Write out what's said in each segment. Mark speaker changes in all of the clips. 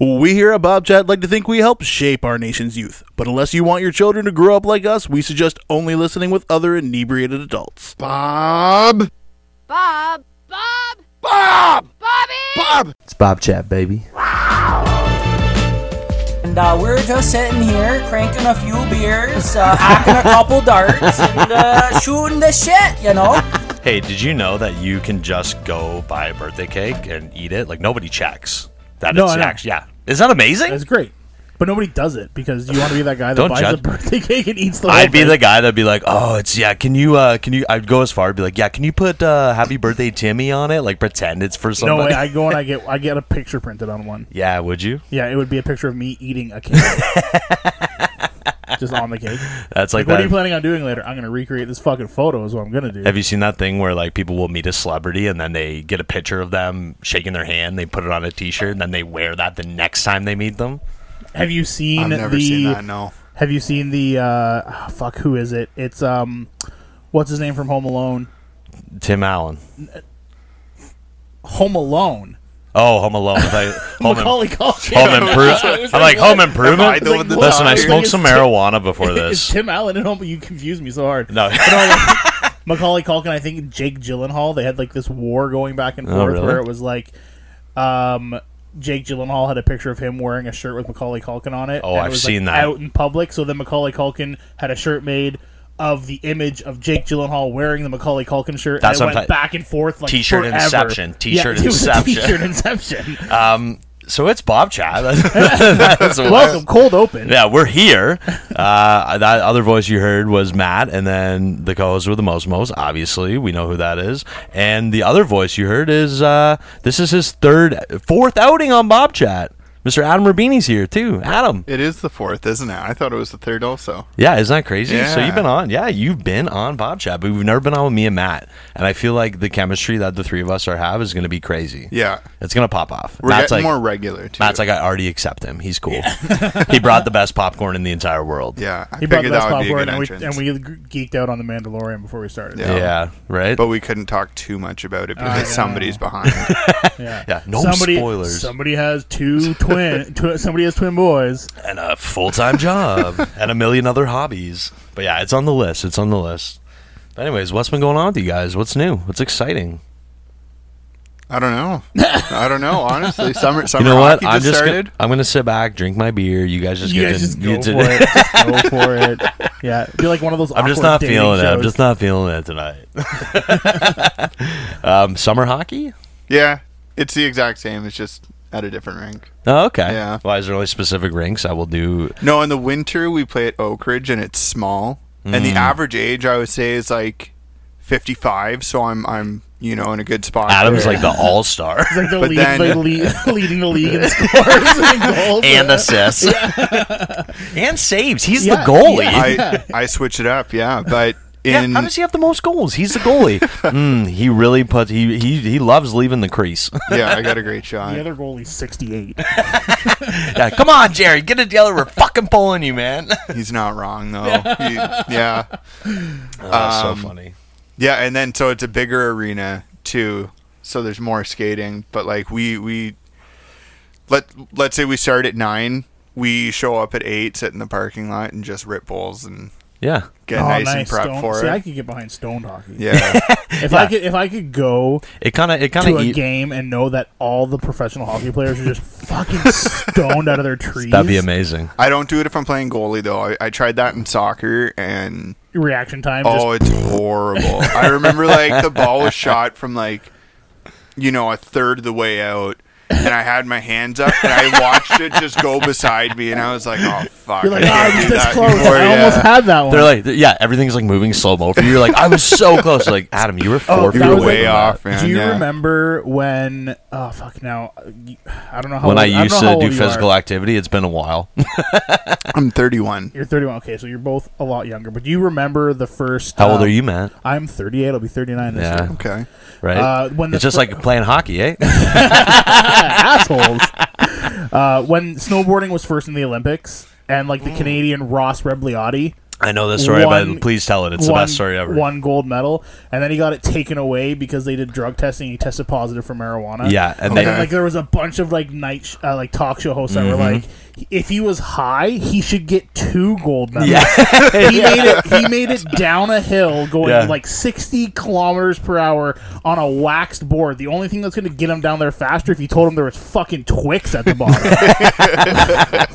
Speaker 1: We here at Bob Chat like to think we help shape our nation's youth, but unless you want your children to grow up like us, we suggest only listening with other inebriated adults.
Speaker 2: Bob.
Speaker 3: Bob! Bob!
Speaker 2: Bob.
Speaker 3: Bobby!
Speaker 2: Bob.
Speaker 4: It's Bob Chat, baby.
Speaker 5: And uh, we're just sitting here cranking a few beers, uh, hacking a couple darts, and uh, shooting the shit, you know?
Speaker 6: Hey, did you know that you can just go buy a birthday cake and eat it? Like nobody checks. That
Speaker 7: No,
Speaker 6: it's
Speaker 7: I know.
Speaker 6: actually yeah. Is that amazing?
Speaker 7: That's great. But nobody does it because you want to be that guy that
Speaker 6: Don't
Speaker 7: buys
Speaker 6: judge.
Speaker 7: the birthday cake and eats the whole
Speaker 6: I'd be
Speaker 7: thing.
Speaker 6: the guy that'd be like, "Oh, it's yeah. Can you uh can you?" I'd go as far. I'd be like, "Yeah, can you put uh Happy Birthday Timmy on it? Like pretend it's for
Speaker 7: No
Speaker 6: somebody."
Speaker 7: way! I go and I get I get a picture printed on one.
Speaker 6: yeah, would you?
Speaker 7: Yeah, it would be a picture of me eating a cake, just on the cake.
Speaker 6: That's
Speaker 7: Like,
Speaker 6: like,
Speaker 7: what
Speaker 6: that.
Speaker 7: are you planning on doing later? I'm gonna recreate this fucking photo. Is what I'm gonna do.
Speaker 6: Have you seen that thing where like people will meet a celebrity and then they get a picture of them shaking their hand, they put it on a T-shirt, and then they wear that the next time they meet them?
Speaker 7: Have you seen
Speaker 2: I've never
Speaker 7: the?
Speaker 2: seen that. No.
Speaker 7: Have you seen the? Uh, ah, fuck, who is it? It's um, what's his name from Home Alone?
Speaker 6: Tim Allen.
Speaker 7: Home Alone.
Speaker 6: Oh, Home Alone. I thought- Home,
Speaker 7: Macaulay Culkin.
Speaker 6: Home improvement. I'm like home improvement.
Speaker 2: I doing the
Speaker 6: Listen, I
Speaker 2: talking?
Speaker 6: smoked some
Speaker 7: It's Tim-
Speaker 6: marijuana before
Speaker 7: It's
Speaker 6: this.
Speaker 7: Tim Allen and Home. You confuse me so hard.
Speaker 6: No,
Speaker 7: But no, like, Macaulay Culkin, I think Jake Gyllenhaal. They had like this war going back and
Speaker 6: Oh,
Speaker 7: forth
Speaker 6: really?
Speaker 7: where it was like, um, Jake Gyllenhaal had a picture of him wearing a shirt with Macaulay Culkin on it.
Speaker 6: Oh,
Speaker 7: and it
Speaker 6: I've
Speaker 7: was,
Speaker 6: seen
Speaker 7: like,
Speaker 6: that.
Speaker 7: out in public. So then Macaulay Culkin had a shirt made. Of the image of Jake Gyllenhaal wearing the Macaulay Culkin shirt,
Speaker 6: That's
Speaker 7: and
Speaker 6: what
Speaker 7: it
Speaker 6: I'm
Speaker 7: went
Speaker 6: ta-
Speaker 7: back and forth like
Speaker 6: T-shirt
Speaker 7: forever.
Speaker 6: inception, t-shirt
Speaker 7: yeah, it was a
Speaker 6: inception.
Speaker 7: T-shirt inception.
Speaker 6: um, so it's Bob Chat. That's what-
Speaker 7: Welcome, cold open.
Speaker 6: Yeah, we're here. Uh, that other voice you heard was Matt, and then the co-host with the most most. Obviously, we know who that is. And the other voice you heard is uh, this is his third, fourth outing on Bob Chat. Mr. Adam Rubini's here too. Adam,
Speaker 2: It is the fourth, isn't it? I thought it was the third also.
Speaker 6: yeah, isn't that crazy? So
Speaker 2: Yeah.
Speaker 6: you've been on, yeah, you've been on Bob Chat, but we've never been on with me and Matt. And I feel like the chemistry that the three of us are have is going to be crazy.
Speaker 2: Yeah.
Speaker 6: It's gonna pop off.
Speaker 2: We're
Speaker 6: Matt's
Speaker 2: getting
Speaker 6: like,
Speaker 2: more regular too.
Speaker 6: Matt's like, I already accept him. He's cool. he brought the best popcorn in the entire world.
Speaker 2: yeah. I
Speaker 7: He brought the
Speaker 2: figured
Speaker 7: best
Speaker 2: that would be a
Speaker 7: popcorn,
Speaker 2: good
Speaker 7: and we,
Speaker 2: entrance.
Speaker 7: and we geeked out on the Mandalorian before we started.
Speaker 2: Yeah.
Speaker 6: Yeah, right.
Speaker 2: but we couldn't talk too much about it because
Speaker 7: know.
Speaker 2: somebody's behind.
Speaker 7: Yeah.
Speaker 6: Yeah, no
Speaker 7: somebody,
Speaker 6: spoilers.
Speaker 7: Somebody has two twin. tw- somebody has twin boys.
Speaker 6: and a full time job and a million other hobbies. But yeah, it's on the list. It's on the list. But anyways, what's been going on with you guys? What's new? What's exciting?
Speaker 2: I don't know. I don't know. Honestly, summer summer
Speaker 6: You know what?
Speaker 2: hockey just, started.
Speaker 6: Gonna, I'm gonna sit back, drink my beer. You guys just
Speaker 7: You
Speaker 6: get
Speaker 7: guys
Speaker 6: to-
Speaker 7: just
Speaker 6: you
Speaker 7: go
Speaker 6: to-
Speaker 7: for it. Just go for it. Yeah, be like one of those.
Speaker 6: I'm just
Speaker 7: awkward
Speaker 6: not
Speaker 7: dating
Speaker 6: feeling it. I'm
Speaker 7: shows.
Speaker 6: just not feeling it tonight. um, summer hockey?
Speaker 2: Yeah, it's the exact same. It's just at a different rink.
Speaker 6: Oh, okay.
Speaker 2: Yeah.
Speaker 6: Why is there only specific rinks? I will do.
Speaker 2: No, in the winter we play at Oak Ridge and it's small. And
Speaker 6: Mm.
Speaker 2: the average age I would say is like 55. So I'm I'm you know in a good spot.
Speaker 6: Adam's
Speaker 2: there.
Speaker 6: like the all star
Speaker 7: It's like the
Speaker 2: But
Speaker 7: lead,
Speaker 2: then-
Speaker 7: the lead, leading the league in scores and goals.
Speaker 6: and assists and saves. He's
Speaker 7: Yeah,
Speaker 6: the goalie.
Speaker 2: I I switch it up. Yeah, but
Speaker 6: Yeah,
Speaker 2: in
Speaker 6: how does he have the most goals? He's the goalie. mm, he really puts. He, he he loves leaving the crease.
Speaker 2: yeah, I got a great shot.
Speaker 7: The other goalie's 68.
Speaker 6: yeah, come on, Jerry, get it together. We're fucking pulling you, man.
Speaker 2: He's not wrong though. He- yeah,
Speaker 7: Uh,
Speaker 2: Um,
Speaker 6: so funny.
Speaker 2: yeah, and then so it's a bigger arena too, so there's more skating. But like we we let let's say we start at nine, we show up at eight, sit in the parking lot, and just rip bowls and
Speaker 6: Yeah,
Speaker 2: get
Speaker 7: Oh,
Speaker 2: nice, and prep
Speaker 7: Stone.
Speaker 2: for
Speaker 7: See,
Speaker 2: it.
Speaker 7: I could get behind stoned hockey.
Speaker 2: yeah,
Speaker 7: If I could, if I could go
Speaker 6: it kind of it kind
Speaker 7: to a
Speaker 6: of eat.
Speaker 7: game and know that all the professional hockey players are just fucking stoned out of their trees,
Speaker 6: That'd be amazing.
Speaker 2: I don't do it if I'm playing goalie though. I, I tried that in soccer and
Speaker 7: Reaction time. just
Speaker 2: oh, it's horrible. I remember like the ball was shot from like you know a third of the way out. And I had my hands up, and I watched it just go beside me, and I was like, "Oh fuck!"
Speaker 7: You're like,
Speaker 2: I
Speaker 7: ah,
Speaker 2: can't
Speaker 7: I'm
Speaker 2: do
Speaker 7: this
Speaker 2: that
Speaker 7: close.
Speaker 2: anymore."
Speaker 7: I
Speaker 2: Yeah.
Speaker 7: almost had that one.
Speaker 6: They're like, yeah, everything's like moving slow mo for you. You're like, I was so close. Like, Adam, you were
Speaker 7: Oh, that
Speaker 6: four feet
Speaker 7: was
Speaker 6: away.
Speaker 2: You're way
Speaker 6: from
Speaker 2: off, man.
Speaker 7: do you
Speaker 2: yeah.
Speaker 7: remember when? Oh fuck! Now I don't know
Speaker 6: that.
Speaker 7: how old,
Speaker 6: When I
Speaker 7: don't
Speaker 6: used
Speaker 7: know how
Speaker 6: to
Speaker 7: old
Speaker 6: do
Speaker 7: you
Speaker 6: physical
Speaker 7: Are.
Speaker 6: activity, it's been a while.
Speaker 2: I'm 31.
Speaker 7: You're 31. Okay, so you're both a lot younger. But do you remember the first?
Speaker 6: How old
Speaker 7: um,
Speaker 6: are you, Matt?
Speaker 7: I'm 38. I'll be 39 this
Speaker 6: Yeah,
Speaker 7: year.
Speaker 2: Okay.
Speaker 6: right.
Speaker 7: Uh, when the
Speaker 6: it's just
Speaker 7: fir-
Speaker 6: like playing hockey, eh?
Speaker 7: Assholes.
Speaker 6: Mm.
Speaker 7: uh, when snowboarding was first in the Olympics, and like the Canadian Ross Rebliotti
Speaker 6: I know this story,
Speaker 7: One-
Speaker 6: but please tell it. It's the best story ever.
Speaker 7: One gold medal, and then he got it taken away because they did drug testing. He tested positive for marijuana.
Speaker 6: Yeah, and
Speaker 7: and,
Speaker 6: they-
Speaker 7: then, like there was a bunch of like night sh- uh, like talk show hosts that were
Speaker 6: Mm-hmm.
Speaker 7: like, if he was high, he should get two gold medals. he made it. He made it down a hill going
Speaker 6: Yeah.
Speaker 7: like sixty kilometers per hour on a waxed board. The only thing that's going to get him down there faster if you told him there was fucking Twix at the bottom.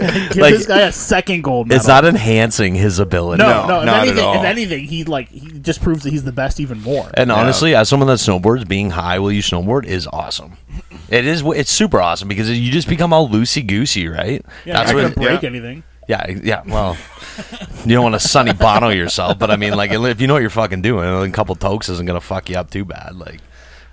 Speaker 7: Give
Speaker 6: Like,
Speaker 7: this guy a second gold medal.
Speaker 6: It's not enhancing his ability.
Speaker 7: No, no, if
Speaker 2: No, not at
Speaker 7: anything,
Speaker 2: all.
Speaker 7: if anything, he like he just proves that he's the best even more.
Speaker 6: And honestly, as someone that snowboards, being high while you snowboard is awesome. It is. It's super awesome because you just become all loosey goosey, right?
Speaker 7: Yeah,
Speaker 6: That's
Speaker 7: you're
Speaker 6: what.
Speaker 7: not gonna break
Speaker 2: yeah.
Speaker 7: anything.
Speaker 6: Yeah, yeah. Well, you don't want to Sonny Bono yourself, but I mean, like, if you know what you're fucking doing, a couple tokes isn't gonna fuck you up too bad. Like,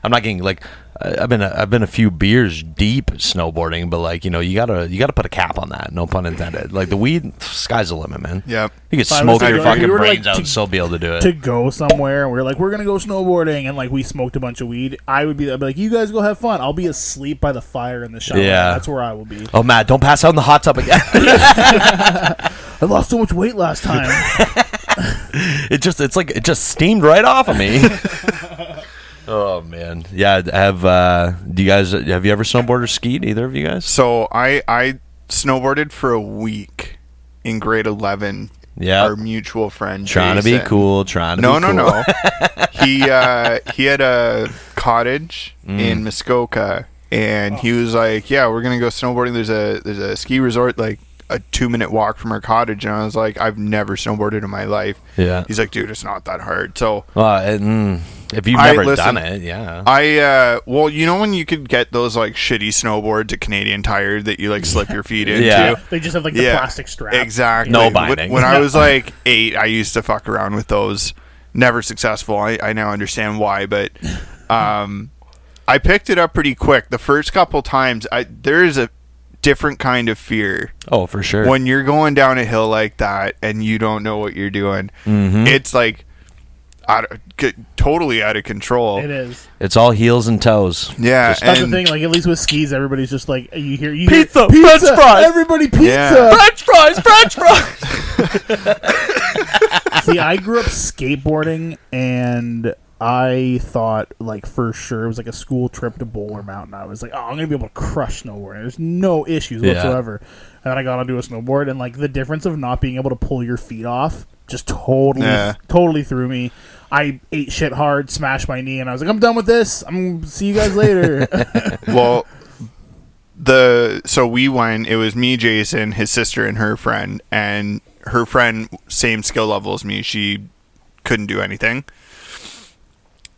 Speaker 6: I'm not getting like, I- I've been a, I've been a few beers deep snowboarding, but like, you know, you gotta you gotta put a cap on that. No pun intended. Like the weed, sky's the limit, man.
Speaker 2: Yep.
Speaker 6: You could
Speaker 7: I was
Speaker 6: smoke
Speaker 7: like,
Speaker 6: your
Speaker 7: if we
Speaker 6: fucking
Speaker 7: were, like,
Speaker 6: brains out
Speaker 7: to-
Speaker 6: and still be able to do it.
Speaker 7: To go somewhere and we are like, we're gonna go snowboarding, and like we smoked a bunch of weed. I would be, I'd be like, you guys go have fun. I'll be asleep by the fire in the shower.
Speaker 6: Yeah.
Speaker 7: that's where I will be.
Speaker 6: oh, Matt, don't pass out in the hot tub again.
Speaker 7: I lost so much weight last time.
Speaker 6: it just it's like it just steamed right off of me. oh man, yeah. Have uh, do you guys have you ever snowboarded or skied? Either of you guys?
Speaker 2: So I I snowboarded for a week in grade eleven.
Speaker 6: Yeah.
Speaker 2: Our mutual friend.
Speaker 6: Trying to be
Speaker 2: Jason.
Speaker 6: cool. Trying to
Speaker 2: No,
Speaker 6: be
Speaker 2: no,
Speaker 6: cool.
Speaker 2: no. he uh, he had a cottage
Speaker 6: Mm.
Speaker 2: in Muskoka, and he was like, "Yeah, we're gonna go snowboarding. There's a there's a ski resort like a two minute walk from our cottage." And I was like, "I've never snowboarded in my life."
Speaker 6: Yeah.
Speaker 2: He's like, "Dude, it's not that hard." So
Speaker 6: Well, it- mm, if you've
Speaker 2: I-
Speaker 6: never
Speaker 2: listen,
Speaker 6: done it, yeah.
Speaker 2: I uh, well, you know when you could get those like shitty snowboards at Canadian Tire that you like slip your feet into.
Speaker 6: Yeah.
Speaker 7: they just have like the plastic strap.
Speaker 2: Exactly.
Speaker 6: No
Speaker 2: When-
Speaker 6: binding.
Speaker 2: When I was like eight, I used to fuck around with those. Never successful. I, I now understand why, but um, I picked it up pretty quick. The first couple times, I there is a different kind of fear
Speaker 6: oh, for sure.
Speaker 2: when you're going down a hill like that and you don't know what you're doing.
Speaker 6: Mm-hmm.
Speaker 2: It's like out of, c- totally out of control.
Speaker 7: It is.
Speaker 6: it's all heels and toes.
Speaker 2: Yeah,
Speaker 7: That's
Speaker 2: and
Speaker 7: the thing. Like at least with skis, everybody's just like you hear you
Speaker 6: Pizza,
Speaker 7: hear, pizza,
Speaker 6: french fries."
Speaker 7: everybody pizza.
Speaker 2: Yeah.
Speaker 6: French fries, French fries.
Speaker 7: See, I grew up skateboarding, and I thought like for sure it was like a school trip to Bowler Mountain. I was like, oh, I'm gonna be able to crush snowboarding. There's no issues
Speaker 6: Yeah.
Speaker 7: whatsoever. And then I got onto a snowboard, and like the difference of not being able to pull your feet off just totally,
Speaker 2: Yeah.
Speaker 7: totally threw me. I ate shit hard, smashed my knee, and I was like, I'm done with this. I'm see you guys later.
Speaker 2: well the so we went it was me jason his sister and her friend and her friend same skill level as me she couldn't do anything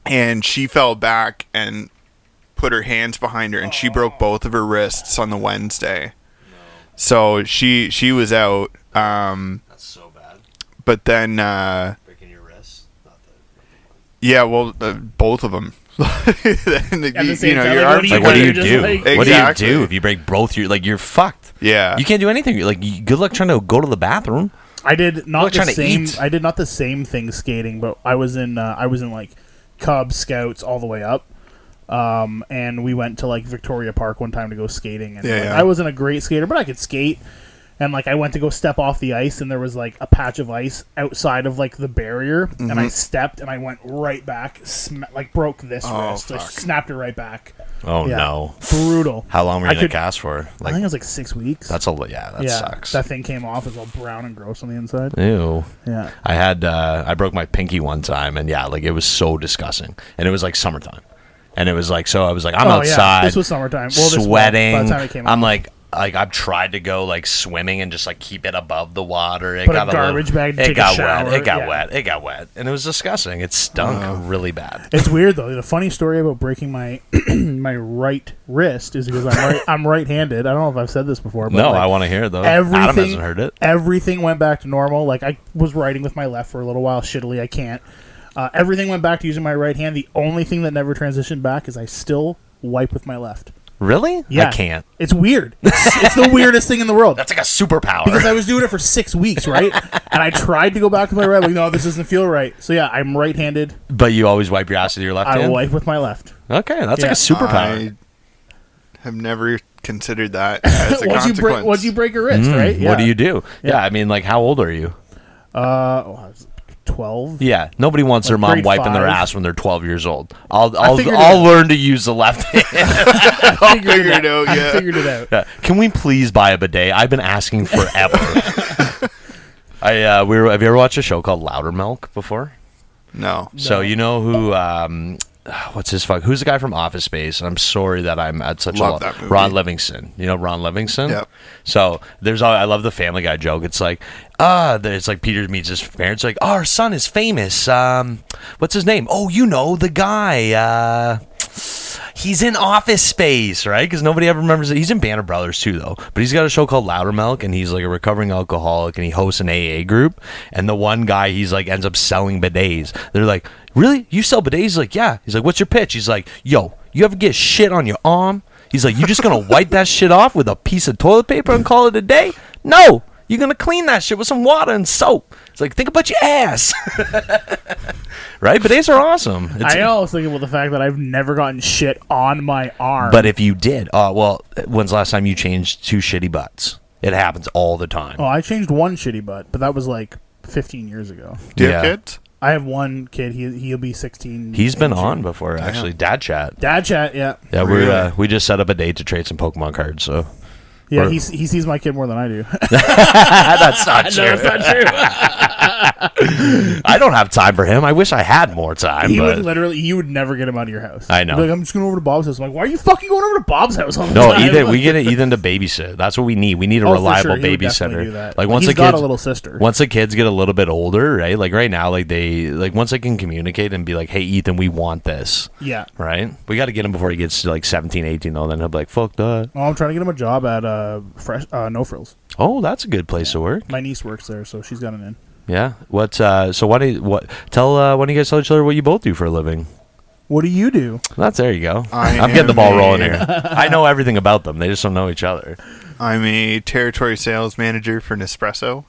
Speaker 2: and she fell back and put her hands behind her and she broke both of her wrists on the wednesday so she she was out um
Speaker 6: That's so bad.
Speaker 2: but then uh
Speaker 6: Breaking your wrist.
Speaker 2: yeah well uh, both of them and the,
Speaker 7: At the same
Speaker 2: you know
Speaker 7: time,
Speaker 2: your
Speaker 7: like,
Speaker 2: arms
Speaker 6: Like, what do you
Speaker 7: You're just
Speaker 6: do?
Speaker 7: like-
Speaker 6: What do you
Speaker 2: Exactly.
Speaker 6: do if you break both your? Like, you're fucked.
Speaker 2: yeah
Speaker 6: You can't do anything. You're Like, you, good luck trying to go to the bathroom.
Speaker 7: I did
Speaker 6: We're
Speaker 7: not the
Speaker 6: trying to
Speaker 7: same.
Speaker 6: eat.
Speaker 7: I did not the same thing skating, but I was in. Uh, I was in like Cub Scouts all the way up, um, and we went to like Victoria Park one time to go skating. And
Speaker 2: Yeah,
Speaker 7: like,
Speaker 2: yeah.
Speaker 7: I wasn't a great skater, but I could skate. And like I went to go step off the ice, and there was like a patch of ice outside of like the barrier, and
Speaker 2: Mm-hmm.
Speaker 7: I stepped, and I went right back, sm- like broke this
Speaker 2: Oh,
Speaker 7: wrist, I snapped it right back.
Speaker 6: Oh
Speaker 7: Yeah.
Speaker 6: no!
Speaker 7: Brutal.
Speaker 6: How long were
Speaker 7: I
Speaker 6: you in the
Speaker 7: could-
Speaker 6: cast for?
Speaker 7: I think it
Speaker 6: Like,
Speaker 7: was like six weeks.
Speaker 6: that's a yeah. That
Speaker 7: yeah,
Speaker 6: sucks.
Speaker 7: That thing came off. It was all brown and gross on the inside.
Speaker 6: Ew.
Speaker 7: Yeah.
Speaker 6: I had uh, I broke my pinky one time, and yeah, like it was so disgusting, and it was like summertime, and it was like so I was like I'm
Speaker 7: Oh, yeah.
Speaker 6: outside,
Speaker 7: This was summertime. Well, this was by the
Speaker 6: sweating.
Speaker 7: time it came
Speaker 6: I'm
Speaker 7: out.
Speaker 6: like like I've tried to go like swimming and just like keep it above the water. It
Speaker 7: Put a
Speaker 6: got little-
Speaker 7: garbage bag,
Speaker 6: It
Speaker 7: take a
Speaker 6: got
Speaker 7: shower,
Speaker 6: wet. It got
Speaker 7: yeah.
Speaker 6: wet. It got wet, and it was disgusting. It stunk really bad.
Speaker 7: It's weird though. The funny story about breaking my my right wrist is because I'm right, I'm right-handed. I don't know if I've said this before. But
Speaker 6: No,
Speaker 7: like,
Speaker 6: I want to hear it though.
Speaker 7: everything.
Speaker 6: Adam hasn't heard it.
Speaker 7: Everything went back to normal. Like I was writing with my left for a little while. Shittily, I can't. Uh, everything went back to using my right hand. The only thing that never transitioned back is I still wipe with my left.
Speaker 6: Really?
Speaker 7: Yeah,
Speaker 6: I can't.
Speaker 7: It's weird. It's, it's the weirdest thing in the world.
Speaker 6: That's like a superpower.
Speaker 7: because I was doing it for six weeks, right? and I tried to go back to my right. Like, no, this doesn't feel right. So yeah, I'm right-handed.
Speaker 6: but you always wipe your ass with your left
Speaker 7: I
Speaker 6: hand.
Speaker 7: wipe with my left.
Speaker 6: Okay, that's
Speaker 7: Yeah.
Speaker 6: like a superpower.
Speaker 2: I have never considered that as
Speaker 7: Once you
Speaker 2: a consequence.
Speaker 6: Mm,
Speaker 7: break, once you break your wrist, right?
Speaker 6: What do you do? Yeah. I mean, like, how old are you?
Speaker 7: Uh, oh, I was 12.
Speaker 6: Yeah, nobody wants their mom
Speaker 7: grade
Speaker 6: wiping their
Speaker 7: five.
Speaker 6: ass when they're 12 years old. I'll I'll,
Speaker 7: figured it
Speaker 6: I'll learn to use the left hand.
Speaker 7: I figured
Speaker 2: figure it out,
Speaker 7: I
Speaker 2: yeah.
Speaker 7: figured it out.
Speaker 6: Yeah. Can we please buy a bidet? I've been asking forever. I uh, we were, have you ever watched a show called Louder Milk before?
Speaker 2: No.
Speaker 6: So you know who um what's his fuck who's the guy from Office Space? And I'm sorry that I'm at such
Speaker 2: Love
Speaker 6: a
Speaker 2: that movie.
Speaker 6: Ron Livingston. You know Ron Livingston?
Speaker 2: Yep.
Speaker 6: So there's all I love the family guy joke. It's like ah there- it's like Peter meets his parents like "Oh, our son is famous. Um what's his name? Oh, you know the guy uh He's in office space, right? Because nobody ever remembers it. He's in Banner Brothers too, though. But he's got a show called Louder Milk, and he's like a recovering alcoholic, and he hosts an AA group. And the one guy, he's like ends up selling bidets. They're like, "Really? You sell bidets?" He's like, "Yeah." He's like, "What's your pitch?" He's like, "Yo, you ever get shit on your arm?" He's like, "You just gonna wipe that shit off with a piece of toilet paper and call it a day?" No, you're gonna clean that shit with some water and soap. It's like, think about your ass, right? Bidets are awesome. It's,
Speaker 7: I know. I was thinking about the fact that I've never gotten shit on my arm.
Speaker 6: But if you did, uh, well, when's the last time you changed two shitty butts? It happens all the time.
Speaker 7: oh, I changed one shitty butt, but that was like 15 years ago.
Speaker 2: Do you
Speaker 6: Yeah.
Speaker 2: have kids?
Speaker 7: I have one kid. He he'll be 16.
Speaker 6: He's been
Speaker 7: in June.
Speaker 6: on before, actually. Dad chat.
Speaker 7: Dad chat. Yeah,
Speaker 6: Yeah, we
Speaker 2: Really?
Speaker 6: uh, we just set up a date to trade some Pokemon cards. So
Speaker 7: yeah.
Speaker 6: Or-
Speaker 7: He he sees my kid more than I do.
Speaker 6: that's not true. I don't have time for him. I wish I had more time.
Speaker 7: he
Speaker 6: but
Speaker 7: would literally. You would never get him out of your house.
Speaker 6: I
Speaker 7: He'd
Speaker 6: know.
Speaker 7: be Like I'm just going over to Bob's house. I'm like, why are you fucking going over to Bob's house? All the
Speaker 6: no,
Speaker 7: time?
Speaker 6: Ethan, we get Ethan to babysit. That's what we need. We need a
Speaker 7: Oh, for
Speaker 6: reliable
Speaker 7: sure, he would definitely do
Speaker 6: babysitter.
Speaker 7: that.
Speaker 6: Like once
Speaker 7: He's
Speaker 6: the kids,
Speaker 7: got a little sister.
Speaker 6: Once the kids get a little bit older, right? Like right now, like they like once they can communicate and be like, "Hey, Ethan, we want this."
Speaker 7: Yeah.
Speaker 6: right? We got to get him before he gets to like 17, 18, though. Then he'll be like, fuck that.
Speaker 7: Oh, I'm trying to get him a job at uh, fresh uh, No Frills.
Speaker 6: Oh, that's a good place to work.
Speaker 7: My niece works there, so she's got an in.
Speaker 6: Yeah. What? Uh, so why do you, what? Tell uh, why don't you guys tell each other what you both do for a living?
Speaker 7: What do you do?
Speaker 6: That's there you go.
Speaker 2: I
Speaker 6: I'm getting the ball
Speaker 2: am
Speaker 6: rolling
Speaker 2: a-
Speaker 6: here. I know everything about them. They just don't know each other.
Speaker 2: I'm a territory sales manager for Nespresso.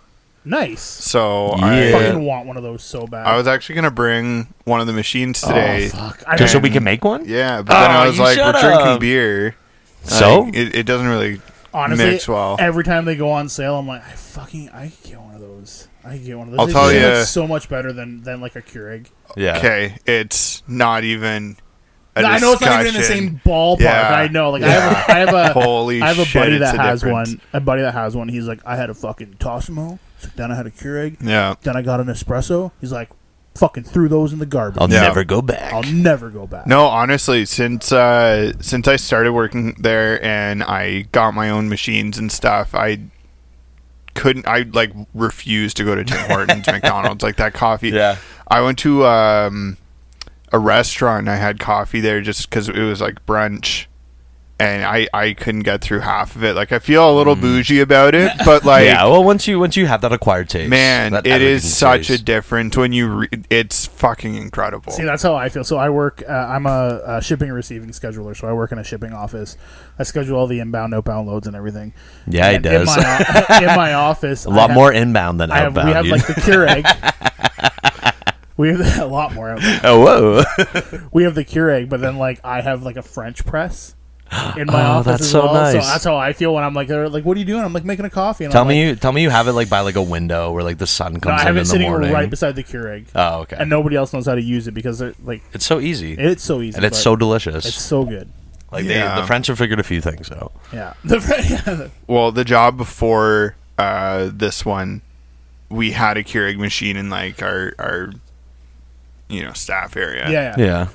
Speaker 7: Nice.
Speaker 2: So
Speaker 7: I
Speaker 6: Yeah.
Speaker 7: fucking want one of those so bad.
Speaker 2: uh, I, I was actually gonna bring one of the machines today.
Speaker 7: Oh, fuck. I,
Speaker 6: Just so we can make one.
Speaker 2: Yeah, but then I
Speaker 6: Oh,
Speaker 2: was
Speaker 6: you
Speaker 2: like, we're
Speaker 6: shut
Speaker 2: drinking
Speaker 6: up.
Speaker 2: beer.
Speaker 6: So?
Speaker 2: Like, it, it doesn't really
Speaker 7: honestly,
Speaker 2: mix well.
Speaker 7: every time they go on sale, I'm like, I fucking, I could get one of those. I could get one of those.
Speaker 2: I'll
Speaker 7: They
Speaker 2: tell
Speaker 7: taste, like,
Speaker 2: ya.
Speaker 7: so much better than than like a Keurig.
Speaker 6: Yeah.
Speaker 2: Okay, it's not even. A
Speaker 7: I know it's not even in the same
Speaker 2: discussion.
Speaker 7: ballpark.
Speaker 2: Yeah.
Speaker 7: I know. Like I have, a, I have a,
Speaker 2: Holy
Speaker 7: I have a
Speaker 2: shit,
Speaker 7: buddy
Speaker 2: it's
Speaker 7: that
Speaker 2: a
Speaker 7: has
Speaker 2: difference.
Speaker 7: one. A buddy that has one. He's like, I had a fucking Tosmo. So then I had a Keurig.
Speaker 2: Yeah.
Speaker 7: Then I got an espresso. He's like, fucking threw those in the garbage.
Speaker 6: I'll
Speaker 2: Yeah.
Speaker 6: never go back.
Speaker 7: I'll never go back.
Speaker 2: No, honestly, since uh, since I started working there and I got my own machines and stuff, I couldn't. I like refused to go to Tim Hortons, McDonald's, like that coffee.
Speaker 6: Yeah.
Speaker 2: I went to um, a restaurant and I had coffee there just because it was like brunch, and I I couldn't get through half of it. Like I feel a little bougie about it, but like
Speaker 6: Mm. yeah. Well, once you once you have that acquired taste,
Speaker 2: man,
Speaker 6: that
Speaker 2: it
Speaker 6: Aberdeen
Speaker 2: is such a
Speaker 6: taste.
Speaker 2: difference when you. Re- it's fucking incredible.
Speaker 7: See, that's how I feel. So I work. Uh, I'm a, a shipping and receiving scheduler. So I work in a shipping office. I schedule all the inbound, outbound loads and everything.
Speaker 6: Yeah, he
Speaker 7: And In
Speaker 6: does.
Speaker 7: my, o- in my office,
Speaker 6: a lot more inbound than
Speaker 7: I have,
Speaker 6: outbound.
Speaker 7: we have
Speaker 6: dude.
Speaker 7: like the Keurig. we have a lot more. Outbound.
Speaker 6: oh, whoa.
Speaker 7: We have the Keurig, but then like I have like a French press. In my
Speaker 6: Oh,
Speaker 7: office
Speaker 6: that's
Speaker 7: as
Speaker 6: so
Speaker 7: well.
Speaker 6: nice.
Speaker 7: So that's how I feel when I'm like, they're like, "What are you doing?" I'm like making a coffee. And
Speaker 6: tell
Speaker 7: I'm
Speaker 6: me
Speaker 7: like,
Speaker 6: you tell me you have it like by like a window where like the sun
Speaker 7: no,
Speaker 6: comes
Speaker 7: I
Speaker 6: in
Speaker 7: have
Speaker 6: in
Speaker 7: it
Speaker 6: the
Speaker 7: sitting
Speaker 6: morning.
Speaker 7: right beside the Keurig,
Speaker 6: oh, okay.
Speaker 7: and nobody else knows how to use it because they're like,
Speaker 6: It's so easy.
Speaker 7: it's so easy
Speaker 6: and it's
Speaker 7: but
Speaker 6: so delicious.
Speaker 7: it's so good.
Speaker 6: like
Speaker 2: Yeah.
Speaker 6: they, the French have figured a few things out.
Speaker 7: Yeah. The French,
Speaker 2: Well, the job before uh, this one, we had a Keurig machine in like our our you know staff area.
Speaker 7: yeah, yeah.
Speaker 6: Yeah.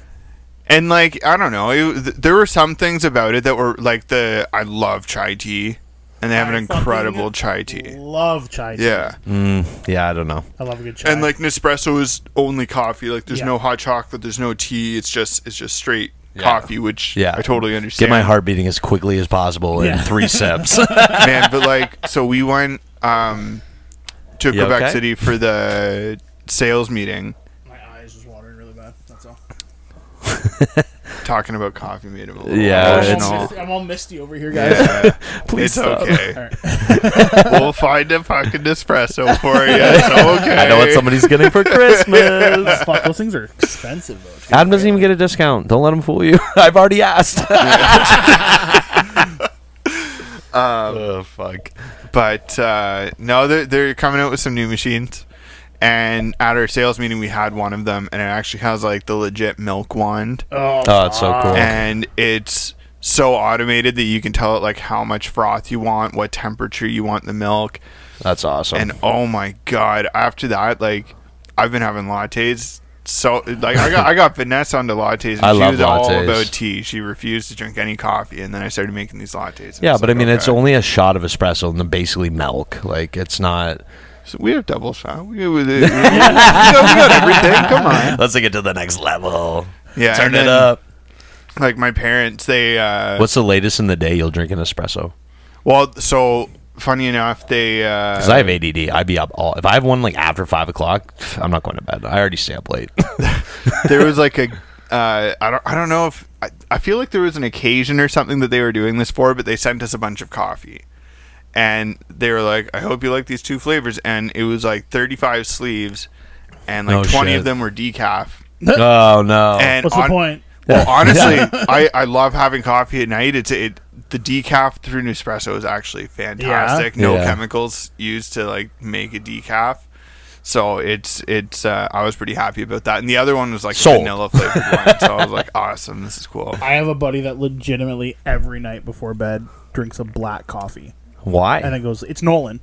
Speaker 2: And like I don't know, it, th- there were some things about it that were like the I love chai tea, and they have an
Speaker 7: I fucking
Speaker 2: incredible chai tea.
Speaker 7: Love chai. tea.
Speaker 2: Yeah,
Speaker 6: Yeah, I don't know.
Speaker 7: I love a good chai.
Speaker 2: and like Nespresso is only coffee. Like there's
Speaker 7: Yeah.
Speaker 2: no hot chocolate, there's no tea. It's just it's just straight
Speaker 6: Yeah.
Speaker 2: coffee, which
Speaker 6: Yeah.
Speaker 2: I totally
Speaker 6: Get
Speaker 2: understand.
Speaker 6: my heart beating as quickly as possible
Speaker 7: Yeah.
Speaker 6: in three sips.
Speaker 2: man. But like, so we went um, to
Speaker 6: You
Speaker 2: Quebec
Speaker 6: okay?
Speaker 2: City for the sales meeting.
Speaker 7: my eyes just watering really bad. That's all.
Speaker 2: talking about coffee made him a little
Speaker 6: Yeah,
Speaker 7: I'm,
Speaker 6: Uh, it's-
Speaker 7: all
Speaker 2: emotional.
Speaker 7: misty, I'm all misty over here, guys.
Speaker 2: Yeah,
Speaker 6: Please
Speaker 2: it's
Speaker 6: stop.
Speaker 2: okay. we'll find a fucking espresso for you. It's okay.
Speaker 6: I know what somebody's getting for Christmas.
Speaker 7: Fuck, those things are expensive though.
Speaker 6: Adam doesn't even get a discount. Don't let him fool you. I've already asked. oh fuck!
Speaker 2: But uh, no, they're, they're coming out with some new machines, And at our sales meeting, we had one of them, and it actually has like the legit milk wand,
Speaker 7: Oh,
Speaker 6: Oh, it's so cool.
Speaker 2: and it's so automated that you can tell it like how much froth you want, what temperature you want the milk,
Speaker 6: That's awesome.
Speaker 2: and oh my god! After that, like I've been having lattes. So like I got I got Vanessa onto lattes and
Speaker 6: I
Speaker 2: she
Speaker 6: love
Speaker 2: was all
Speaker 6: lattes.
Speaker 2: about tea. She refused to drink any coffee and then I started making these lattes. and
Speaker 6: yeah,
Speaker 2: was
Speaker 6: but I
Speaker 2: like,
Speaker 6: mean, it's
Speaker 2: okay.
Speaker 6: only a shot of espresso and then basically milk. Like, it's not.
Speaker 2: So we have double shot. We, we, we, we, we got everything. Come on.
Speaker 6: Let's take it to the next level.
Speaker 2: Yeah,
Speaker 6: Turn
Speaker 2: and
Speaker 6: it
Speaker 2: then,
Speaker 6: up.
Speaker 2: Like my parents, they uh
Speaker 6: What's the latest in the day you'll drink an espresso?
Speaker 2: well, so funny enough, they uh
Speaker 6: Because I have ADD. I'd be up all. If I have one like after five o'clock, I'm not going to bed. I already stay up late.
Speaker 2: there was like a uh I don't I don't know if I, I feel like there was an occasion or something that they were doing this for, but they sent us a bunch of coffee. And they were like, "I hope you like these two flavors." And it was like 35 sleeves and like
Speaker 6: No
Speaker 2: 20
Speaker 6: shit.
Speaker 2: of them were decaf.
Speaker 6: oh no!
Speaker 2: And
Speaker 7: What's the
Speaker 2: on-
Speaker 7: point?
Speaker 2: Well, honestly, I, I love having coffee at night. It's it the decaf through Nespresso is actually fantastic. No
Speaker 6: Yeah.
Speaker 2: chemicals used to like make a decaf. So it's it's uh, I was pretty happy about that. And the other one was like
Speaker 6: Sold.
Speaker 2: vanilla flavored one. So I was like, awesome, this is cool.
Speaker 7: I have a buddy that legitimately every night before bed drinks a black coffee
Speaker 6: why?
Speaker 7: and then goes, "It's Nolan."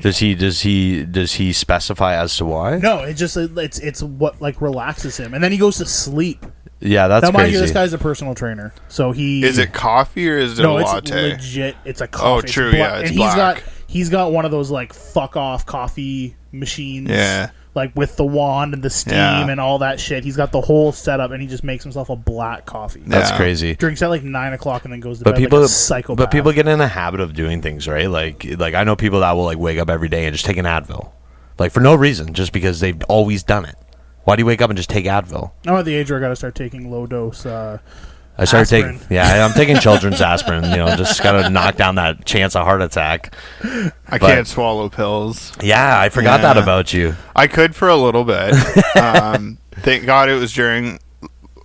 Speaker 6: does he? Does he? Does he specify as to why?
Speaker 7: No, it just it's it's what like relaxes him, and then he goes to sleep.
Speaker 6: Yeah, that's
Speaker 7: now, mind
Speaker 6: crazy.
Speaker 7: you, this guy's a personal trainer, so he
Speaker 2: Is it coffee or is it
Speaker 7: no,
Speaker 2: a
Speaker 7: it's
Speaker 2: latte? Oh,
Speaker 7: legit. It's a coffee. It's
Speaker 2: true,
Speaker 7: bla-
Speaker 2: yeah, it's
Speaker 7: and he's
Speaker 2: black.
Speaker 7: got he's got one of those like fuck off coffee machines.
Speaker 2: Yeah.
Speaker 7: Like with the wand and the steam
Speaker 2: Yeah.
Speaker 7: and all that shit. He's got the whole setup, and he just makes himself a black coffee.
Speaker 6: that's
Speaker 2: Yeah.
Speaker 6: crazy.
Speaker 7: Drinks at like nine o'clock and then goes to
Speaker 6: But
Speaker 7: bed
Speaker 6: people,
Speaker 7: like a psychopath.
Speaker 6: but people get in the habit of doing things, right? Like, like I know people that will like wake up every day and just take an Advil, like for no reason, just because they've always done it. Why do you wake up and just take Advil?
Speaker 7: I'm at the age where I got to start taking low dose. Uh,
Speaker 6: I started
Speaker 7: Aspirin.
Speaker 6: taking, yeah, I'm taking children's aspirin. You know, just gotta knock down that chance of heart attack.
Speaker 2: I
Speaker 6: but-
Speaker 2: can't swallow pills.
Speaker 6: Yeah, I forgot
Speaker 2: Yeah.
Speaker 6: that about you.
Speaker 2: I could for a little bit. um, thank God it was during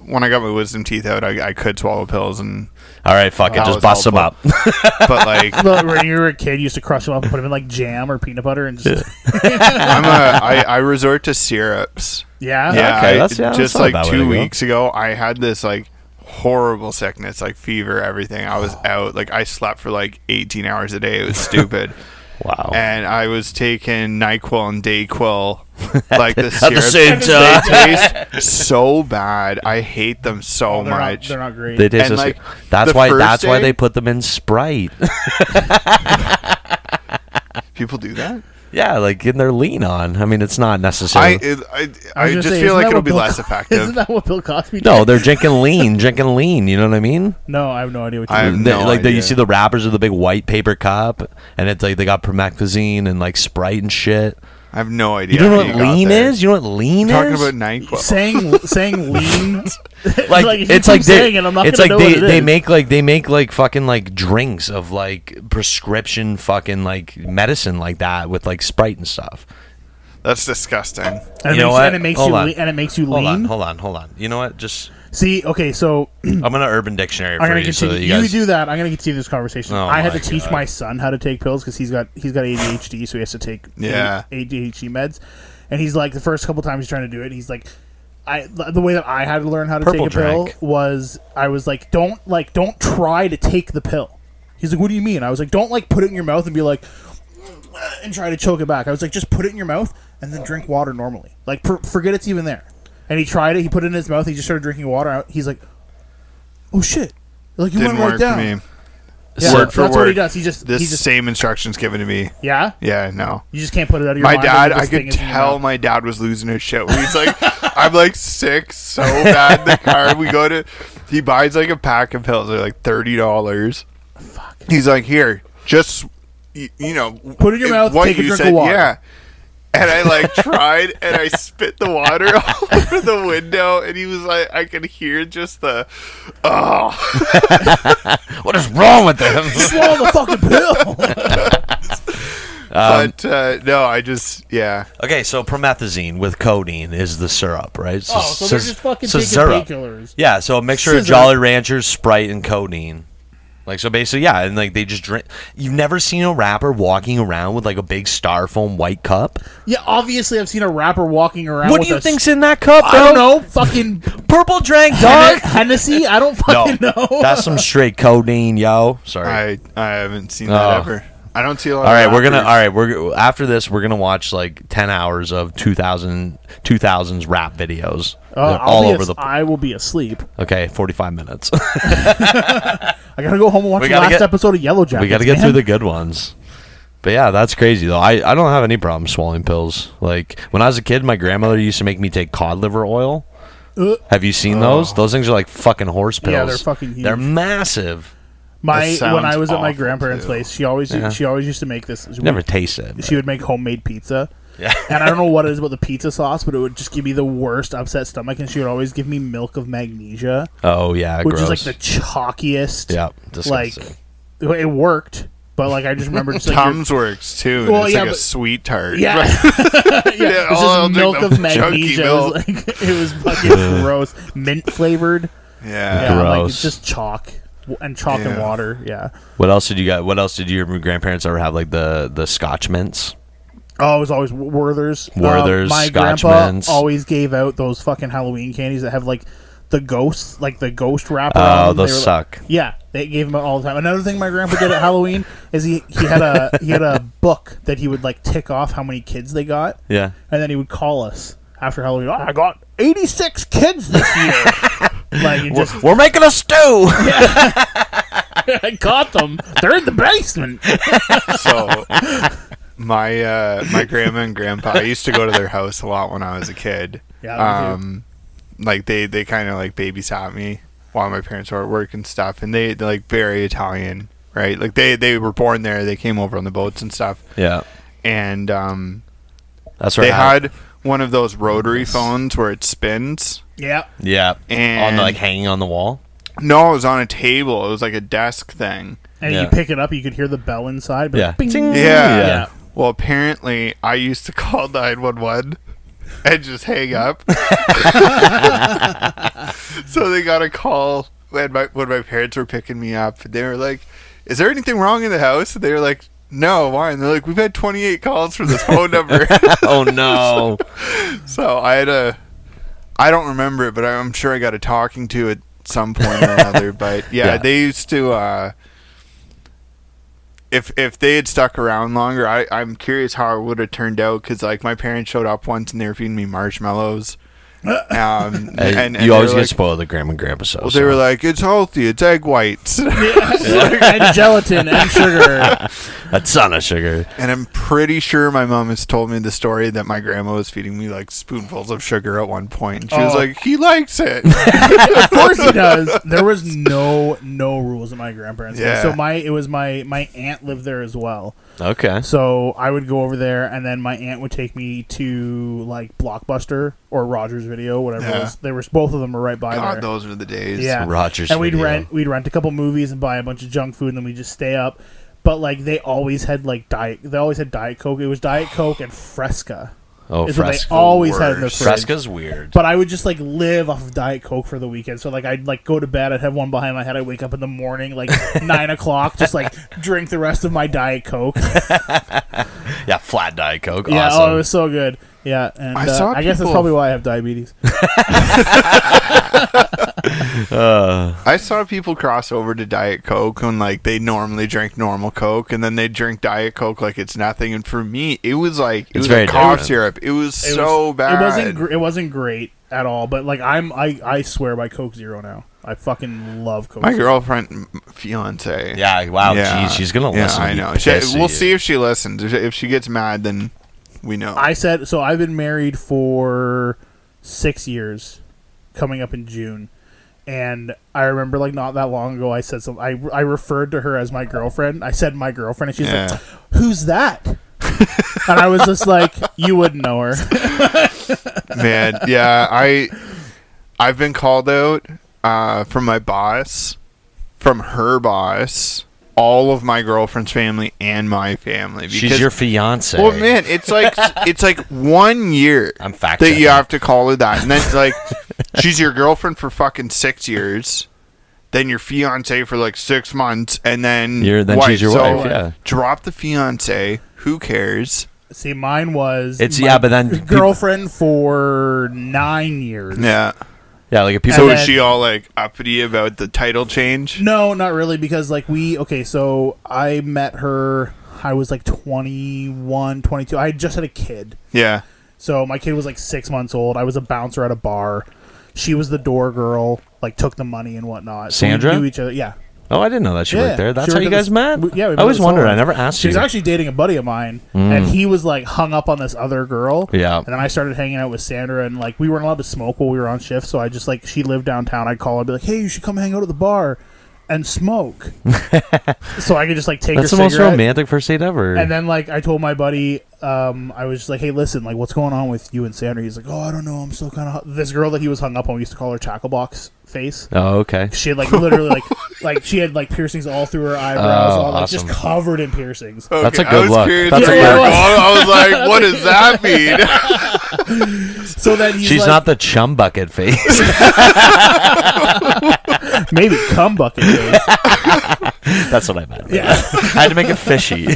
Speaker 2: when I got my wisdom teeth out. I, I could swallow pills and
Speaker 6: All right, fuck it,
Speaker 2: That
Speaker 6: just
Speaker 2: was
Speaker 6: bust them up.
Speaker 2: helpful. but like
Speaker 7: but when you were a kid, you used to crush them up and put them in like jam or peanut butter and just
Speaker 2: I'm a, I, I resort to syrups.
Speaker 7: yeah.
Speaker 2: Yeah,
Speaker 6: okay,
Speaker 2: I-
Speaker 6: that's- yeah, that's
Speaker 2: just
Speaker 6: not a
Speaker 2: like
Speaker 6: bad way
Speaker 2: two
Speaker 6: to go.
Speaker 2: weeks ago, I had this like horrible sickness, like fever, everything. I was out. Like I slept for like 18 hours a day. It was stupid.
Speaker 6: Wow.
Speaker 2: and I was taking Nyquil and Dayquil, like the
Speaker 6: At the
Speaker 2: syrup.
Speaker 6: same time,
Speaker 2: They taste so bad. I hate them so
Speaker 7: Oh, They're not,
Speaker 2: much.
Speaker 7: they're not great.
Speaker 6: they taste
Speaker 2: and,
Speaker 6: the
Speaker 2: like,
Speaker 6: same. That's
Speaker 2: the
Speaker 6: why.
Speaker 2: first
Speaker 6: That's why
Speaker 2: day-
Speaker 6: they put them in Sprite.
Speaker 2: People do that.
Speaker 6: yeah, like in their lean on. I mean, it's not
Speaker 2: I
Speaker 6: necessary.
Speaker 2: it, I,
Speaker 7: was
Speaker 2: I
Speaker 7: gonna
Speaker 2: just
Speaker 7: say, isn't
Speaker 2: feel like
Speaker 7: that
Speaker 2: it'll
Speaker 7: what
Speaker 2: be
Speaker 7: Bill
Speaker 2: less
Speaker 7: Co-
Speaker 2: effective.
Speaker 7: Isn't that what Bill Cosby did?
Speaker 6: no, they're drinking lean, drinking lean. You know what I mean?
Speaker 7: No, I have no idea what you
Speaker 2: I
Speaker 7: mean.
Speaker 2: have
Speaker 6: They-
Speaker 2: no
Speaker 6: like they- you
Speaker 2: idea.
Speaker 6: see the wrappers of the big white paper cup, and it's like they got promethazine and like Sprite and shit.
Speaker 2: I have no idea.
Speaker 6: You don't
Speaker 2: how
Speaker 6: know what
Speaker 2: got
Speaker 6: lean
Speaker 2: there.
Speaker 6: is? You know what lean
Speaker 2: Talking
Speaker 6: is?
Speaker 2: about Nyquil.
Speaker 7: saying saying lean.
Speaker 6: like,
Speaker 7: like, if you keep
Speaker 6: it's like they,
Speaker 7: saying it, I'm not
Speaker 6: it's
Speaker 7: gonna
Speaker 6: like
Speaker 7: know
Speaker 6: they,
Speaker 7: what it
Speaker 6: they
Speaker 7: is.
Speaker 6: make like they make like fucking like drinks of like prescription fucking like medicine like that with like Sprite and stuff.
Speaker 2: That's disgusting.
Speaker 7: And
Speaker 6: You
Speaker 7: it
Speaker 6: know
Speaker 7: makes,
Speaker 6: what?
Speaker 7: And it makes
Speaker 6: Hold
Speaker 7: you
Speaker 6: on.
Speaker 7: le- and it makes you
Speaker 6: Hold
Speaker 7: lean.
Speaker 6: on, hold on, hold on. You know what? Just
Speaker 7: See, okay, so I'm
Speaker 6: I'm gonna Urban Dictionary for
Speaker 7: gonna
Speaker 6: you so
Speaker 7: continue.
Speaker 6: that you
Speaker 7: you,
Speaker 6: guys.
Speaker 7: do that. I'm gonna continue this conversation.
Speaker 6: Oh
Speaker 7: I had
Speaker 6: my
Speaker 7: to teach
Speaker 6: God.
Speaker 7: my son how to take pills because he's got he's got ADHD, so he has to take
Speaker 2: Yeah.
Speaker 7: ADHD meds. And he's like the first couple times he's trying to do it, he's like. I, the way that I had to learn how to
Speaker 6: Purple
Speaker 7: take a pill
Speaker 6: drank.
Speaker 7: was I was like don't like don't try to take the pill. He's like what do you mean? I was like don't like put it in your mouth and be like and try to choke it back. I was like, just put it in your mouth and then drink water normally. Like, per- forget it's even there. And he tried it. He put it in his mouth. He just started drinking water. out. He's like, oh shit! Like you
Speaker 2: Didn't
Speaker 7: went
Speaker 2: work
Speaker 7: right down.
Speaker 2: for me.
Speaker 7: Yeah,
Speaker 2: Word for
Speaker 7: that's what he
Speaker 2: word.
Speaker 7: does. He just
Speaker 2: This
Speaker 7: he just
Speaker 2: same instructions given to me.
Speaker 7: yeah.
Speaker 2: Yeah, no.
Speaker 7: You just can't put it out of your
Speaker 2: My
Speaker 7: mind that
Speaker 2: dad,
Speaker 7: this
Speaker 2: I
Speaker 7: thing
Speaker 2: could
Speaker 7: is in your
Speaker 2: tell
Speaker 7: mouth.
Speaker 2: my dad was losing his shit. When he's like, I'm like sick so bad in the car. We go to, he buys like a pack of pills. They're like thirty dollars. He's like, here, just you, you know,
Speaker 7: Put it in your mouth, take a drink of water."
Speaker 2: Yeah. And I like tried, and I spit the water all over the window, and he was like, I could hear just the, oh.
Speaker 6: What is wrong with them?
Speaker 7: swallow the fucking pill.
Speaker 2: But uh, no, I just yeah.
Speaker 6: okay, so promethazine with codeine is the syrup, right?
Speaker 7: Oh, so they're just fucking taking
Speaker 6: syrup.
Speaker 7: painkillers.
Speaker 6: Yeah, so a mixture of
Speaker 7: Scissor.
Speaker 6: Jolly Ranchers, Sprite, and codeine. Like so, basically, yeah, and like they just drink. You've never seen a rapper walking around with like a big styrofoam white cup.
Speaker 7: Yeah, obviously I've seen a rapper walking around.
Speaker 6: What
Speaker 7: with
Speaker 6: do you
Speaker 7: a
Speaker 6: think's in that cup?
Speaker 7: I don't
Speaker 6: bro?
Speaker 7: know. Fucking
Speaker 6: Purple drank
Speaker 7: Hen-
Speaker 6: dog.
Speaker 7: Hennessy. I don't
Speaker 6: no,
Speaker 7: fucking know.
Speaker 6: that's some straight codeine, yo. Sorry.
Speaker 2: I I haven't seen that
Speaker 6: Oh.
Speaker 2: ever. I don't see a lot.
Speaker 6: All right, we're gonna. All
Speaker 2: alright
Speaker 6: right, we're after this, we're gonna watch like ten hours of 2000, 2000s rap videos.
Speaker 7: Uh,
Speaker 6: They're
Speaker 7: I'll
Speaker 6: all
Speaker 7: be
Speaker 6: over
Speaker 7: as-
Speaker 6: the.
Speaker 7: I will be asleep.
Speaker 6: okay, forty five minutes.
Speaker 7: I gotta go home and watch
Speaker 6: We
Speaker 7: the
Speaker 6: gotta
Speaker 7: last
Speaker 6: get-
Speaker 7: episode of Yellow Jackets.
Speaker 6: we got to get
Speaker 7: man.
Speaker 6: through the good ones. But yeah, that's crazy though. I, I don't have any problem swallowing pills. Like when I was a kid, my grandmother used to make me take cod liver oil.
Speaker 7: Uh.
Speaker 6: have you seen those? Those things are like fucking horse pills.
Speaker 7: Yeah, they're fucking
Speaker 6: They're
Speaker 7: huge.
Speaker 6: massive.
Speaker 7: my
Speaker 2: That
Speaker 7: when I
Speaker 2: sounds
Speaker 7: was at my
Speaker 2: awful,
Speaker 7: grandparents'
Speaker 2: too.
Speaker 7: place. She always
Speaker 6: Yeah.
Speaker 7: she always used to make this. She
Speaker 6: Never
Speaker 7: would,
Speaker 6: tasted. it, but-
Speaker 7: she would make homemade pizza.
Speaker 6: Yeah.
Speaker 7: and I don't know what it is about the pizza sauce, but it would just give me the worst upset stomach. And she would always give me milk of magnesia,
Speaker 6: Oh yeah,
Speaker 7: which
Speaker 6: gross.
Speaker 7: is like the chalkiest.
Speaker 6: yeah,
Speaker 7: like
Speaker 6: disgusting.
Speaker 7: it worked, but like I just remember just like your-
Speaker 2: Tums works too.
Speaker 7: Well,
Speaker 2: it's
Speaker 7: yeah,
Speaker 2: like a
Speaker 7: but-
Speaker 2: sweet tart.
Speaker 7: Yeah. yeah. It was
Speaker 2: I'll- Oh, I'll
Speaker 7: just
Speaker 2: drink
Speaker 7: milk
Speaker 2: the
Speaker 7: of
Speaker 2: chunky
Speaker 7: magnesia.
Speaker 2: milk.
Speaker 7: It was, like, it was fucking gross. Mint flavored. Yeah,
Speaker 2: yeah.
Speaker 7: like
Speaker 6: Gross.
Speaker 7: it's just chalk W- and chalk and
Speaker 2: Yeah.
Speaker 7: water. Yeah.
Speaker 6: what else did you got? What else did your grandparents ever have? Like the the Scotch mints.
Speaker 7: Oh, it was always W- Werther's. Um,
Speaker 6: Werther's,
Speaker 7: my
Speaker 6: Scotch
Speaker 7: grandpa
Speaker 6: Mints.
Speaker 7: always gave out those fucking Halloween candies that have like the ghosts, like the ghost wrapper.
Speaker 6: Oh,
Speaker 7: on them. Um, They
Speaker 6: those
Speaker 7: were-
Speaker 6: suck.
Speaker 7: yeah, they gave him out all the time. Another thing my grandpa did at Halloween is he, he had a he had a book that he would like tick off how many kids they got.
Speaker 6: Yeah.
Speaker 7: and then he would call us after Halloween. "Oh, I got 86 kids this year. like, you just
Speaker 6: We're making a stew.
Speaker 7: I caught them. They're in the basement.
Speaker 2: So my uh, my grandma and grandpa. I used to go to their house a lot when I was a kid.
Speaker 7: Yeah, me too.
Speaker 2: um, like they they kind of like babysat me while my parents were at work and stuff, and they they're like very Italian, right? Like they they were born there. They came over on the boats and stuff,
Speaker 6: yeah,
Speaker 2: and um,
Speaker 6: that's right.
Speaker 2: they had one of those rotary phones where it spins.
Speaker 7: Yeah.
Speaker 6: yeah on
Speaker 2: And-
Speaker 6: the, like hanging on the wall.
Speaker 2: No, it was on a table. It was like a desk thing.
Speaker 7: And
Speaker 6: Yeah.
Speaker 7: you pick it up, you could hear the bell inside. But
Speaker 6: Yeah.
Speaker 7: bing.
Speaker 6: Ting.
Speaker 2: Yeah.
Speaker 6: Yeah.
Speaker 2: Well, apparently, I used to call 911 and just hang up. so they got a call when my, when my parents were picking me up. They were like, Is there anything wrong in the house? And they were like, No, why? And they're like, We've had 28 calls from this phone number.
Speaker 6: oh no.
Speaker 2: so I had a. I don't remember it, but I'm sure I got a talking to at some point or another. But yeah,
Speaker 6: Yeah.
Speaker 2: they used to. Uh, if if they had stuck around longer, I I'm curious how it would have turned out because like my parents showed up once and they were feeding me marshmallows. Um, and,
Speaker 6: Hey,
Speaker 2: and
Speaker 6: you always get
Speaker 2: they were like,
Speaker 6: spoiled at grandma and grandpa. So
Speaker 2: well, they were like, it's healthy, it's egg whites,
Speaker 7: and gelatin and sugar.
Speaker 6: a ton of sugar.
Speaker 2: and I'm pretty sure my mom has told me the story that my grandma was feeding me like spoonfuls of sugar at one point. And she was
Speaker 7: Oh.
Speaker 2: like, he likes it.
Speaker 7: of course he does. There was no no rules at my grandparents' place.
Speaker 2: Yeah.
Speaker 7: So my it was my my aunt lived there as well.
Speaker 6: Okay.
Speaker 7: So I would go over there, and then my aunt would take me to like Blockbuster or Rogers Video, whatever. It
Speaker 2: Yeah.
Speaker 7: was. They were both of them were right by
Speaker 2: God,
Speaker 7: there.
Speaker 2: those are the days.
Speaker 7: yeah,
Speaker 6: Rogers
Speaker 7: And we'd
Speaker 6: Video.
Speaker 7: rent we'd rent a couple movies and buy a bunch of junk food, and then we would just stay up. But like they always had like diet, they always had diet coke. It was diet coke and Fresca.
Speaker 6: Oh,
Speaker 7: is what they
Speaker 6: Fresca.
Speaker 7: always had in the
Speaker 2: worst.
Speaker 7: fridge.
Speaker 6: Fresca's weird.
Speaker 7: But I would just like live off of diet coke for the weekend. So like I'd like go to bed, I'd have one behind my head. I would wake up in the morning like nine o'clock, just like drink the rest of my diet coke.
Speaker 6: yeah, flat diet coke.
Speaker 7: Yeah,
Speaker 6: awesome.
Speaker 7: oh, it was so good. Yeah, and
Speaker 2: I
Speaker 7: I,
Speaker 2: saw
Speaker 7: I guess that's
Speaker 2: people-
Speaker 7: probably why I have diabetes.
Speaker 2: I saw people cross over to Diet Coke and like they normally drink normal Coke and then they drink Diet Coke like it's nothing. And for me, it was like
Speaker 6: It's
Speaker 2: it was
Speaker 6: very
Speaker 2: like cough
Speaker 6: different.
Speaker 2: syrup. It was
Speaker 7: It
Speaker 2: so
Speaker 7: was-
Speaker 2: bad.
Speaker 7: It wasn't. Gr- it wasn't great at all. But like I'm, I, I swear by Coke Zero now. I fucking love Coke.
Speaker 2: My
Speaker 7: Zero.
Speaker 2: girlfriend, m- fiance.
Speaker 6: yeah. Wow.
Speaker 2: Yeah.
Speaker 6: Geez, she's gonna
Speaker 2: Yeah,
Speaker 6: listen.
Speaker 2: I
Speaker 6: and be
Speaker 2: know. She-
Speaker 6: pissed at
Speaker 2: we'll
Speaker 6: you.
Speaker 2: see if she listens. If she, if she gets mad, then we know.
Speaker 7: I said so. I've been married for six years, coming up in June, and I remember like not that long ago I said some. I I referred to her as my girlfriend. I said my girlfriend, and she's
Speaker 2: Yeah.
Speaker 7: like, "Who's that?" and I was just like, "You wouldn't know her."
Speaker 2: man yeah i i've been called out uh from my boss from her boss all of my girlfriend's family and my family because
Speaker 6: She's your fiance.
Speaker 2: well man it's like it's like one year
Speaker 6: I'm fact
Speaker 2: that you
Speaker 6: checking.
Speaker 2: have to call her that and then it's like she's your girlfriend for fucking six years then your fiance for like six months, and then
Speaker 6: You're- then
Speaker 2: wife.
Speaker 6: she's your
Speaker 2: So,
Speaker 6: wife, yeah.
Speaker 2: drop the fiance. Who cares?
Speaker 7: See, mine was
Speaker 6: It's-
Speaker 7: my
Speaker 6: yeah, but then peop-
Speaker 7: girlfriend for nine years.
Speaker 2: Yeah.
Speaker 6: Yeah, like if people.
Speaker 2: So
Speaker 7: And
Speaker 2: is
Speaker 7: then-
Speaker 2: she all like uppity about the title change?
Speaker 7: No, not really, because like we okay, so I met her. I was like 21, 22. I had just had a kid,
Speaker 2: Yeah.
Speaker 7: so my kid was like six months old. I was a bouncer at a bar. She was the door girl, like took the money and whatnot. So we
Speaker 6: Sandra?
Speaker 7: knew each other, yeah.
Speaker 6: oh, I didn't know that she
Speaker 7: yeah,
Speaker 6: worked there. That's
Speaker 7: she
Speaker 6: how
Speaker 7: worked
Speaker 6: you
Speaker 7: at
Speaker 6: guys
Speaker 7: this-
Speaker 6: met.
Speaker 7: we- yeah, we
Speaker 6: I always
Speaker 7: met at
Speaker 6: wondered. I
Speaker 7: Solo.
Speaker 6: never asked
Speaker 7: She's
Speaker 6: you. Mm.
Speaker 7: actually dating a buddy of mine, and he was like hung up on this other girl.
Speaker 6: Yeah.
Speaker 7: And then I started hanging out with Sandra, and like we weren't allowed to smoke while we were on shift, so I just like she lived downtown. I'd call her, and be like, "Hey, you should come hang out at the bar and smoke," so I could just like take
Speaker 6: That's the
Speaker 7: her
Speaker 6: most
Speaker 7: cigarette.
Speaker 6: romantic first date ever.
Speaker 7: And then like I told my buddy, um, I was just like, "Hey, listen, like what's going on with you and Sandra?" He's like, "Oh, I don't know. I'm still kind of this girl that he was hung up on. We used to call her Tacklebox Face."
Speaker 6: oh, okay.
Speaker 7: She had like literally like like she had like piercings all through her eyebrows,
Speaker 6: Oh,
Speaker 7: all, like, just
Speaker 6: awesome.
Speaker 7: covered in piercings.
Speaker 6: That's
Speaker 2: Okay,
Speaker 6: a good
Speaker 2: I was
Speaker 6: look.
Speaker 2: Curious
Speaker 6: That's
Speaker 2: where
Speaker 7: a
Speaker 2: you
Speaker 7: good look.
Speaker 2: were going. I was like, what does that mean?
Speaker 7: So then he's
Speaker 6: She's
Speaker 7: like,
Speaker 6: not the chum bucket face.
Speaker 7: maybe cum bucket. Days.
Speaker 6: That's what I meant.
Speaker 7: Yeah.
Speaker 6: I had to make it fishy.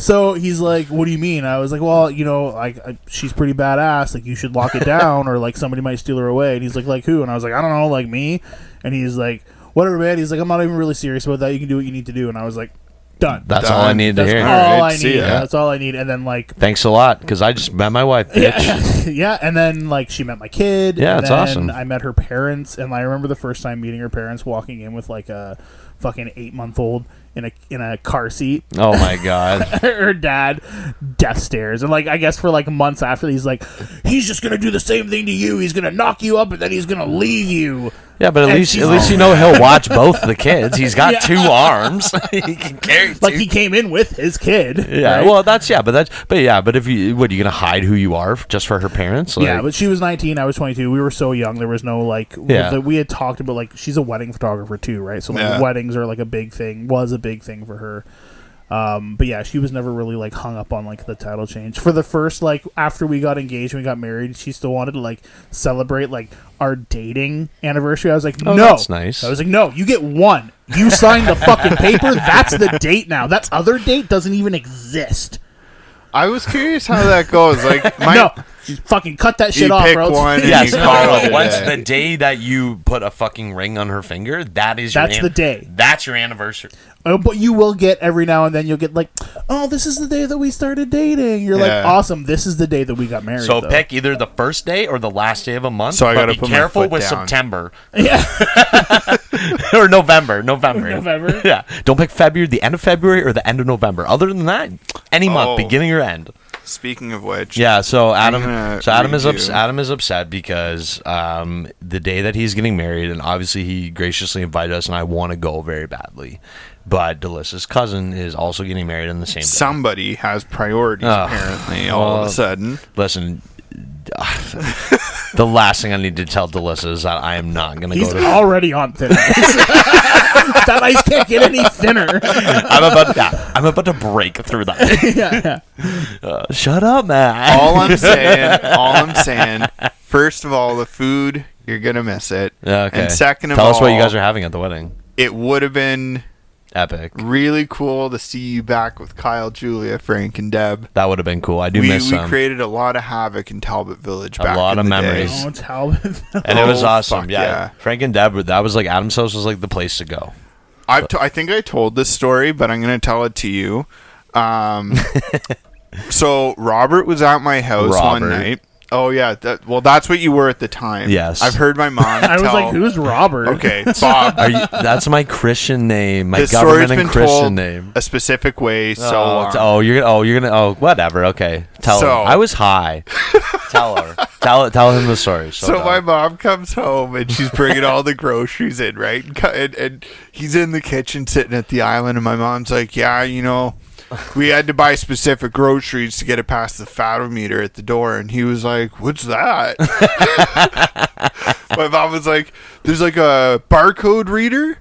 Speaker 7: So he's like, "What do you mean?" I was like, "Well, you know, like I, she's pretty badass. Like you should lock it down, or like somebody might steal her away." And he's like, "Like who?" And I was like, "I don't know, like me." And he's like, "Whatever, man." He's like, "I'm not even really serious about that. You can do what you need to do." And I was like, "Done."
Speaker 6: That's all I
Speaker 2: Done.
Speaker 6: needed to
Speaker 7: That's
Speaker 6: hear.
Speaker 7: all
Speaker 2: Alright,
Speaker 7: I
Speaker 2: see
Speaker 7: need.
Speaker 2: ya.
Speaker 7: That's all I need. And then like
Speaker 6: Thanks a lot, because I just met my wife, bitch.
Speaker 7: yeah, and then like she met my kid.
Speaker 6: Yeah,
Speaker 7: and
Speaker 6: it's
Speaker 7: then
Speaker 6: awesome.
Speaker 7: I met her parents, and I remember the first time meeting her parents, walking in with like a fucking eight month old in a in a car seat.
Speaker 6: Oh my god.
Speaker 7: her dad, death stares, and like I guess for like months after, he's like, he's just gonna do the same thing to you. He's gonna knock you up, and then he's gonna leave you.
Speaker 6: Yeah, but at
Speaker 7: And
Speaker 6: least
Speaker 7: she's-
Speaker 6: at least you know he'll watch both the kids. He's got
Speaker 7: Yeah.
Speaker 6: two arms. he can carry
Speaker 7: Like
Speaker 6: two-
Speaker 7: he came in with his kid.
Speaker 6: Yeah,
Speaker 7: right?
Speaker 6: well, that's yeah, but that's but yeah, but if you what are you gonna hide who you are f- just for her parents? Like,
Speaker 7: yeah, but she was 19, I was 22. We were so young. There was no like
Speaker 6: Yeah.
Speaker 7: the- we had talked about like she's a wedding photographer too, right? So like
Speaker 2: Yeah.
Speaker 7: weddings are like a big thing. Was a big thing for her. Um, but yeah, she was never really like hung up on like the title change. For the first like after we got engaged and we got married, she still wanted to like celebrate like our dating anniversary. I was like,
Speaker 6: Oh,
Speaker 7: no,
Speaker 6: that's nice.
Speaker 7: I was like, no, you get one. You signed the fucking paper. That's the date now. That other date doesn't even exist.
Speaker 2: I was curious how that goes. Like, my,
Speaker 7: No, fucking cut that shit
Speaker 2: you
Speaker 7: off,
Speaker 2: pick
Speaker 7: bro.
Speaker 2: one.
Speaker 6: Yeah,
Speaker 2: and
Speaker 6: so
Speaker 2: you
Speaker 6: no,
Speaker 2: call
Speaker 6: no,
Speaker 2: it
Speaker 6: no,
Speaker 2: a
Speaker 6: Once
Speaker 2: day.
Speaker 6: the day that you put a fucking ring on her finger, that is your
Speaker 7: That's the day.
Speaker 6: That's your anniversary.
Speaker 7: Oh, but you will get every now and then you'll get like, oh, this is the day that we started dating. You're like,
Speaker 2: Yeah.
Speaker 7: awesome. This is the day that we got married.
Speaker 6: So
Speaker 7: though.
Speaker 6: pick either the first day or the last day of a month.
Speaker 2: So I
Speaker 6: but
Speaker 2: gotta
Speaker 6: be
Speaker 2: put my
Speaker 6: careful
Speaker 2: foot
Speaker 6: with
Speaker 2: down.
Speaker 6: September
Speaker 7: yeah,
Speaker 6: or November. November.
Speaker 7: November.
Speaker 6: Yeah. Don't pick February, the end of February or the end of November. Other than that, any
Speaker 2: Oh.
Speaker 6: month, beginning or end.
Speaker 2: Speaking of which,
Speaker 6: Yeah, so Adam,
Speaker 2: gonna
Speaker 6: so Adam
Speaker 2: read
Speaker 6: is ups-
Speaker 2: you.
Speaker 6: Adam is upset because um, the day that he's getting married, and obviously he graciously invited us, and I want to go very badly, but Delissa's cousin is also getting married on the same day.
Speaker 2: somebody has priorities
Speaker 6: Oh,
Speaker 2: apparently all of
Speaker 6: well,
Speaker 2: a sudden.
Speaker 6: Listen, the last thing I need to tell Delissa is that I am not going to go
Speaker 7: he's
Speaker 6: to.
Speaker 7: already on thin ice. that ice can't get any thinner.
Speaker 6: I'm about, yeah, I'm about to break through that.
Speaker 7: yeah,
Speaker 6: Uh, shut up, man.
Speaker 2: All I'm saying, all I'm saying. First of all, the food you're gonna miss it.
Speaker 6: Yeah, okay.
Speaker 2: And second of
Speaker 6: tell
Speaker 2: all,
Speaker 6: us what you guys are having at the wedding.
Speaker 2: It would have been
Speaker 6: Epic.
Speaker 2: really cool to see you back with Kyle, Julia, Frank, and Deb.
Speaker 6: That would have been cool. I do
Speaker 2: we
Speaker 6: miss
Speaker 2: we
Speaker 6: them.
Speaker 2: created a lot of havoc in Talbot Village.
Speaker 6: A
Speaker 2: back
Speaker 6: lot
Speaker 2: in
Speaker 6: of
Speaker 2: the
Speaker 6: memories.
Speaker 2: day.
Speaker 7: oh, Talbot.
Speaker 6: and it was
Speaker 2: Oh,
Speaker 6: awesome.
Speaker 2: fuck
Speaker 6: Yeah.
Speaker 2: yeah.
Speaker 6: Frank and Deb. were- That was like Adam's house was like the place to go.
Speaker 2: I've t- I think I told this story, but I'm going to tell it to you. Um, so Robert was at my house
Speaker 6: Robert.
Speaker 2: one night. Oh yeah, that, well that's what you were at the time.
Speaker 6: Yes.
Speaker 2: I've heard my mom.
Speaker 7: I was
Speaker 2: tell-
Speaker 7: like, who's Robert?
Speaker 2: Okay, Bob.
Speaker 6: Are you, that's my Christian name. My
Speaker 2: this story's
Speaker 6: government
Speaker 2: been
Speaker 6: and Christian
Speaker 2: told
Speaker 6: name.
Speaker 2: a specific way. So
Speaker 6: oh,
Speaker 2: long.
Speaker 6: t- oh, you're gonna. Oh, you're gonna. Oh, whatever. Okay. Tell
Speaker 2: So-
Speaker 6: him. I was high. tell her. Tell tell him the story. So,
Speaker 2: So
Speaker 6: dumb.
Speaker 2: my mom comes home and she's bringing all the groceries in, right? And, cu- and, and he's in the kitchen sitting at the island, and my mom's like, "Yeah, you know, we had to buy specific groceries to get it past the fattometer at the door." And he was like, "What's that?" my mom was like, "There's like a barcode reader."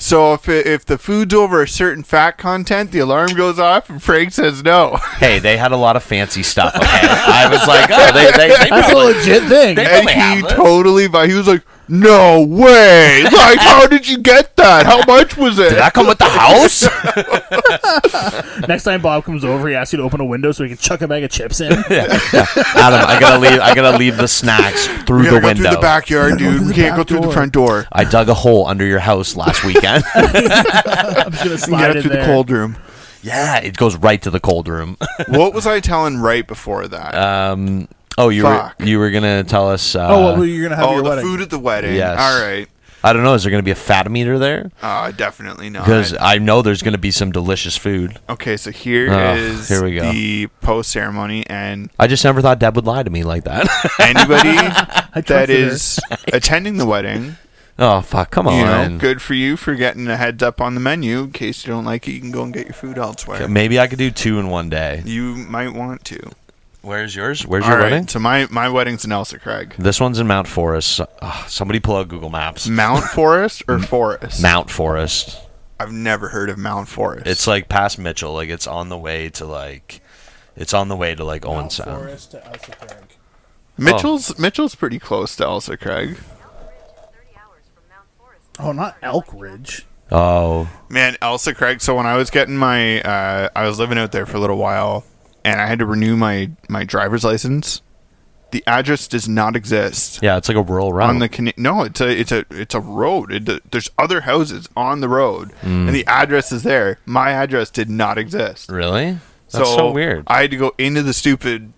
Speaker 2: So if it, if the food's over a certain fat content, the alarm goes off, and Frank says no.
Speaker 6: hey, they had a lot of fancy stuff. Okay. I was like, oh, they they, they
Speaker 7: That's a
Speaker 6: probably.
Speaker 7: legit thing.
Speaker 6: They-
Speaker 2: and
Speaker 6: probably have
Speaker 2: he
Speaker 6: this.
Speaker 2: totally, but he was like, No way! Like, how did you get that? How much was it?
Speaker 6: Did that come with the house?
Speaker 7: Next time Bob comes over, he asks you to open a window so he can chuck a bag of chips in.
Speaker 6: Adam, I gotta leave. I gotta leave the snacks
Speaker 2: we
Speaker 6: through
Speaker 2: gotta
Speaker 6: the
Speaker 2: go
Speaker 6: window.
Speaker 2: through the backyard, dude. we can't
Speaker 7: back
Speaker 2: go through the
Speaker 7: door.
Speaker 2: front door.
Speaker 6: I dug a hole under your house last weekend.
Speaker 7: I'm just gonna
Speaker 2: We
Speaker 7: slide
Speaker 2: got
Speaker 7: in
Speaker 2: it through
Speaker 7: there.
Speaker 2: the cold room.
Speaker 6: yeah, it goes right to the cold room.
Speaker 2: what was I telling right before that?
Speaker 6: Um, oh, you
Speaker 2: Fuck.
Speaker 6: were you were gonna tell us? Uh,
Speaker 7: Oh, well, you're gonna have
Speaker 2: oh,
Speaker 7: your
Speaker 2: the
Speaker 7: wedding.
Speaker 2: food at the wedding.
Speaker 6: Yes.
Speaker 2: All right.
Speaker 6: I don't know. Is there gonna be a fat meter there?
Speaker 2: Uh, definitely not.
Speaker 6: Because I know there's gonna be some delicious food.
Speaker 2: Okay, so here is
Speaker 6: Ugh, here we go.
Speaker 2: the post ceremony, and
Speaker 6: I just never thought Deb would lie to me like that.
Speaker 2: anybody that
Speaker 7: trusted her.
Speaker 2: is attending the wedding,
Speaker 6: oh fuck! Come
Speaker 2: you
Speaker 6: on.
Speaker 2: know, good for you for getting a heads up on the menu. In case you don't like it, you can go and get your food elsewhere.
Speaker 6: Maybe I could do two in one day.
Speaker 2: You might want to.
Speaker 6: Where's yours? Where's
Speaker 2: All
Speaker 6: your
Speaker 2: right,
Speaker 6: wedding?
Speaker 2: so my my wedding's in Elsa Craig,
Speaker 6: This one's in Mount Forest. Ugh, somebody pull out Google Maps.
Speaker 2: Mount Forest or Forest.
Speaker 6: Mount Forest.
Speaker 2: I've never heard of Mount Forest.
Speaker 6: It's like past Mitchell. Like it's on the way to like, it's on the way to like Owen Sound.
Speaker 7: Forest to Elsa Craig.
Speaker 6: oh.
Speaker 2: Mitchell's Mitchell's pretty close to Elsa Craig.
Speaker 7: Oh, not Elk Ridge.
Speaker 6: Oh,
Speaker 2: Man, Elsa Craig. So when I was getting my, uh, I was living out there for a little while, and I had to renew my my driver's license. The address does not exist
Speaker 6: yeah. It's like a rural route.
Speaker 2: on the Cana- no. It's a it's a it's a road. It, there's other houses on the road,
Speaker 6: Mm.
Speaker 2: and the address is there. My address did not exist.
Speaker 6: really? That's so, weird.
Speaker 2: I had to go into the stupid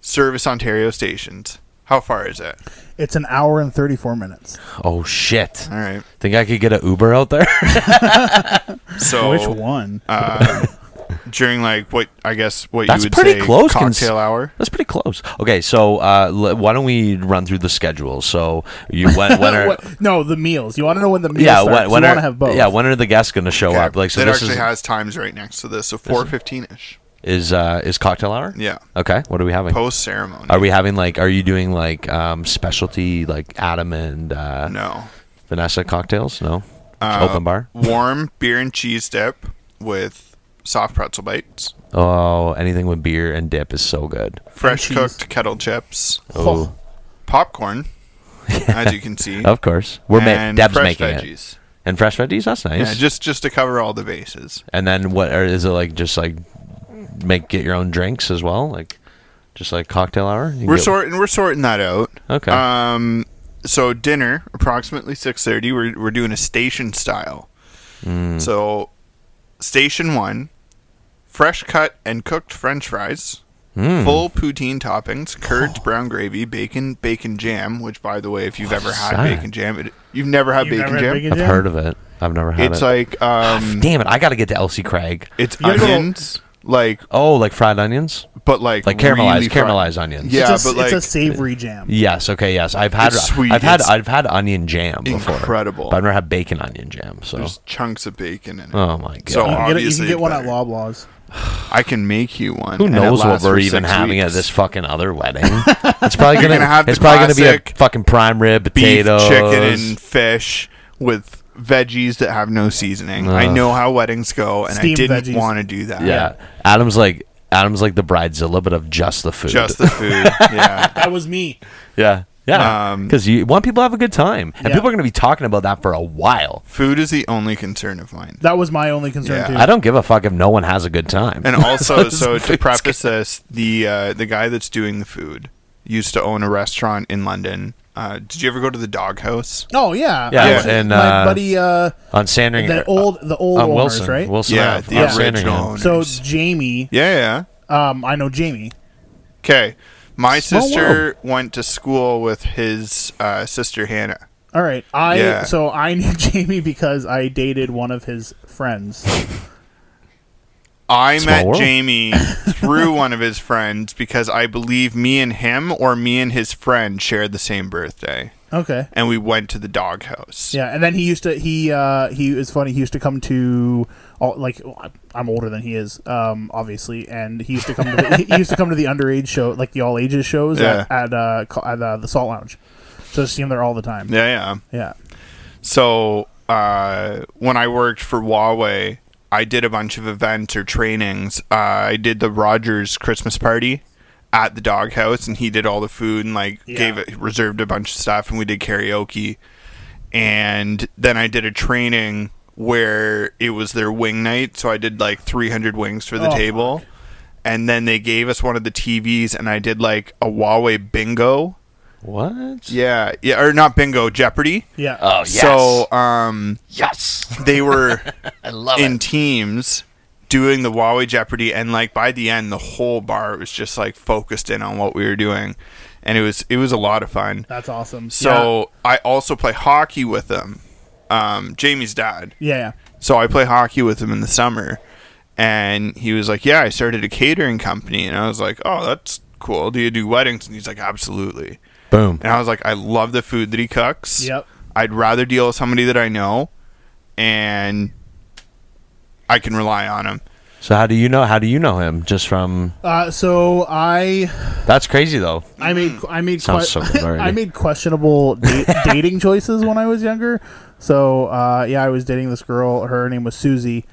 Speaker 2: Service Ontario stations. How far is it?
Speaker 7: It's an hour and thirty-four minutes.
Speaker 6: oh shit!
Speaker 2: All right.
Speaker 6: Think I could get an Uber out there? Oh.
Speaker 2: So
Speaker 7: Which one?
Speaker 2: during like what I guess what
Speaker 6: That's
Speaker 2: you would
Speaker 6: pretty
Speaker 2: say
Speaker 6: close,
Speaker 2: cocktail
Speaker 6: cons-
Speaker 2: hour.
Speaker 6: That's pretty close. Okay, so uh, l- why don't we run through the schedule? So you when, when are
Speaker 7: What- no, the meals. You want to know when the meals
Speaker 6: yeah
Speaker 7: start,
Speaker 6: when,
Speaker 7: 'cause
Speaker 6: when
Speaker 7: you
Speaker 6: are
Speaker 7: want to have both.
Speaker 6: yeah when are the guests going to show up? Like so
Speaker 2: that
Speaker 6: this
Speaker 2: actually
Speaker 6: is
Speaker 2: has times right next to this, so four fifteen ish.
Speaker 6: is uh, is cocktail hour?
Speaker 2: Yeah.
Speaker 6: Okay, what are we having?
Speaker 2: Post ceremony.
Speaker 6: Are we having like? Are you doing like um, specialty like Adam and uh,
Speaker 2: No.
Speaker 6: Vanessa cocktails? No,
Speaker 2: Uh,
Speaker 6: open bar.
Speaker 2: Warm beer and cheese dip with soft pretzel bites,
Speaker 6: Oh, anything with beer and dip is so good.
Speaker 2: fresh
Speaker 7: cheese.
Speaker 2: cooked kettle chips,
Speaker 6: Oh,
Speaker 2: popcorn, as you can see.
Speaker 6: of course. We're ma-
Speaker 2: and
Speaker 6: Deb's
Speaker 2: fresh
Speaker 6: making it
Speaker 2: veggies.
Speaker 6: and fresh veggies. That's nice.
Speaker 2: Yeah, just just to cover all the bases.
Speaker 6: and then what or is it like? Just like make get your own drinks as well, like just like cocktail hour. You can
Speaker 2: We're
Speaker 6: get-
Speaker 2: sorting we're sorting that out.
Speaker 6: Okay.
Speaker 2: Um so dinner, approximately six thirty, we're we're doing a station style.
Speaker 6: Mm.
Speaker 2: So station one, fresh cut and cooked French fries,
Speaker 6: Mm.
Speaker 2: full poutine toppings, curds,
Speaker 6: Oh.
Speaker 2: brown gravy, bacon, bacon jam, which by the way, if you've ever had
Speaker 6: that?
Speaker 2: bacon jam, it, you've never had
Speaker 7: You've never
Speaker 2: bacon
Speaker 7: had
Speaker 2: jam.
Speaker 7: bacon
Speaker 6: I've
Speaker 7: jam?
Speaker 6: heard of it. I've never had
Speaker 2: It's
Speaker 6: it.
Speaker 2: like
Speaker 6: Ah,
Speaker 2: um
Speaker 6: Damn it! I got to get to Elsie Craig.
Speaker 2: it's
Speaker 7: gotta go-
Speaker 2: onions. Like,
Speaker 6: Oh, like fried onions,
Speaker 2: but like,
Speaker 6: like caramelized,
Speaker 2: really fried.
Speaker 6: caramelized onions.
Speaker 2: Yeah,
Speaker 7: it's a, s-
Speaker 2: but like,
Speaker 7: it's a savory jam.
Speaker 6: Yes. Okay. Yes. I've had.
Speaker 2: It's sweet,
Speaker 6: I've had.
Speaker 2: it's
Speaker 6: I've had onion jam before.
Speaker 2: incredible.
Speaker 6: But I've never had bacon onion jam. So.
Speaker 2: there's chunks of bacon in it.
Speaker 6: oh my god.
Speaker 2: So
Speaker 7: You can, get, it- you can
Speaker 2: obviously
Speaker 7: get one at
Speaker 2: better.
Speaker 7: Loblaws.
Speaker 2: I can make you one.
Speaker 6: Who
Speaker 2: and it
Speaker 6: knows what
Speaker 2: lasts for
Speaker 6: we're even
Speaker 2: six
Speaker 6: having at
Speaker 2: weeks.
Speaker 6: this fucking other wedding? It's probably gonna,
Speaker 2: gonna have
Speaker 6: it's
Speaker 2: the
Speaker 6: probably gonna be a
Speaker 2: classic
Speaker 6: fucking prime rib,
Speaker 2: beef,
Speaker 6: potatoes,
Speaker 2: chicken, and fish with veggies that have no seasoning? I
Speaker 6: Ugh.
Speaker 2: know how weddings go, and
Speaker 7: Steamed
Speaker 2: I didn't
Speaker 7: veggies.
Speaker 2: want to do that.
Speaker 6: yeah. Adam's like Adam's like the bridezilla, but of just the food.
Speaker 2: just the food. yeah,
Speaker 7: That was me.
Speaker 6: yeah, yeah.
Speaker 2: Um,
Speaker 6: Because you want people to have a good time, and
Speaker 7: Yeah.
Speaker 6: people are gonna be talking about that for a while.
Speaker 2: food is the only concern of mine.
Speaker 7: That was my only concern
Speaker 2: Yeah.
Speaker 7: too.
Speaker 6: I don't give a fuck if no one has a good time.
Speaker 2: And also, so to preface this, the uh, the guy that's doing the food used to own a restaurant in London. Uh, did you ever go to the doghouse?
Speaker 7: oh yeah,
Speaker 6: Yeah,
Speaker 7: I was-
Speaker 6: and,
Speaker 7: my
Speaker 6: uh,
Speaker 7: buddy, uh,
Speaker 6: on Sandringham,
Speaker 7: the old the old
Speaker 6: on
Speaker 7: owners,
Speaker 6: Wilson,
Speaker 7: right?
Speaker 6: Wilson,
Speaker 2: Yeah,
Speaker 6: Ave,
Speaker 2: the
Speaker 6: on
Speaker 2: original
Speaker 6: Sandringham.
Speaker 2: owner.
Speaker 7: so
Speaker 2: owners.
Speaker 7: Jamie,
Speaker 2: Yeah, yeah.
Speaker 7: um, I know Jamie.
Speaker 2: Okay, my
Speaker 6: Small
Speaker 2: sister went to school with his uh, sister Hannah.
Speaker 7: All right, I
Speaker 2: Yeah.
Speaker 7: so I knew Jamie because I dated one of his friends.
Speaker 2: I
Speaker 6: Small
Speaker 2: met
Speaker 6: world.
Speaker 2: Jamie through one of his friends because I believe me and him or me and his friend shared the same birthday.
Speaker 7: Okay,
Speaker 2: And we went to the doghouse.
Speaker 7: yeah, and then he used to he uh, he is funny. He used to come to all, like I'm older than he is, um, obviously, and he used to come to the, he used to come to the underage show, like the all ages shows at
Speaker 2: Yeah.
Speaker 7: at, uh, co- at uh, the Salt Lounge. So I see him there all the time.
Speaker 2: Yeah, yeah.
Speaker 7: yeah.
Speaker 2: So uh, when I worked for Huawei, I did a bunch of events or trainings. Uh, I did the Rogers Christmas party at the doghouse, and he did all the food and like
Speaker 7: Yeah.
Speaker 2: gave it reserved a bunch of stuff, and we did karaoke, and then I did a training where it was their wing night, so I did like 300 wings for the
Speaker 7: Oh,
Speaker 2: table, and then they gave us one of the TVs, and I did like a Huawei bingo.
Speaker 6: What?
Speaker 2: Yeah, yeah, or not bingo, Jeopardy.
Speaker 7: Yeah.
Speaker 4: Oh yes.
Speaker 2: So, um,
Speaker 4: yes,
Speaker 2: they were
Speaker 4: I love
Speaker 2: in
Speaker 4: it.
Speaker 2: teams doing the Huawei Jeopardy, and like by the end, the whole bar was just like focused in on what we were doing, and it was it was a lot of fun.
Speaker 7: That's awesome.
Speaker 2: So I also play hockey with them, um, Jamie's dad.
Speaker 7: yeah. yeah.
Speaker 2: So I play hockey with him in the summer, and he was like, "Yeah, I started a catering company," and I was like, "Oh, that's cool. Do you do weddings?" And he's like, "Absolutely."
Speaker 6: Boom.
Speaker 2: And I was like, I love the food that he cooks.
Speaker 7: Yep.
Speaker 2: I'd rather deal with somebody that I know and I can rely on him.
Speaker 6: So how do you know? How do you know him? Just from
Speaker 7: Uh, so I
Speaker 6: that's crazy though.
Speaker 7: I made I made que-
Speaker 6: Sounds so good already.
Speaker 7: I made questionable da- dating choices when I was younger. So uh, yeah, I was dating this girl. Her name was Susie,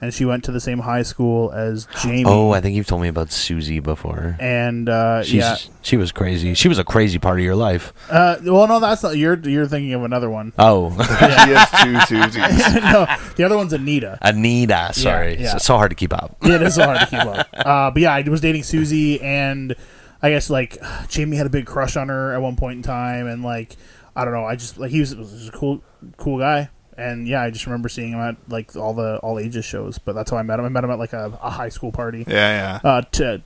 Speaker 7: and she went to the same high school as Jamie.
Speaker 6: Oh, I think you've told me about Susie before.
Speaker 7: and uh,
Speaker 6: She's,
Speaker 7: yeah,
Speaker 6: she was crazy. She was a crazy part of your life.
Speaker 7: uh, well, no, that's not you're you're thinking of another one.
Speaker 6: Oh,
Speaker 2: He has two Susies.
Speaker 7: no, the other one's Anita.
Speaker 6: Anita. Sorry,
Speaker 7: yeah.
Speaker 6: It's so hard to keep up.
Speaker 7: Yeah, it is so hard to keep up. Uh, but yeah, I was dating Susie, and I guess like Jamie had a big crush on her at one point in time, and like I don't know, I just like he was, was just a cool, cool guy, and yeah, I just remember seeing him at like all the all ages shows. But that's how I met him. I met him at like a, a high school party.
Speaker 2: Yeah, yeah.
Speaker 7: Uh, to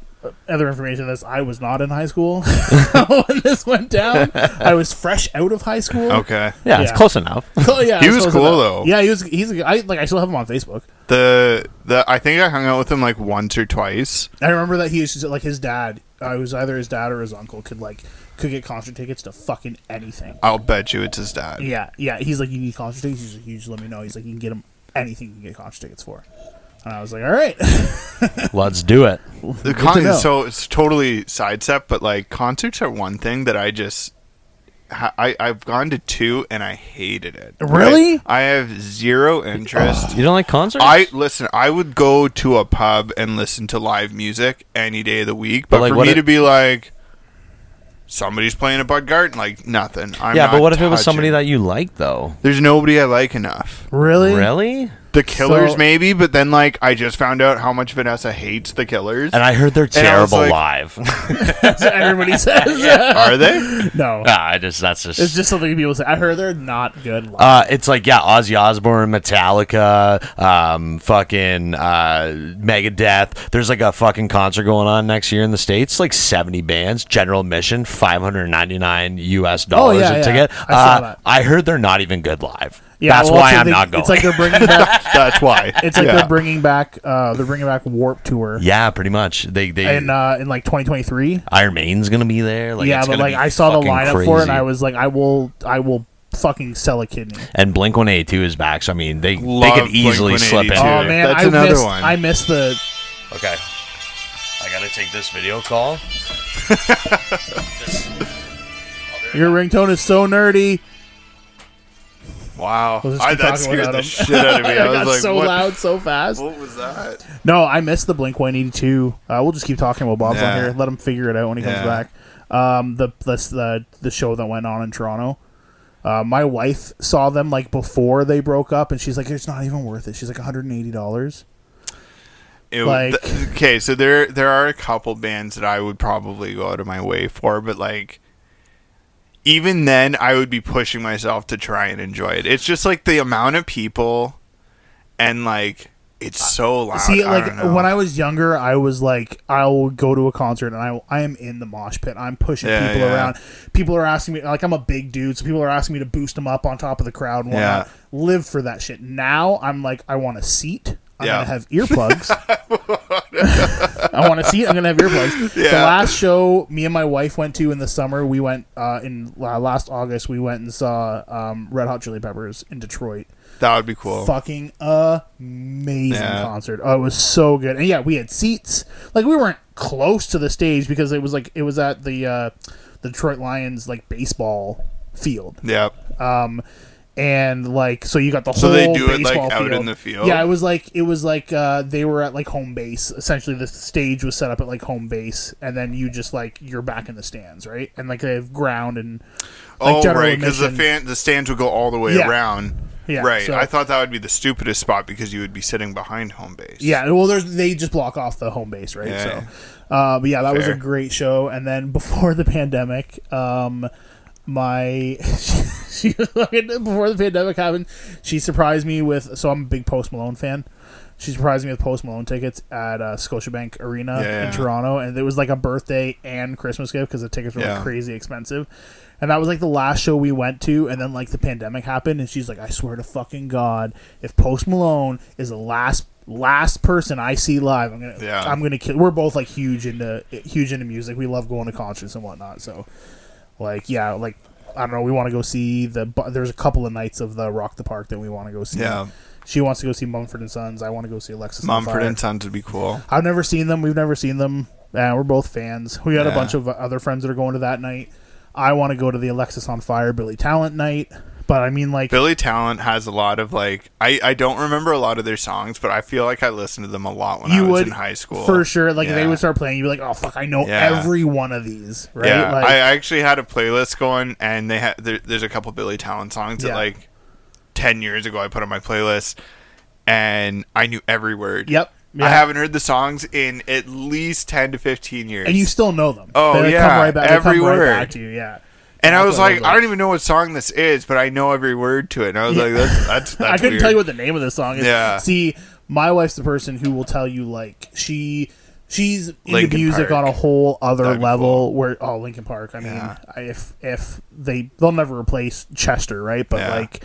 Speaker 7: other information, on this I was not in high school when this went down. I was fresh out of high school.
Speaker 2: Okay.
Speaker 6: Yeah, it's
Speaker 7: Yeah.
Speaker 6: close enough.
Speaker 7: Oh, yeah,
Speaker 2: He
Speaker 7: I
Speaker 2: was
Speaker 7: close
Speaker 2: cool,
Speaker 7: enough.
Speaker 2: though.
Speaker 7: Yeah, he was. He's. a- I like. I still have him on Facebook.
Speaker 2: The the I think I hung out with him like once or twice.
Speaker 7: I remember that he used to like his dad. Uh, it was either his dad or his uncle could like could get concert tickets to fucking anything.
Speaker 2: I'll bet you it's his dad.
Speaker 7: Yeah, yeah. He's like, you need concert tickets. He's like, you just let me know. He's like, you can get him anything you can get concert tickets for. And I was like, all right.
Speaker 6: Let's do it.
Speaker 2: The con-
Speaker 7: know.
Speaker 2: so it's totally sidestep, but like concerts are one thing that I just ha- I I've gone to two and I hated it.
Speaker 7: Really?
Speaker 2: I, I have zero interest.
Speaker 6: You don't like concerts?
Speaker 2: I listen. I would go to a pub and listen to live music any day of the week, but,
Speaker 6: But, like,
Speaker 2: for
Speaker 6: what
Speaker 2: me
Speaker 6: if-
Speaker 2: to be like, somebody's playing a Bud Garden, like nothing. I'm
Speaker 6: yeah, but
Speaker 2: not
Speaker 6: what if it was somebody that
Speaker 2: touching.
Speaker 6: you liked though?
Speaker 2: there's nobody I like enough?
Speaker 7: really?
Speaker 6: Really?
Speaker 2: The Killers,
Speaker 7: So-
Speaker 2: maybe, but then like I just found out how much Vanessa hates the Killers.
Speaker 6: And I heard they're
Speaker 2: And I was
Speaker 6: terrible
Speaker 2: like-
Speaker 6: live.
Speaker 7: That's what everybody says.
Speaker 2: Are they?
Speaker 7: No,
Speaker 6: Ah, I just that's just
Speaker 7: it's just something people say. I heard they're not good. live.
Speaker 6: Uh, it's like yeah, Ozzy Osbourne, Metallica, um, fucking uh, Megadeth. There's like a fucking concert going on next year in the states. Like 70 bands, general admission, 599 U.S. dollars
Speaker 7: Oh, yeah,
Speaker 6: a
Speaker 7: yeah.
Speaker 6: ticket.
Speaker 7: I saw
Speaker 6: uh,
Speaker 7: that.
Speaker 6: I heard they're not even good live.
Speaker 7: Yeah,
Speaker 6: that's
Speaker 7: well,
Speaker 6: why
Speaker 7: it's like
Speaker 6: I'm
Speaker 7: they-
Speaker 6: not going.
Speaker 7: It's like they're bringing back.
Speaker 2: That's why.
Speaker 7: It's like
Speaker 2: Yeah.
Speaker 7: they're bringing back. Uh, they're bringing back Warp Tour.
Speaker 6: yeah, pretty much. They they
Speaker 7: In uh, in like 2023,
Speaker 6: Iron Maiden's gonna be there. Like,
Speaker 7: yeah,
Speaker 6: it's
Speaker 7: but
Speaker 6: gonna
Speaker 7: like
Speaker 6: be
Speaker 7: I saw the
Speaker 6: fucking
Speaker 7: lineup for it, and
Speaker 6: crazy.
Speaker 7: I was like, I will, I will fucking sell a kidney.
Speaker 6: and Blink One Eighty Two is back. So I mean, they
Speaker 2: Love
Speaker 6: they could easily slip in.
Speaker 2: Blink-182.
Speaker 7: Oh
Speaker 2: Dude,
Speaker 7: man,
Speaker 2: that's
Speaker 7: I
Speaker 2: another
Speaker 7: missed,
Speaker 2: one.
Speaker 7: I missed the.
Speaker 6: Okay. I gotta take this video call.
Speaker 7: Your ringtone is so nerdy.
Speaker 2: Wow,
Speaker 7: We'll just
Speaker 2: I,
Speaker 7: keep
Speaker 2: that
Speaker 7: talking
Speaker 2: scared
Speaker 7: without
Speaker 2: the
Speaker 7: him.
Speaker 2: shit out of me.
Speaker 7: It
Speaker 2: I was
Speaker 7: got
Speaker 2: like,
Speaker 7: so
Speaker 2: what,
Speaker 7: loud, so fast.
Speaker 2: what was that?
Speaker 7: No, I missed the Blink 182. Uh, we'll just keep talking while Bob's
Speaker 2: Yeah.
Speaker 7: on here. Let him figure it out when he
Speaker 2: Yeah.
Speaker 7: comes back. Um, the the the, the show that went on in Toronto. Uh, my wife saw them like before they broke up, and she's like, "It's not even worth it." She's like, "One hundred and eighty dollars."
Speaker 2: It,
Speaker 7: Like-
Speaker 2: th- okay, so there there are a couple bands that I would probably go out of my way for, but like even then I would be pushing myself to try and enjoy it. It's just like the amount of people and like it's so loud.
Speaker 7: Uh, See,
Speaker 2: I
Speaker 7: like
Speaker 2: don't know.
Speaker 7: when I was younger, I was like, I'll go to a concert and I I am in the mosh pit. I'm pushing
Speaker 2: Yeah,
Speaker 7: people
Speaker 2: yeah.
Speaker 7: around. People are asking me like I'm a big dude, so people are asking me to boost them up on top of the crowd. And
Speaker 2: Yeah.
Speaker 7: whatnot. live for that shit. Now I'm like, I want a seat. I'm
Speaker 2: Yeah.
Speaker 7: gonna have earplugs. I want to see it. I'm gonna have earplugs. The
Speaker 2: Yeah.
Speaker 7: last show me and my wife went to in the summer, we went uh, in uh, last August. We went and saw um, Red Hot Chili Peppers in Detroit
Speaker 2: that would be cool.
Speaker 7: fucking amazing
Speaker 2: Yeah.
Speaker 7: concert. Oh, it was so good. And yeah, we had seats. Like we weren't close to the stage because it was like it was at the uh the Detroit Lions like baseball field.
Speaker 2: Yeah.
Speaker 7: Um and like so you got the
Speaker 2: So
Speaker 7: whole
Speaker 2: they do it, like,
Speaker 7: baseball
Speaker 2: out
Speaker 7: field.
Speaker 2: in the field?
Speaker 7: Yeah, it was like it was like uh, they were at like home base. Essentially, the stage was set up at like home base, and then you just like you're back in the stands, right? And like they have ground and like
Speaker 2: oh
Speaker 7: general
Speaker 2: right, because the
Speaker 7: admission.
Speaker 2: fan the stands would go all the way
Speaker 7: Yeah.
Speaker 2: around.
Speaker 7: Yeah,
Speaker 2: right.
Speaker 7: so-
Speaker 2: I thought that would be the stupidest spot because you would be sitting behind home base.
Speaker 7: Yeah, well, there's, they just block off the home base, right?
Speaker 2: Yeah.
Speaker 7: So, uh, but yeah, that was a
Speaker 2: Fair.
Speaker 7: great show. And then before the pandemic, um, my she before the pandemic happened, she surprised me with. So I'm a big Post Malone fan. She surprised me with Post Malone tickets at uh, Scotiabank Arena
Speaker 2: Yeah.
Speaker 7: in Toronto, and it was like a birthday and Christmas gift because the tickets were like
Speaker 2: Yeah.
Speaker 7: crazy expensive. And that was like the last show we went to, and then like the pandemic happened, and she's like, "I swear to fucking God, if Post Malone is the last last person I see live, I'm gonna
Speaker 2: Yeah.
Speaker 7: I'm gonna kill." We're both like huge into huge into music. We love going to concerts and whatnot. So, like, yeah, like I don't know. We want to go see the. bu- There's a couple of nights of the Rock the Park that we want to go see.
Speaker 2: Yeah.
Speaker 7: She wants to go see Mumford and Sons. I want to go see Alexis. on
Speaker 2: Mumford
Speaker 7: Fire.
Speaker 2: and Sons would be cool.
Speaker 7: I've never seen them. We've never seen them. Uh, we're both fans. We got a
Speaker 2: Yeah.
Speaker 7: bunch of other friends that are going to that night. I want to go to the Alexis on Fire Billy Talent night, but I mean, like,
Speaker 2: Billy Talent has a lot of like I, I don't remember a lot of their songs, but I feel like I listened to them a lot when I
Speaker 7: you
Speaker 2: was
Speaker 7: would
Speaker 2: in high school
Speaker 7: for sure. Like, if they
Speaker 2: Yeah.
Speaker 7: would start playing. You'd be like, "Oh fuck, I know
Speaker 2: Yeah.
Speaker 7: every one of these." Right?
Speaker 2: Yeah,
Speaker 7: like,
Speaker 2: I uh, actually had a playlist going, and they had there, there's a couple Billy Talent songs
Speaker 7: Yeah.
Speaker 2: that like ten years ago I put on my playlist, and I knew every word.
Speaker 7: Yep. Yeah.
Speaker 2: I haven't heard the songs in at least ten to fifteen years.
Speaker 7: and you still know them.
Speaker 2: Oh,
Speaker 7: they, like, come
Speaker 2: yeah,
Speaker 7: right back. they
Speaker 2: every
Speaker 7: come
Speaker 2: word.
Speaker 7: right back to you. Yeah.
Speaker 2: and I
Speaker 7: that's
Speaker 2: was
Speaker 7: what I
Speaker 2: like,
Speaker 7: was like-
Speaker 2: I don't even know what song this is, but I know every word to it. And I was like, that's that's, that's
Speaker 7: I couldn't
Speaker 2: weird.
Speaker 7: tell you what the name of the song is.
Speaker 2: Yeah.
Speaker 7: See, my wife's the person who will tell you like she she's into
Speaker 2: Linkin
Speaker 7: music
Speaker 2: Park.
Speaker 7: on a whole other
Speaker 2: That'd be
Speaker 7: level.
Speaker 2: cool.
Speaker 7: Where oh, Linkin Park. I mean,
Speaker 2: Yeah.
Speaker 7: I if if they they'll never replace Chester, right? But
Speaker 2: Yeah.
Speaker 7: like,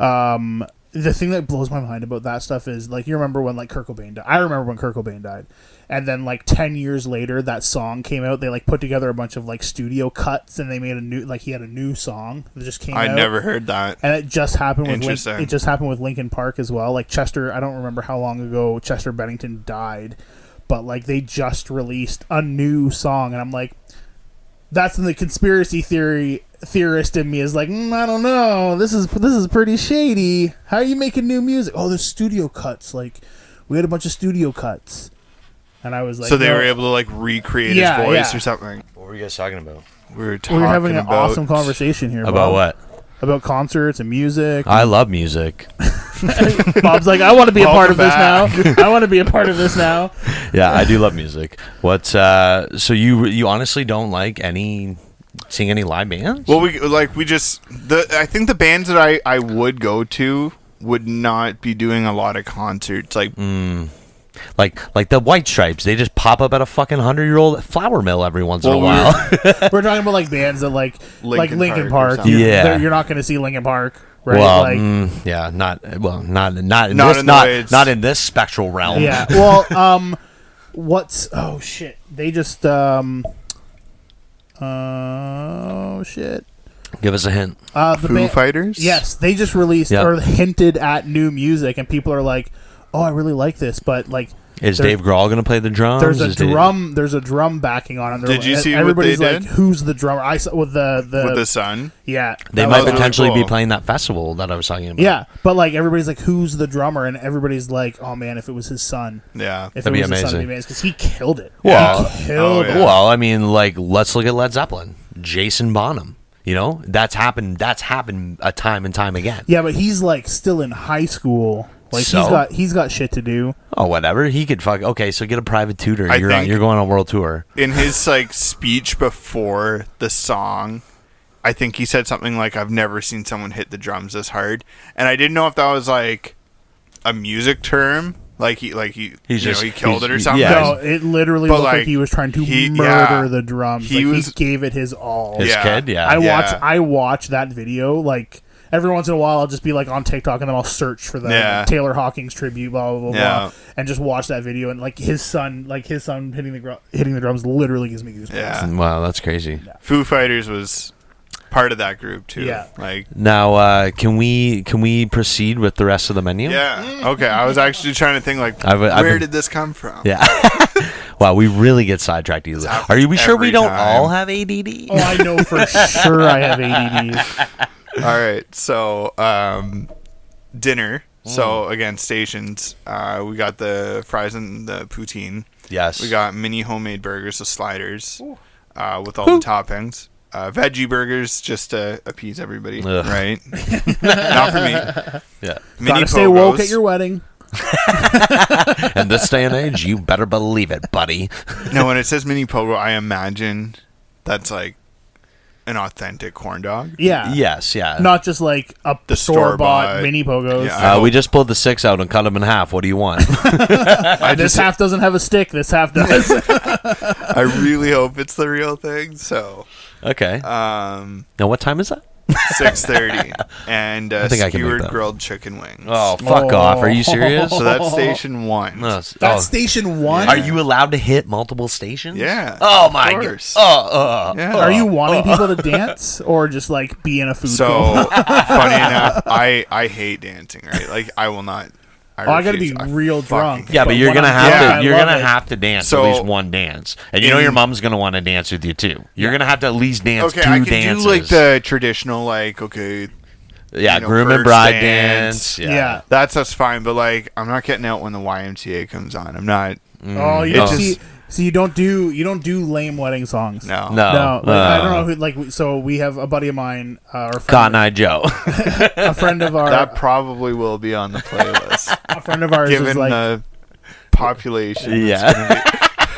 Speaker 7: um. The thing that blows my mind about that stuff is like you remember when like Kurt Cobain died. I remember when Kurt Cobain died, and then like ten years later that song came out. They like put together a bunch of like studio cuts, and they made a new like he had a new song that just came.
Speaker 2: I
Speaker 7: out
Speaker 2: never heard that.
Speaker 7: and it just happened with Link,
Speaker 2: Interesting.
Speaker 7: it just happened with Lincoln Park as well. Like Chester, I don't remember how long ago Chester Bennington died, but like they just released a new song, and I'm like, that's the conspiracy theory theorist in me is like, mm, I don't know, this is this is pretty shady. How are you making new music? Oh, there's studio cuts. Like we had a bunch of studio cuts, and I was like,
Speaker 2: so they
Speaker 7: no.
Speaker 2: were able to like recreate
Speaker 7: Yeah,
Speaker 2: his voice
Speaker 7: yeah.
Speaker 2: or something.
Speaker 6: What were you guys talking about?
Speaker 2: We were
Speaker 7: We
Speaker 2: talking
Speaker 7: were having an
Speaker 2: about
Speaker 7: awesome conversation here
Speaker 6: About
Speaker 7: Bob.
Speaker 6: what?
Speaker 7: About concerts and music.
Speaker 6: I love music.
Speaker 7: Bob's like, I want to be a part of
Speaker 2: Welcome
Speaker 7: this now. I want to be a part of this now.
Speaker 6: Yeah, I do love music. What's uh? So you you honestly don't like any seeing any live bands?
Speaker 2: Well, we like we just the I think the bands that I I would go to would not be doing a lot of concerts. Like
Speaker 6: Mm. like like the White Stripes, they just pop up at a fucking hundred year old flour mill every once in a
Speaker 2: Well, we
Speaker 6: while.
Speaker 7: We're talking about like bands that like like
Speaker 2: Linkin
Speaker 7: Linkin
Speaker 2: Park or
Speaker 7: Park. You're,
Speaker 6: Yeah.
Speaker 7: they're- you're not going to see Linkin Park, right?
Speaker 6: Well,
Speaker 7: like,
Speaker 6: mm, yeah, not well, not not in
Speaker 2: Not
Speaker 6: this
Speaker 2: in the
Speaker 6: not,
Speaker 2: way it's-
Speaker 6: not in this spectral realm.
Speaker 7: yeah. Well, um, what's oh shit? They just um, oh shit.
Speaker 6: Give us a hint.
Speaker 7: Uh, the
Speaker 2: Foo
Speaker 7: ba-
Speaker 2: Fighters.
Speaker 7: Yes, they just released
Speaker 6: Yeah.
Speaker 7: or hinted at new music, and people are like, "Oh, I really like this," but like.
Speaker 6: Is
Speaker 7: There's-
Speaker 6: Dave Grohl going to play the drums?
Speaker 7: There's a
Speaker 6: Is Dave-
Speaker 7: drum. There's a drum backing on it. They're
Speaker 2: Did you
Speaker 7: like-
Speaker 2: see what
Speaker 7: Everybody's
Speaker 2: they
Speaker 7: like,
Speaker 2: did?
Speaker 7: "Who's the drummer?" I saw with the the
Speaker 2: with the sun.
Speaker 7: yeah.
Speaker 6: They
Speaker 7: that
Speaker 6: might
Speaker 7: was-
Speaker 2: really
Speaker 6: potentially be
Speaker 2: cool.
Speaker 6: playing that festival that I was talking about.
Speaker 7: Yeah, but like everybody's like, "Who's the drummer?" And everybody's like, "Oh man, if it was his son,
Speaker 2: Yeah.
Speaker 7: if
Speaker 6: That'd
Speaker 7: it
Speaker 6: be
Speaker 7: was his son, it'd
Speaker 6: amazing.
Speaker 7: be amazing because he killed it.
Speaker 6: Well,
Speaker 7: he killed
Speaker 2: oh, yeah.
Speaker 7: it.
Speaker 6: Well, I mean, like, let's look at Led Zeppelin, Jason Bonham. You know, that's happened. That's happened a time and time again.
Speaker 7: Yeah, but he's like still in high school. Like he's
Speaker 6: So?
Speaker 7: got he's got shit to do.
Speaker 6: Oh, whatever. He could fuck. Okay, so get a private tutor.
Speaker 2: I
Speaker 6: you're on,
Speaker 2: think-
Speaker 6: you're going on world tour.
Speaker 2: In his like speech before the song, I think he said something like, "I've never seen someone hit the drums this hard," and I didn't know if that was like a music term, like he like he
Speaker 6: He's
Speaker 2: you
Speaker 6: just-
Speaker 2: know he killed
Speaker 6: he's-
Speaker 2: it or
Speaker 6: he-
Speaker 2: something.
Speaker 6: yeah,
Speaker 7: No, Oh, it literally
Speaker 2: But,
Speaker 7: looked like,
Speaker 2: like,
Speaker 7: he was trying to
Speaker 2: he-
Speaker 7: murder
Speaker 2: yeah.
Speaker 7: the drums.
Speaker 2: He
Speaker 7: like,
Speaker 2: was-
Speaker 7: he gave it his all.
Speaker 6: His
Speaker 2: Yeah.
Speaker 6: kid, yeah.
Speaker 7: I
Speaker 2: yeah.
Speaker 7: watch I watch that video like every once in a while I'll just be like on TikTok and then I'll search for the
Speaker 2: Yeah.
Speaker 7: Taylor Hawkins tribute blah blah blah, blah
Speaker 2: Yeah.
Speaker 7: and just watch that video and like his son like his son hitting the gr- hitting the drums literally gives me goosebumps.
Speaker 2: yeah.
Speaker 6: wow, that's crazy.
Speaker 2: Foo Fighters was part of that group too.
Speaker 7: Yeah.
Speaker 2: Like
Speaker 6: Now, uh, can we can we proceed with the rest of the menu?
Speaker 2: yeah. Okay. I was actually trying to think like
Speaker 6: I've- I've
Speaker 2: where
Speaker 6: been-
Speaker 2: did this come from?
Speaker 6: Yeah. wow, we really get sidetracked easily. Are you we sure we
Speaker 2: every
Speaker 6: don't
Speaker 2: time.
Speaker 6: all have ADD?
Speaker 7: Oh, I know for sure I have ADD.
Speaker 2: All right. So, um, dinner.
Speaker 7: Mm.
Speaker 2: So again, stations. Uh, we got the fries and the poutine.
Speaker 6: Yes.
Speaker 2: We got mini homemade burgers, so sliders, uh, with all the toppings. Uh, veggie burgers just to appease everybody,
Speaker 6: Ugh.
Speaker 2: right? Not for me.
Speaker 6: yeah.
Speaker 2: Mini
Speaker 7: Gotta stay woke
Speaker 2: pogos.
Speaker 7: at your wedding.
Speaker 6: In this day and age, you better believe it, buddy.
Speaker 2: no, when it says mini pogo, I imagine that's like an authentic corn dog.
Speaker 7: Yeah.
Speaker 6: Yes, yeah.
Speaker 7: Not just like a
Speaker 2: The
Speaker 7: store
Speaker 2: store-bought-
Speaker 7: bought mini pogos.
Speaker 2: Yeah.
Speaker 6: Uh, we just pulled the six out and cut them in half. What do you want?
Speaker 2: I
Speaker 7: This
Speaker 2: just, Oh.
Speaker 7: half doesn't have a stick. This half does.
Speaker 2: I really hope it's the real thing. So,
Speaker 6: okay.
Speaker 2: um,
Speaker 6: now, what time is that?
Speaker 2: six thirty, and uh,
Speaker 6: I think I can make
Speaker 2: skewered
Speaker 6: that.
Speaker 2: grilled chicken wings.
Speaker 6: Oh, fuck off. Are you serious?
Speaker 2: so that's station one.
Speaker 6: No, it's-
Speaker 7: That's
Speaker 6: oh.
Speaker 7: station one.
Speaker 6: Are you allowed to hit multiple stations?
Speaker 2: Yeah,
Speaker 6: Oh
Speaker 2: of
Speaker 6: my god.
Speaker 2: course.
Speaker 6: Oh, oh.
Speaker 2: Yeah.
Speaker 7: Are you wanting people to dance or just like be in a food? coma?
Speaker 2: So funny enough, I I hate dancing. Right, like I will not. I,
Speaker 7: Oh, I gotta
Speaker 2: refuse.
Speaker 7: be real
Speaker 2: fucking-
Speaker 7: drunk.
Speaker 6: Yeah, but,
Speaker 7: But
Speaker 6: you're
Speaker 7: when
Speaker 6: gonna
Speaker 7: I'm
Speaker 6: have
Speaker 2: drunk,
Speaker 6: to
Speaker 7: I
Speaker 6: you're
Speaker 7: love
Speaker 6: gonna
Speaker 7: it.
Speaker 6: have to dance
Speaker 2: So-
Speaker 6: at least one dance, and you know your
Speaker 2: In-
Speaker 6: mom's gonna want to dance with you too. You're gonna have to at least dance
Speaker 2: Okay,
Speaker 6: two
Speaker 2: I can
Speaker 6: dances.
Speaker 2: do like the traditional, like okay,
Speaker 6: yeah,
Speaker 2: you know,
Speaker 6: groom and
Speaker 2: first
Speaker 6: bride
Speaker 2: dance.
Speaker 6: dance.
Speaker 7: Yeah.
Speaker 6: Yeah.
Speaker 2: that's that's fine. But like, I'm not getting out when the YMCA comes on. I'm not.
Speaker 6: Mm.
Speaker 7: Oh, you
Speaker 2: Mm. It
Speaker 7: don't
Speaker 2: just-
Speaker 7: see. So you don't do you don't do lame wedding songs.
Speaker 2: No,
Speaker 6: No.
Speaker 7: No, like, I don't
Speaker 6: Uh,
Speaker 7: know who. Like, we- so we have a buddy of mine, uh, or a
Speaker 6: Cotton
Speaker 7: friend,
Speaker 6: Eye Joe.
Speaker 7: a friend of
Speaker 2: that
Speaker 7: our,
Speaker 2: probably will be on the playlist,
Speaker 7: a friend of ours is
Speaker 2: given
Speaker 7: like
Speaker 2: the population.
Speaker 6: yeah.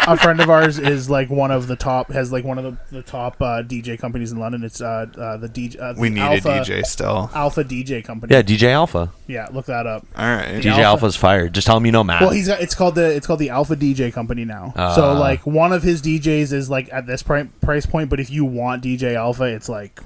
Speaker 7: a friend of ours is like one of the top has like one of the, the top uh, DJ companies in London. It's uh, uh the DJ. Uh, the
Speaker 2: We need
Speaker 7: Alpha,
Speaker 2: a DJ still.
Speaker 7: Alpha DJ company.
Speaker 6: yeah, DJ Alpha.
Speaker 7: yeah. Look that up.
Speaker 2: All right.
Speaker 6: DJ
Speaker 7: Alpha.
Speaker 6: Alpha's fired. Just tell him you know Matt.
Speaker 7: Well, he's got, it's called the it's called the Alpha DJ company now. so
Speaker 6: Ah.
Speaker 7: like one of his DJs is like at this pri- price point, but if you want DJ Alpha, it's like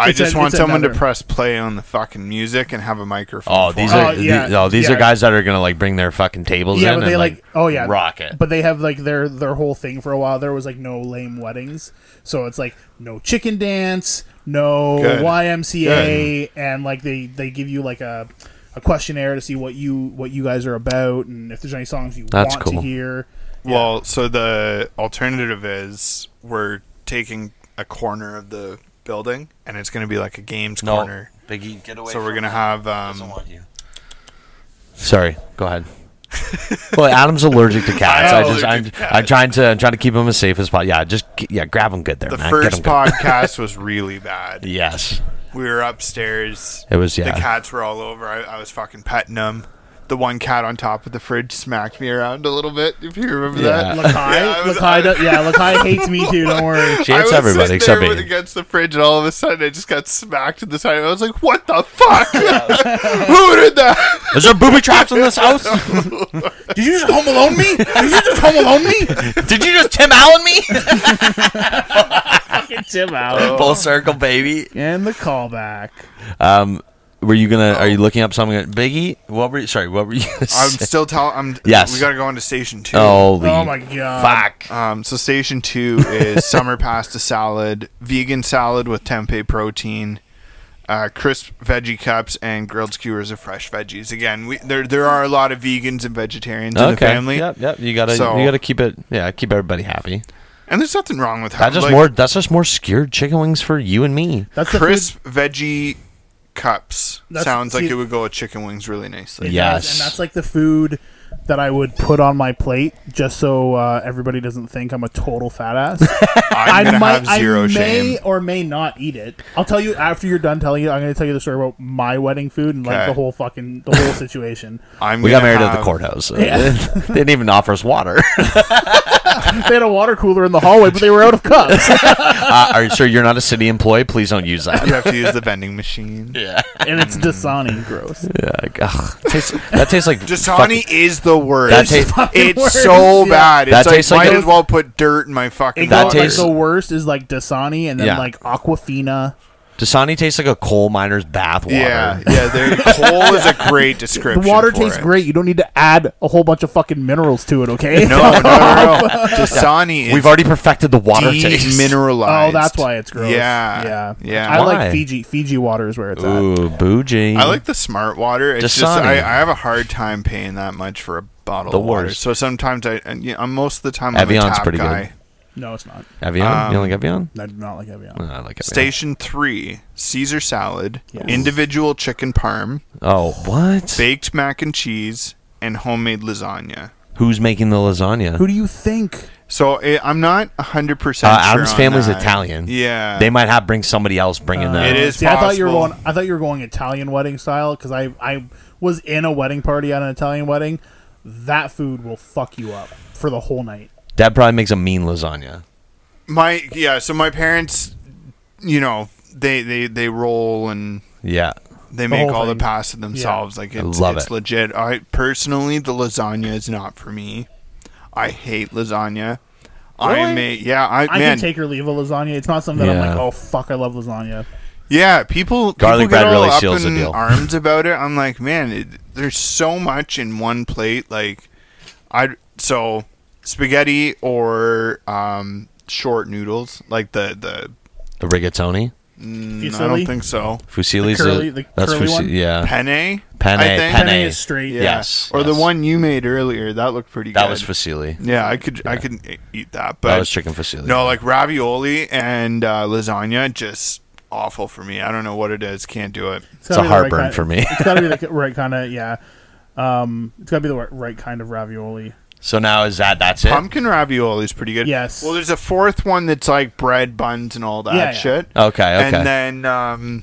Speaker 2: I
Speaker 7: It's
Speaker 2: just
Speaker 7: a-
Speaker 2: want
Speaker 7: it's
Speaker 2: someone to
Speaker 7: another-
Speaker 2: press play on the fucking music and have a microphone.
Speaker 6: oh,
Speaker 2: for
Speaker 6: these
Speaker 2: it.
Speaker 6: are
Speaker 7: Oh, yeah,
Speaker 6: these, oh, these are
Speaker 7: yeah.
Speaker 6: guys that are gonna like bring their fucking tables
Speaker 7: yeah,
Speaker 6: in
Speaker 7: but
Speaker 6: and
Speaker 7: they like, oh yeah,
Speaker 6: rock it.
Speaker 7: But they have like their their whole thing for a while. There was like no lame weddings, so it's like no chicken dance, no
Speaker 2: Good.
Speaker 7: YMCA, and like they they give you like a a questionnaire to see what you what you guys are about and if there's any songs you
Speaker 6: That's
Speaker 7: want
Speaker 6: cool.
Speaker 7: to hear.
Speaker 2: Well, so the alternative is we're taking a corner of the building, and it's going to be like a games
Speaker 6: no,
Speaker 2: corner.
Speaker 6: Biggie, get away.
Speaker 2: So we're
Speaker 6: from
Speaker 2: going to
Speaker 6: me.
Speaker 2: have
Speaker 6: Doesn't
Speaker 2: um,
Speaker 6: want you. Sorry, go ahead. well, Adam's allergic to cats.
Speaker 2: I
Speaker 6: I,
Speaker 2: am
Speaker 6: just, I'm,
Speaker 2: allergic to
Speaker 6: I'm trying to, I'm trying to keep him as safe as possible. Yeah, just, g- yeah, grab him good there,
Speaker 2: the
Speaker 6: man. Get him
Speaker 2: first
Speaker 6: good.
Speaker 2: podcast was really bad.
Speaker 6: Yes,
Speaker 2: We were upstairs.
Speaker 6: It was- yeah.
Speaker 2: The cats were all over. I, I was fucking petting them. The one cat on top of the fridge smacked me around a little bit. If you remember
Speaker 6: Yeah.
Speaker 2: that.
Speaker 7: Lakai,
Speaker 2: I was-
Speaker 7: Lakai, do- yeah, Lakai hates me too. Don't worry.
Speaker 6: she hates
Speaker 2: I was
Speaker 6: everybody
Speaker 2: sitting
Speaker 6: except
Speaker 2: there
Speaker 6: me.
Speaker 2: with- against the fridge, and all of a sudden, I just got smacked in the side. I was like, "What the fuck? Who did that?"
Speaker 6: Is there booby traps in this house?
Speaker 7: Did you just home alone me? Did you just home alone me?
Speaker 6: Did you just Tim Allen me?
Speaker 7: Tim out
Speaker 6: Full circle, baby.
Speaker 7: and the callback.
Speaker 6: Um, were you gonna? Are you looking up something? Biggie, what were you? Sorry, what were you? Gonna
Speaker 2: I'm
Speaker 6: say?
Speaker 2: still telling. I'm.
Speaker 6: Yes.
Speaker 2: We gotta go on to station two.
Speaker 6: Holy
Speaker 7: Oh my god!
Speaker 6: fuck!
Speaker 2: Um, so station two is summer pasta salad, vegan salad with tempeh protein, uh, crisp veggie cups, and grilled skewers of fresh veggies. Again, we, there there are a lot of vegans and vegetarians in the family,
Speaker 6: Yep, yep. You gotta,
Speaker 2: So-
Speaker 6: you gotta keep it. Yeah, keep everybody happy.
Speaker 2: and there's nothing wrong with
Speaker 6: That's
Speaker 2: having
Speaker 6: just
Speaker 2: like,
Speaker 6: more. That's just more skewered chicken wings for you and me.
Speaker 7: That's the food-
Speaker 2: crisp veggie cups.
Speaker 7: That's-
Speaker 2: Sounds like
Speaker 7: see-
Speaker 2: it would go with chicken wings really nicely.
Speaker 7: It
Speaker 6: Yes.
Speaker 7: does, and that's like the food that I would put on my plate just so uh, everybody doesn't think I'm a total fat ass.
Speaker 2: I'm gonna
Speaker 7: might,
Speaker 2: have zero
Speaker 7: I
Speaker 2: shame.
Speaker 7: may or may not eat it. I'll tell you after you're done telling you. I'm going to tell you the story about my wedding food and like
Speaker 2: Okay.
Speaker 7: the whole fucking the whole situation.
Speaker 2: I'm
Speaker 6: We got
Speaker 2: gonna
Speaker 6: married at the
Speaker 7: um,
Speaker 2: have-
Speaker 6: courthouse. so they didn't even offer us water.
Speaker 7: they had a water cooler in the hallway, but they were out of cups.
Speaker 6: uh, are you sure you're not a city employee? Please don't use that.
Speaker 2: You have to use the vending machine.
Speaker 6: Yeah.
Speaker 7: and it's Dasani, gross.
Speaker 6: Yeah, like, ugh, tastes, that tastes like
Speaker 2: Dasani is the worst.
Speaker 6: That tastes-
Speaker 2: it's
Speaker 7: worst,
Speaker 2: so
Speaker 7: yeah.
Speaker 2: bad. It's
Speaker 6: That
Speaker 2: like,
Speaker 6: tastes like
Speaker 2: might
Speaker 6: a-
Speaker 2: as well put dirt in my
Speaker 7: It
Speaker 2: fucking.
Speaker 7: got,
Speaker 6: That
Speaker 2: water.
Speaker 6: tastes-
Speaker 7: like the worst is like Dasani, and then
Speaker 6: Yeah.
Speaker 7: like Aquafina.
Speaker 6: Dasani tastes like a coal miner's bath water.
Speaker 2: Yeah, yeah. There, coal is a great
Speaker 7: The
Speaker 2: description.
Speaker 7: water
Speaker 2: for
Speaker 7: tastes
Speaker 2: it.
Speaker 7: great. You don't need to add a whole bunch of fucking minerals to it. Okay.
Speaker 2: No, no, no, no. Dasani is
Speaker 6: We've already perfected the water taste.
Speaker 2: demineralized.
Speaker 7: Oh, that's why it's gross.
Speaker 2: Yeah,
Speaker 7: yeah,
Speaker 2: yeah.
Speaker 7: I
Speaker 6: Why?
Speaker 7: like Fiji. Fiji water is where it's at.
Speaker 6: Ooh, bougie.
Speaker 2: I like the smart water. It's just
Speaker 6: Dasani.
Speaker 2: I, I have a hard time paying that much for a bottle
Speaker 6: The
Speaker 2: of water.
Speaker 6: worst.
Speaker 2: So sometimes I, and, you know, I'm most of the time I'm a
Speaker 6: Evian's
Speaker 2: tap
Speaker 6: pretty
Speaker 2: guy.
Speaker 6: good.
Speaker 7: No, it's not.
Speaker 6: Evian? you don't like Evian?
Speaker 7: I do not like Evian.
Speaker 6: Uh, I like Evian.
Speaker 2: Station three: Caesar salad,
Speaker 7: Yes.
Speaker 2: individual chicken parm,
Speaker 6: Oh, what?
Speaker 2: baked mac and cheese, and homemade lasagna.
Speaker 6: Who's making the lasagna?
Speaker 7: Who do you think?
Speaker 2: So i I'm not hundred percent.
Speaker 6: uh, Adam's
Speaker 2: sure on
Speaker 6: family's
Speaker 2: that.
Speaker 6: Italian.
Speaker 2: Yeah,
Speaker 6: They might have bring somebody else bringing that.
Speaker 2: It is
Speaker 7: See, I thought you were
Speaker 2: possible.
Speaker 7: going. I thought you were going Italian wedding style because I I was in a wedding party at an Italian wedding. That food will fuck you up for the whole night.
Speaker 6: Dad probably makes a mean lasagna.
Speaker 2: my yeah. So my parents, you know, they they they roll and
Speaker 6: Yeah.
Speaker 2: they make
Speaker 7: whole
Speaker 2: all
Speaker 7: thing.
Speaker 2: the pasta themselves. Like it's,
Speaker 6: love
Speaker 2: it's
Speaker 6: it.
Speaker 2: legit. I personally, the lasagna is not for me. I hate lasagna. I
Speaker 7: Really?
Speaker 2: may yeah. I,
Speaker 7: I
Speaker 2: man
Speaker 7: can take or leave a lasagna. It's not something that I'm like,
Speaker 6: Yeah.
Speaker 7: oh fuck, I love lasagna.
Speaker 2: yeah. People
Speaker 6: Garlic
Speaker 2: people get
Speaker 6: bread
Speaker 2: all
Speaker 6: really
Speaker 2: up
Speaker 6: seals the
Speaker 2: in
Speaker 6: deal.
Speaker 2: Arms about it. I'm like, man, it, there's so much in one plate. Like, I so spaghetti or um short noodles like the the.
Speaker 6: The rigatoni.
Speaker 2: mm, I don't
Speaker 7: Fusilli?
Speaker 2: think so.
Speaker 6: Fusilli's.
Speaker 7: The curly-
Speaker 6: a-
Speaker 7: the
Speaker 6: that's
Speaker 7: curly
Speaker 6: fusilli.
Speaker 7: one?
Speaker 6: Yeah.
Speaker 2: Penne.
Speaker 6: Penne,
Speaker 2: I think.
Speaker 6: penne.
Speaker 7: Penne is straight.
Speaker 2: Yeah.
Speaker 6: Yes,
Speaker 2: Or the
Speaker 6: yes.
Speaker 2: one you made earlier that looked pretty.
Speaker 6: That
Speaker 2: good.
Speaker 6: was fusilli.
Speaker 2: Yeah, I could I could e- eat that, but
Speaker 6: That was chicken fusilli.
Speaker 2: no, like ravioli and uh, lasagna, just awful for me. I don't know what it is. Can't do it.
Speaker 6: It's
Speaker 7: gotta
Speaker 6: a
Speaker 7: be the right
Speaker 6: heartburn
Speaker 7: kind-
Speaker 6: for me.
Speaker 7: it's gotta be the right kind of yeah. Um, it's gotta be the right, right kind of ravioli.
Speaker 6: So now is that that's it?
Speaker 2: Pumpkin ravioli is pretty good.
Speaker 7: Yes.
Speaker 2: Well, there's a fourth one that's like bread buns and all that
Speaker 7: Yeah, yeah.
Speaker 2: shit.
Speaker 6: Okay, Oh, okay.
Speaker 2: And then um,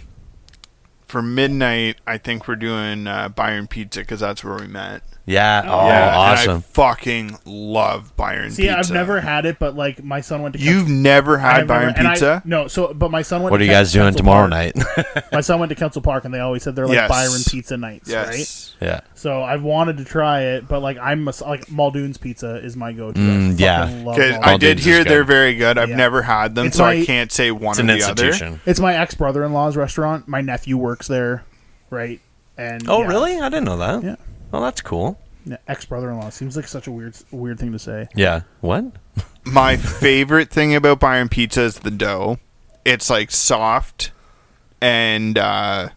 Speaker 2: for midnight, I think we're doing uh, Byron Pizza because that's where we met.
Speaker 6: yeah. Oh,
Speaker 2: Yeah, and I
Speaker 6: awesome.
Speaker 2: fucking love Byron
Speaker 7: See,
Speaker 2: Pizza.
Speaker 7: I've never had it, but like my son went to.
Speaker 2: You've never
Speaker 7: I've
Speaker 2: had Byron
Speaker 7: never- and I-
Speaker 2: Pizza?
Speaker 7: no, so but my son went.
Speaker 6: What are
Speaker 7: to
Speaker 6: you
Speaker 7: Ken-
Speaker 6: guys doing
Speaker 7: Kensal
Speaker 6: tomorrow
Speaker 7: Park.
Speaker 6: night?
Speaker 7: My son went to Council Park, and they always said they're like
Speaker 2: Yes.
Speaker 7: Byron Pizza nights, right?
Speaker 2: yes.
Speaker 6: yeah.
Speaker 7: So I've wanted to try it, but like I'm a, like Muldoon's Pizza is my go-to. I
Speaker 6: Mm, yeah.
Speaker 7: fucking love
Speaker 2: Because I
Speaker 7: Muldoon's.
Speaker 2: did
Speaker 6: Muldoon's
Speaker 2: hear
Speaker 6: is good.
Speaker 2: they're very good. I've
Speaker 7: Yeah.
Speaker 2: never had them,
Speaker 7: It's
Speaker 2: so I
Speaker 7: my-
Speaker 2: can't say one
Speaker 6: It's
Speaker 2: or
Speaker 6: an
Speaker 2: the
Speaker 6: institution.
Speaker 7: It's my ex brother-in-law's restaurant. My nephew works there, right? And
Speaker 6: Oh,
Speaker 7: yeah.
Speaker 6: really? I didn't know that.
Speaker 7: Yeah.
Speaker 6: Oh, that's cool.
Speaker 7: Ex brother-in-law seems like such a weird weird thing to say.
Speaker 6: Yeah. What?
Speaker 2: other. My favorite thing about Byron Pizza is the dough. It's like soft and uh,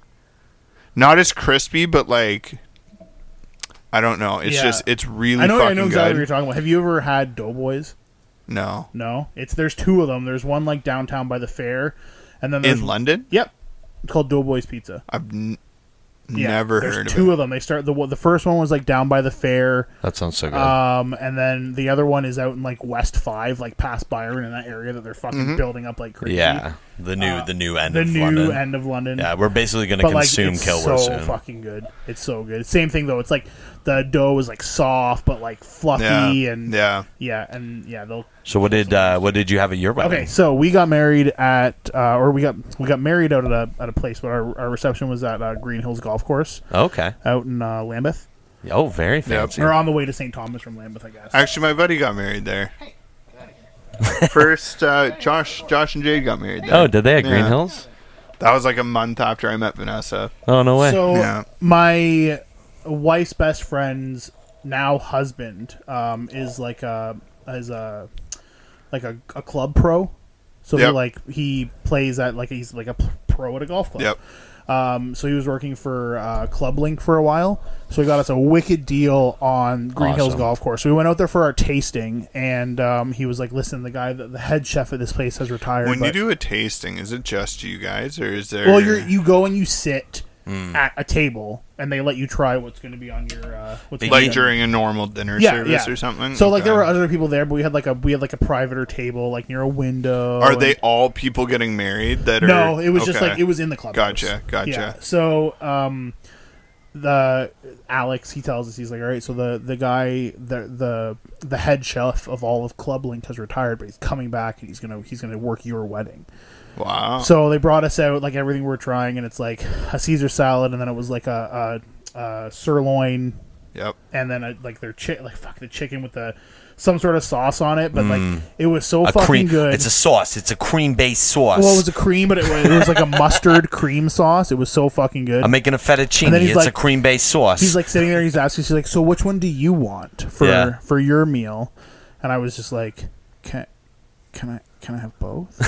Speaker 2: not as crispy, but like I don't know. It's
Speaker 7: Yeah.
Speaker 2: just it's really
Speaker 7: I know I
Speaker 2: fucking
Speaker 7: know exactly what you're
Speaker 2: good.
Speaker 7: talking about. Have you ever had Doughboys?
Speaker 2: No,
Speaker 7: No, it's there's two of them. There's one like downtown by the fair, and then there's
Speaker 2: in London,
Speaker 7: Yep, it's called Doughboys Pizza.
Speaker 2: I've n-
Speaker 7: Yeah,
Speaker 2: never
Speaker 7: there's
Speaker 2: heard of
Speaker 7: two
Speaker 2: it.
Speaker 7: of them. They start the the first one was like down by the fair,
Speaker 6: That sounds so good.
Speaker 7: um, and then the other one is out in like West Five, like past Byron in that area that they're fucking
Speaker 2: Mm-hmm.
Speaker 7: building up like crazy.
Speaker 6: yeah. The new the new end
Speaker 7: the
Speaker 6: of
Speaker 7: new
Speaker 6: London.
Speaker 7: end of London.
Speaker 6: yeah, we're basically going to
Speaker 7: but like
Speaker 6: consume
Speaker 7: it's
Speaker 6: Kilwer
Speaker 7: so
Speaker 6: soon.
Speaker 7: fucking good. It's so good. Same thing though. It's like the dough is like soft but like fluffy
Speaker 2: Yeah,
Speaker 7: and
Speaker 2: yeah.
Speaker 7: yeah, and yeah. They'll
Speaker 6: So what did uh, what did you have at your wedding?
Speaker 7: Okay, so we got married at, uh, or we got we got married out at a at a place, but our, our reception was at uh, Green Hills Golf Course
Speaker 6: Okay.
Speaker 7: out in uh, Lambeth,
Speaker 6: Oh, very fancy.
Speaker 7: or on the way to St. Thomas from Lambeth, I guess.
Speaker 2: Actually, my buddy got married there. First, uh, Josh, Josh and Jade got married there.
Speaker 6: Oh, did they at Green
Speaker 2: Yeah.
Speaker 6: Hills?
Speaker 2: That was like a month after I met Vanessa.
Speaker 6: Oh, no way.
Speaker 7: So
Speaker 2: Yeah.
Speaker 7: my wife's best friend's now husband um, is like a is a like a, a club pro, so he
Speaker 2: Yep.
Speaker 7: like he plays at like he's like a p- pro at a golf club.
Speaker 2: Yep.
Speaker 7: Um, so he was working for uh, Club Link for a while. So he got us a wicked deal on Green Hills
Speaker 6: Awesome.
Speaker 7: Golf Course. So we went out there for our tasting, and um, he was like, "Listen, the guy, the, the head chef at this place has retired."
Speaker 2: When you
Speaker 7: but-
Speaker 2: do a tasting, is it just you guys, or Hmm. is there?
Speaker 7: well, you're, you go and you sit at a table, and they let you try what's going to be on your uh, what's gonna be
Speaker 2: like
Speaker 7: on-
Speaker 2: during a normal dinner
Speaker 7: yeah,
Speaker 2: service
Speaker 7: yeah.
Speaker 2: or something.
Speaker 7: So like there
Speaker 2: Okay.
Speaker 7: were other people there, but we had like a we had like a privater table like near a window.
Speaker 2: Are
Speaker 7: and-
Speaker 2: they all people getting married that are?
Speaker 7: No, it was just
Speaker 2: Okay.
Speaker 7: like it was in the club.
Speaker 2: Gotcha, gotcha.
Speaker 7: So, um, the Alex he tells us he's like, all right. So the the guy the the the head chef of all of Club Link has retired, but he's coming back and he's gonna he's gonna work your wedding.
Speaker 2: Wow.
Speaker 7: So they brought us out like everything we were trying, and it's like a Caesar salad, and then it was like a, a, a sirloin,
Speaker 2: yep.
Speaker 7: and then a, like their chick like fuck the chicken with the some sort of sauce on it, but like it was so
Speaker 6: Mm. a
Speaker 7: fucking
Speaker 6: cream.
Speaker 7: good.
Speaker 6: It's a sauce. It's a cream-based sauce.
Speaker 7: well, it was a cream, but it was, it was like a mustard cream sauce. It was so fucking good.
Speaker 6: I'm making a fettuccine.
Speaker 7: And then he's
Speaker 6: It's a
Speaker 7: like-
Speaker 6: cream-based sauce.
Speaker 7: he's like sitting there. He's asking. She's like, "So which one do you want for
Speaker 6: Yeah.
Speaker 7: for your meal?" And I was just like, "Can can I can I have both?"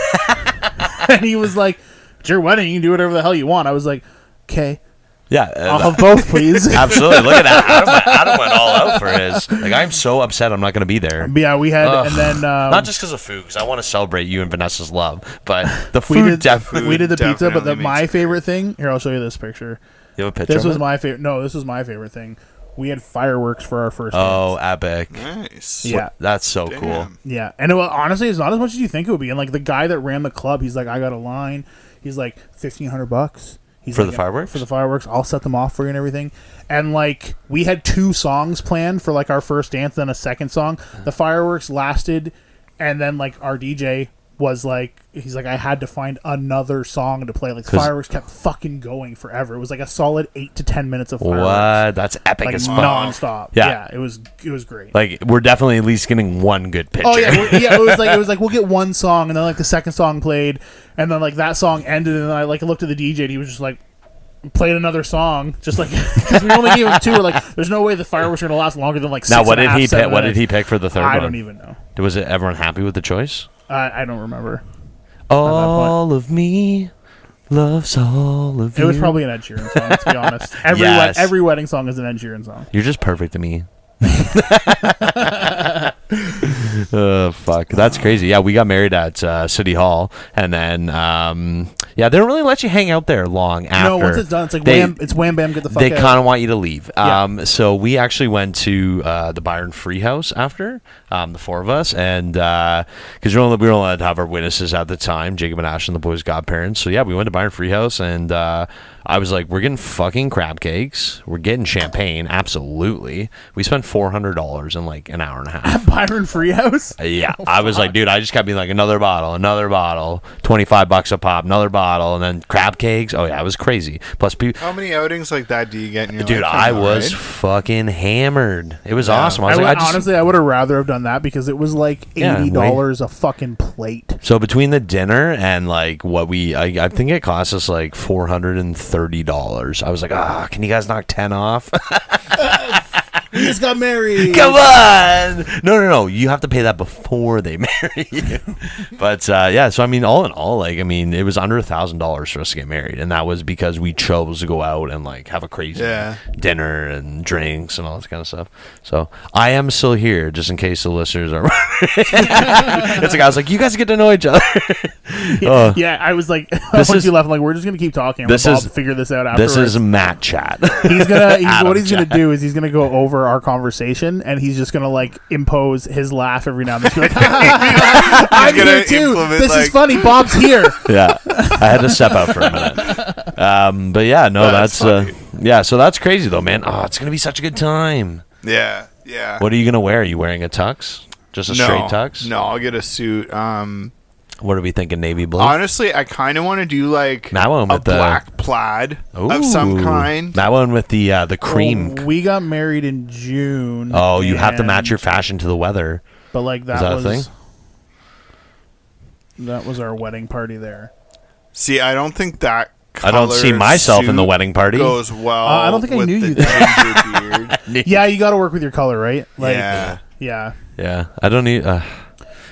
Speaker 7: and he was like, "It's your wedding. You can do whatever the hell you want." I was like, "Okay."
Speaker 6: Yeah, uh,
Speaker 7: Off of both, please.
Speaker 6: absolutely. Look at that. Adam went, Adam went all out for his. Like, I'm so upset. I'm not going to be there.
Speaker 7: But yeah, we had, and then um,
Speaker 6: not just because of food, because I want to celebrate you and Vanessa's love, but the
Speaker 7: we
Speaker 6: food
Speaker 7: did,
Speaker 6: definitely.
Speaker 7: we did the
Speaker 2: Food
Speaker 7: pizza, but the,
Speaker 2: definitely
Speaker 7: my
Speaker 2: makes it
Speaker 7: favorite thing here. I'll show you this picture.
Speaker 6: You have a picture.
Speaker 7: This
Speaker 6: of
Speaker 7: was
Speaker 6: it?
Speaker 7: my favorite. No, this was my favorite thing. We had fireworks for our first.
Speaker 6: Oh,
Speaker 7: dance.
Speaker 6: epic!
Speaker 2: Nice.
Speaker 7: yeah,
Speaker 6: That's so
Speaker 2: Damn.
Speaker 6: cool.
Speaker 7: yeah. And it, wa- honestly, it's not as much as you think it would be. And like the guy that ran the club, he's like, I got a line. He's like fifteen hundred bucks. He's
Speaker 6: For
Speaker 7: like,
Speaker 6: the fireworks?
Speaker 7: For the fireworks, I'll set them off for you and everything. And like we had two songs planned for like our first dance, then a second song. The fireworks lasted, and then like our DJ was like he's like I had to find another song to play. Like
Speaker 6: 'Cause-
Speaker 7: fireworks kept fucking going forever. It was like a solid eight to ten minutes of fireworks.
Speaker 6: What? That's epic
Speaker 7: like
Speaker 6: as fuck.
Speaker 7: nonstop.
Speaker 6: Yeah.
Speaker 7: Yeah. it was it was great.
Speaker 6: Like we're definitely at least getting one good picture.
Speaker 7: oh yeah, we- yeah. It was like it was like we'll get one song, and then like the second song played, and then like that song ended, and then I like looked at the DJ, and he was just like played another song, just like because we only gave him two. We're like, there's no way the fireworks are gonna last longer than like.
Speaker 6: now
Speaker 7: six
Speaker 6: what
Speaker 7: and a
Speaker 6: did
Speaker 7: half,
Speaker 6: he pick?
Speaker 7: seven
Speaker 6: What did he
Speaker 7: minutes.
Speaker 6: pick for the third
Speaker 7: I
Speaker 6: one?
Speaker 7: don't even know.
Speaker 6: Was it everyone happy with the choice?
Speaker 7: I, I don't remember.
Speaker 6: All of me loves all of
Speaker 7: It
Speaker 6: you.
Speaker 7: was probably an Ed Sheeran song, to be honest. Every wed-
Speaker 6: Yes.
Speaker 7: every wedding song is an Ed Sheeran song.
Speaker 6: You're just perfect to me. oh fuck, that's crazy. Yeah, we got married at uh, City Hall, and then um, yeah, they don't really let you hang out there long after.
Speaker 7: No, once it's done, it's like
Speaker 6: They-
Speaker 7: wham, it's wham bam, get the fuck
Speaker 6: they
Speaker 7: out.
Speaker 6: kind of want you to leave.
Speaker 7: Yeah.
Speaker 6: Um, so we actually went to uh, the Byron Free House after um, the four of us, and because we were only we were only allowed to have our witnesses at the time, Jacob and Ash and the boys' godparents. So yeah, we went to Byron Free House, and uh, I was like, "We're getting fucking crab cakes. We're getting champagne. Absolutely." We spent four hundred dollars in like an hour and a half.
Speaker 7: Byron Freehouse.
Speaker 6: Yeah, I was like, dude, I just kept being like, another bottle, another bottle, twenty five bucks a pop, another bottle, and then crab cakes. Oh yeah, it was crazy. Plus, people,
Speaker 2: How many outings like that do you get in your
Speaker 6: Dude,
Speaker 2: life?
Speaker 6: I
Speaker 2: Am
Speaker 6: was
Speaker 2: right?
Speaker 6: fucking hammered. It was awesome. I
Speaker 7: I
Speaker 6: was
Speaker 7: would,
Speaker 6: like, I just.
Speaker 7: honestly, I would have rather have done that because it was like
Speaker 6: Yeah,
Speaker 7: eighty dollars a fucking plate.
Speaker 6: so between the dinner and like what we, I, I think it cost us like four hundred and thirty dollars. I was like, ah, can you guys knock ten off?
Speaker 7: We just got married.
Speaker 6: Come on! No, no, no. You have to pay that before they marry you. but uh, yeah, so I mean, all in all, like, I mean, it was under a thousand dollars for us to get married, and that was because we chose to go out and like have a crazy
Speaker 2: Yeah.
Speaker 6: dinner and drinks and all this kind of stuff. So I am still here, just in case the listeners are. it's like I was like, you guys get to know each other. Uh,
Speaker 7: yeah, I was like,
Speaker 6: This
Speaker 7: once
Speaker 6: is-
Speaker 7: you left, I'm like, we're just gonna keep talking. I'm
Speaker 6: This
Speaker 7: Bob
Speaker 6: is-
Speaker 7: figure this out afterwards.
Speaker 6: this is Matt chat.
Speaker 7: he's gonna. He's,
Speaker 6: Adam
Speaker 7: what he's gonna do is he's gonna go over our conversation and he's just gonna like impose his laugh every now and then. He's gonna be like, I'm
Speaker 2: gonna
Speaker 7: here too.
Speaker 2: implement,
Speaker 7: This
Speaker 2: like-
Speaker 7: is funny. Bob's here.
Speaker 6: yeah, I had to step out for a minute. Um, but yeah, no,
Speaker 2: That's
Speaker 6: that's, uh, yeah. So that's crazy though, man. Oh, it's gonna be such a good time.
Speaker 2: Yeah, yeah.
Speaker 6: What are you gonna wear? Are you wearing a tux? Just a
Speaker 2: no,
Speaker 6: straight tux?
Speaker 2: No, I'll get a suit. Um,
Speaker 6: What are we thinking? Navy blue.
Speaker 2: honestly, I kind of want to do like
Speaker 6: Now I'm
Speaker 2: a
Speaker 6: with the-
Speaker 2: black plaid of some
Speaker 6: Ooh.
Speaker 2: kind.
Speaker 6: That one with the uh, the cream.
Speaker 7: Well, we got married in June.
Speaker 6: Oh, you have to match your
Speaker 7: and-
Speaker 6: fashion to the weather.
Speaker 7: But like that,
Speaker 6: Is that a
Speaker 7: was
Speaker 6: thing?
Speaker 7: that was our wedding party there.
Speaker 2: See, I don't think that.
Speaker 6: I don't see
Speaker 2: color
Speaker 6: myself in the
Speaker 2: suit
Speaker 6: wedding party.
Speaker 2: Goes well.
Speaker 7: Uh, I don't think I
Speaker 2: with
Speaker 7: knew you
Speaker 2: the ginger beard.
Speaker 7: Yeah, you got to work with your color, right? Like,
Speaker 2: yeah.
Speaker 7: yeah.
Speaker 6: Yeah, I don't need. Uh,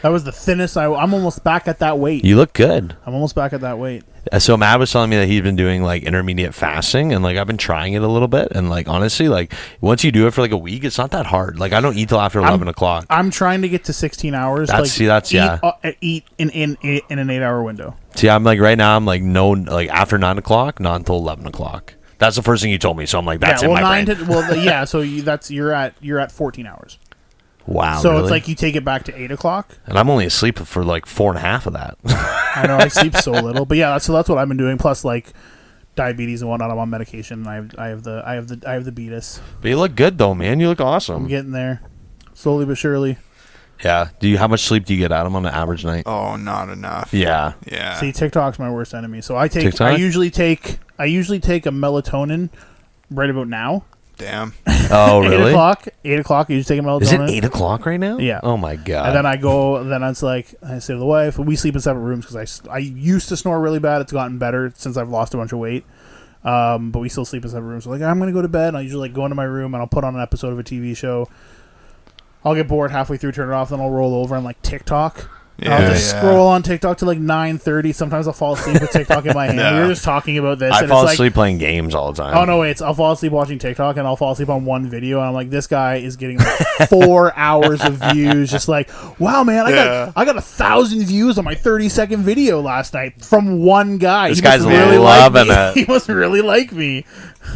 Speaker 7: That was the thinnest. I, I'm almost back at that weight.
Speaker 6: you look good.
Speaker 7: I'm almost back at that weight.
Speaker 6: Uh, So Matt was telling me that he's been doing like intermediate fasting, and like I've been trying it a little bit. And like honestly, like once you do it for like a week, it's not that hard. Like I don't eat till after eleven o'clock.
Speaker 7: I'm trying to get to 16 hours.
Speaker 6: That's-
Speaker 7: like,
Speaker 6: see, that's-
Speaker 7: eat,
Speaker 6: yeah.
Speaker 7: uh, eat in in in an eight hour window.
Speaker 6: See, I'm like right now. I'm like no, like after nine o'clock, not until eleven o'clock. That's the first thing you told me. So I'm like, that's
Speaker 7: yeah,
Speaker 6: in
Speaker 7: well,
Speaker 6: my
Speaker 7: nine
Speaker 6: brain.
Speaker 7: to well, the- yeah. So you, that's you're at you're at 14 hours.
Speaker 6: wow.
Speaker 7: So
Speaker 6: Oh, really?
Speaker 7: it's like you take it back to eight o'clock.
Speaker 6: and I'm only asleep for like four and a half of that.
Speaker 7: I know I sleep so little, but yeah. that's- So that's what I've been doing. Plus like diabetes and whatnot. I'm on medication. And I have I have the I have the I have the beatus.
Speaker 6: but you look good though, man. You look awesome.
Speaker 7: I'm getting there, slowly but surely.
Speaker 6: Yeah. Do you? How much sleep do you get, Adam, on an average night?
Speaker 2: Oh, not enough.
Speaker 6: Yeah.
Speaker 2: Yeah.
Speaker 7: See, TikTok's my worst enemy. So I take I
Speaker 6: Uh, TikTok?
Speaker 7: usually take I usually take a melatonin right about now.
Speaker 2: Damn.
Speaker 6: Oh,
Speaker 7: Eight
Speaker 6: really?
Speaker 7: o'clock. Eight o'clock. You just take a melatonin.
Speaker 6: Is it eight o'clock right now?
Speaker 7: Yeah.
Speaker 6: Oh my god.
Speaker 7: And then I go. Then it's like I say to the wife, we sleep in separate rooms because I, s- I used to snore really bad. It's gotten better since I've lost a bunch of weight. Um, but we still sleep in separate rooms. So like I'm gonna go to bed. And I usually like go into my room and I'll put on an episode of a TV show. I'll get bored halfway through, turn it off, then I'll roll over and like TikTok.
Speaker 2: Yeah,
Speaker 7: I'll just
Speaker 2: yeah.
Speaker 7: scroll on TikTok to like nine thirty. Sometimes I'll fall asleep with TikTok in my hand.
Speaker 2: No.
Speaker 7: We were just talking about this.
Speaker 6: I
Speaker 7: and
Speaker 6: fall
Speaker 7: it's like,
Speaker 6: asleep playing games all the time.
Speaker 7: Oh no, wait! It's, I'll fall asleep watching TikTok, and I'll fall asleep on one video, and I'm like, this guy is getting like four hours of views. Just like, wow, man, I
Speaker 2: Yeah.
Speaker 7: got I got a thousand views on my 30 second video last night from one guy.
Speaker 6: This
Speaker 7: He must
Speaker 6: guy's
Speaker 7: like
Speaker 6: loving
Speaker 7: me.
Speaker 6: it.
Speaker 7: He must really like me.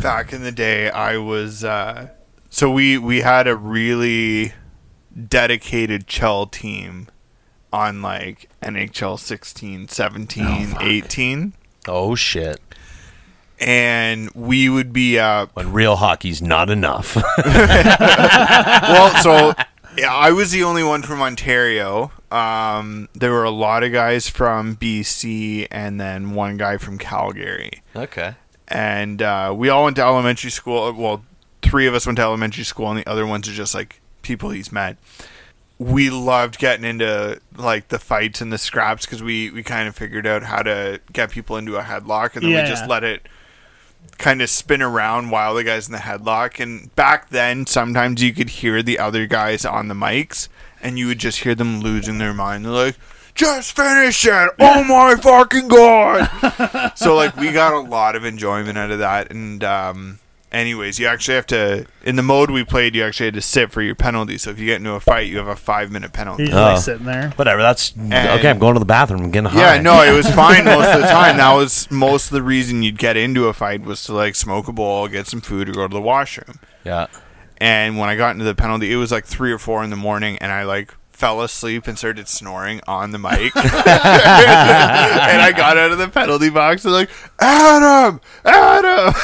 Speaker 2: back in the day i was uh so we we had a really dedicated chell team on like nhl 16 17 18
Speaker 6: Oh shit!
Speaker 2: and we would be uh, up
Speaker 6: When real hockey's not enough.
Speaker 2: well, so yeah, I was the only one from Ontario. Um, there were a lot of guys from BC and then one guy from Calgary.
Speaker 6: okay.
Speaker 2: And uh, we all went to elementary school. uh, Well, three of us went to elementary school, and the other ones are just like people he's met. We loved getting into like the fights and the scraps because we, we kind of figured out how to get people into a headlock, and then
Speaker 7: Yeah.
Speaker 2: we just let it kind of spin around while the guy's in the headlock. And back then, sometimes you could hear the other guys on the mics, and you would just hear them losing their mind. They're like, just finish it. Oh my fucking God. so, like, we got a lot of enjoyment out of that. And, um, anyways, you actually have to, in the mode we played, you actually had to sit for your penalty. So, if you get into a fight, you have a five minute penalty.
Speaker 7: He's just, like
Speaker 6: Oh.
Speaker 7: sitting there.
Speaker 6: Whatever. That's okay. I'm going to the bathroom. I'm getting high.
Speaker 2: Yeah, no, it was fine most of the time. That was most of the reason you'd get into a fight was to like smoke a bowl, get some food, or go to the washroom.
Speaker 6: Yeah.
Speaker 2: And when I got into the penalty, it was like three or four in the morning, and I like fell asleep and started snoring on the mic. and I got out of the penalty box and like, Adam, Adam,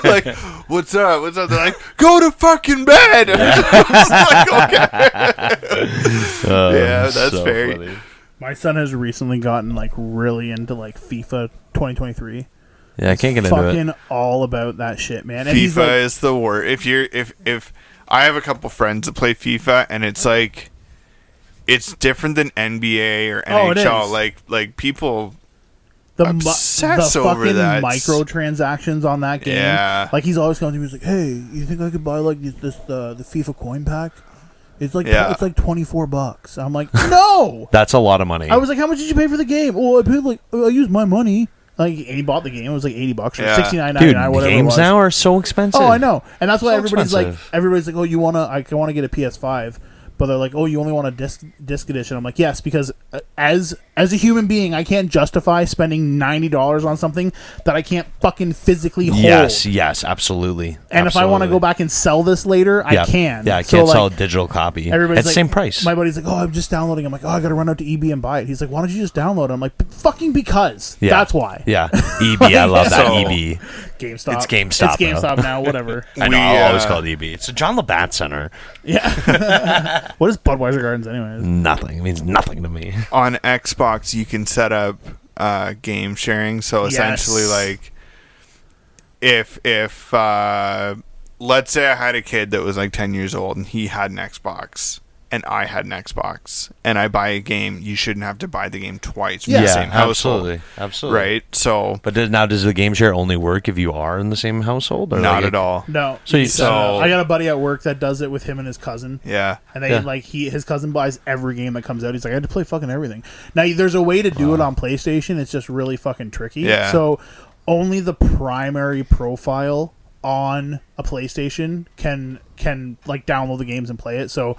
Speaker 2: like, what's up? What's up? They're like, go to fucking bed. I was like, okay,
Speaker 6: Oh,
Speaker 2: Yeah, that's very-
Speaker 6: funny.
Speaker 7: My son has recently gotten like really into like FIFA 2023.
Speaker 6: Yeah, I can't get into it.
Speaker 7: Fucking all about that shit, man. And he's
Speaker 2: FIFA
Speaker 7: like,
Speaker 2: is the worst. If you're if if I have a couple friends that play FIFA, and it's like. It's different than NBA or
Speaker 7: Oh, it
Speaker 2: NHL.
Speaker 7: is.
Speaker 2: like, like people
Speaker 7: the, mu-
Speaker 2: obsessed
Speaker 7: the
Speaker 2: over
Speaker 7: fucking
Speaker 2: that.
Speaker 7: microtransactions on that game.
Speaker 2: Yeah.
Speaker 7: Like he's always coming to me he's like, "Hey, you think I could buy like this, this the the FIFA coin pack? It's like
Speaker 2: Yeah.
Speaker 7: it's like 24 bucks." I'm like, "No."
Speaker 6: That's a lot of money.
Speaker 7: I was like, "How much did you pay for the game?" "Oh, I paid like I used my money." Like and he bought the game. It was like 80 bucks or
Speaker 2: Yeah.
Speaker 7: 69.99
Speaker 6: Dude,
Speaker 7: whatever it
Speaker 6: games
Speaker 7: was.
Speaker 6: now are so expensive.
Speaker 7: Oh, I know, and that's why
Speaker 6: So
Speaker 7: everybody's
Speaker 6: expensive.
Speaker 7: like, everybody's like, oh, you wanna, I want to get a PS5, but they're like, oh, you only want a disc disc edition. I'm like, yes, because uh, as as a human being, I can't justify spending ninety dollars on something that I can't fucking physically hold.
Speaker 6: Yes, yes, absolutely.
Speaker 7: and if I want to
Speaker 6: Absolutely.
Speaker 7: go back and sell this later, I
Speaker 6: yeah.
Speaker 7: can.
Speaker 6: Yeah, I
Speaker 7: So,
Speaker 6: can't
Speaker 7: like,
Speaker 6: sell a digital copy.
Speaker 7: Everybody's
Speaker 6: Everybody's
Speaker 7: like,
Speaker 6: same price.
Speaker 7: My buddy's like, "Oh, I'm just downloading." I'm like, "Oh, I gotta run out to EB and buy it." He's like, "Why don't you just download?" it? I'm like, "Fucking because
Speaker 6: yeah.
Speaker 7: that's why."
Speaker 6: Yeah, EB. I love that E
Speaker 2: So-
Speaker 6: EB.
Speaker 7: GameStop.
Speaker 6: It's GameStop
Speaker 7: It's
Speaker 6: now.
Speaker 7: GameStop now. Whatever.
Speaker 6: I know.
Speaker 2: We,
Speaker 6: I'll always
Speaker 2: uh,
Speaker 6: call it EB. It's a John Labatt Center.
Speaker 7: yeah. what is Budweiser Gardens, anyways?
Speaker 6: Nothing. It means nothing to me.
Speaker 2: on Xbox you can set up uh, game sharing. So
Speaker 7: Yes.
Speaker 2: essentially, like if if uh, let's say I had a kid that was like ten years old and he had an Xbox and I had an Xbox and I buy a game, you shouldn't have to buy the game twice. from
Speaker 7: Yeah,
Speaker 2: the same household,
Speaker 6: absolutely, absolutely.
Speaker 2: right? So
Speaker 6: But does, now, does the game share only work if you are in the same household? Or
Speaker 2: not
Speaker 6: like-
Speaker 2: at all.
Speaker 7: No.
Speaker 6: So you-
Speaker 7: It's,
Speaker 2: so-
Speaker 7: uh, I got a buddy at work that does it with him and his cousin.
Speaker 2: Yeah.
Speaker 7: And they
Speaker 6: Yeah.
Speaker 7: like he his cousin buys every game that comes out. He's like, I had to play fucking everything. Now there's a way to do it on PlayStation. It's just really fucking tricky.
Speaker 2: Yeah.
Speaker 7: So only the primary profile on a PlayStation can can like download the games and play it. So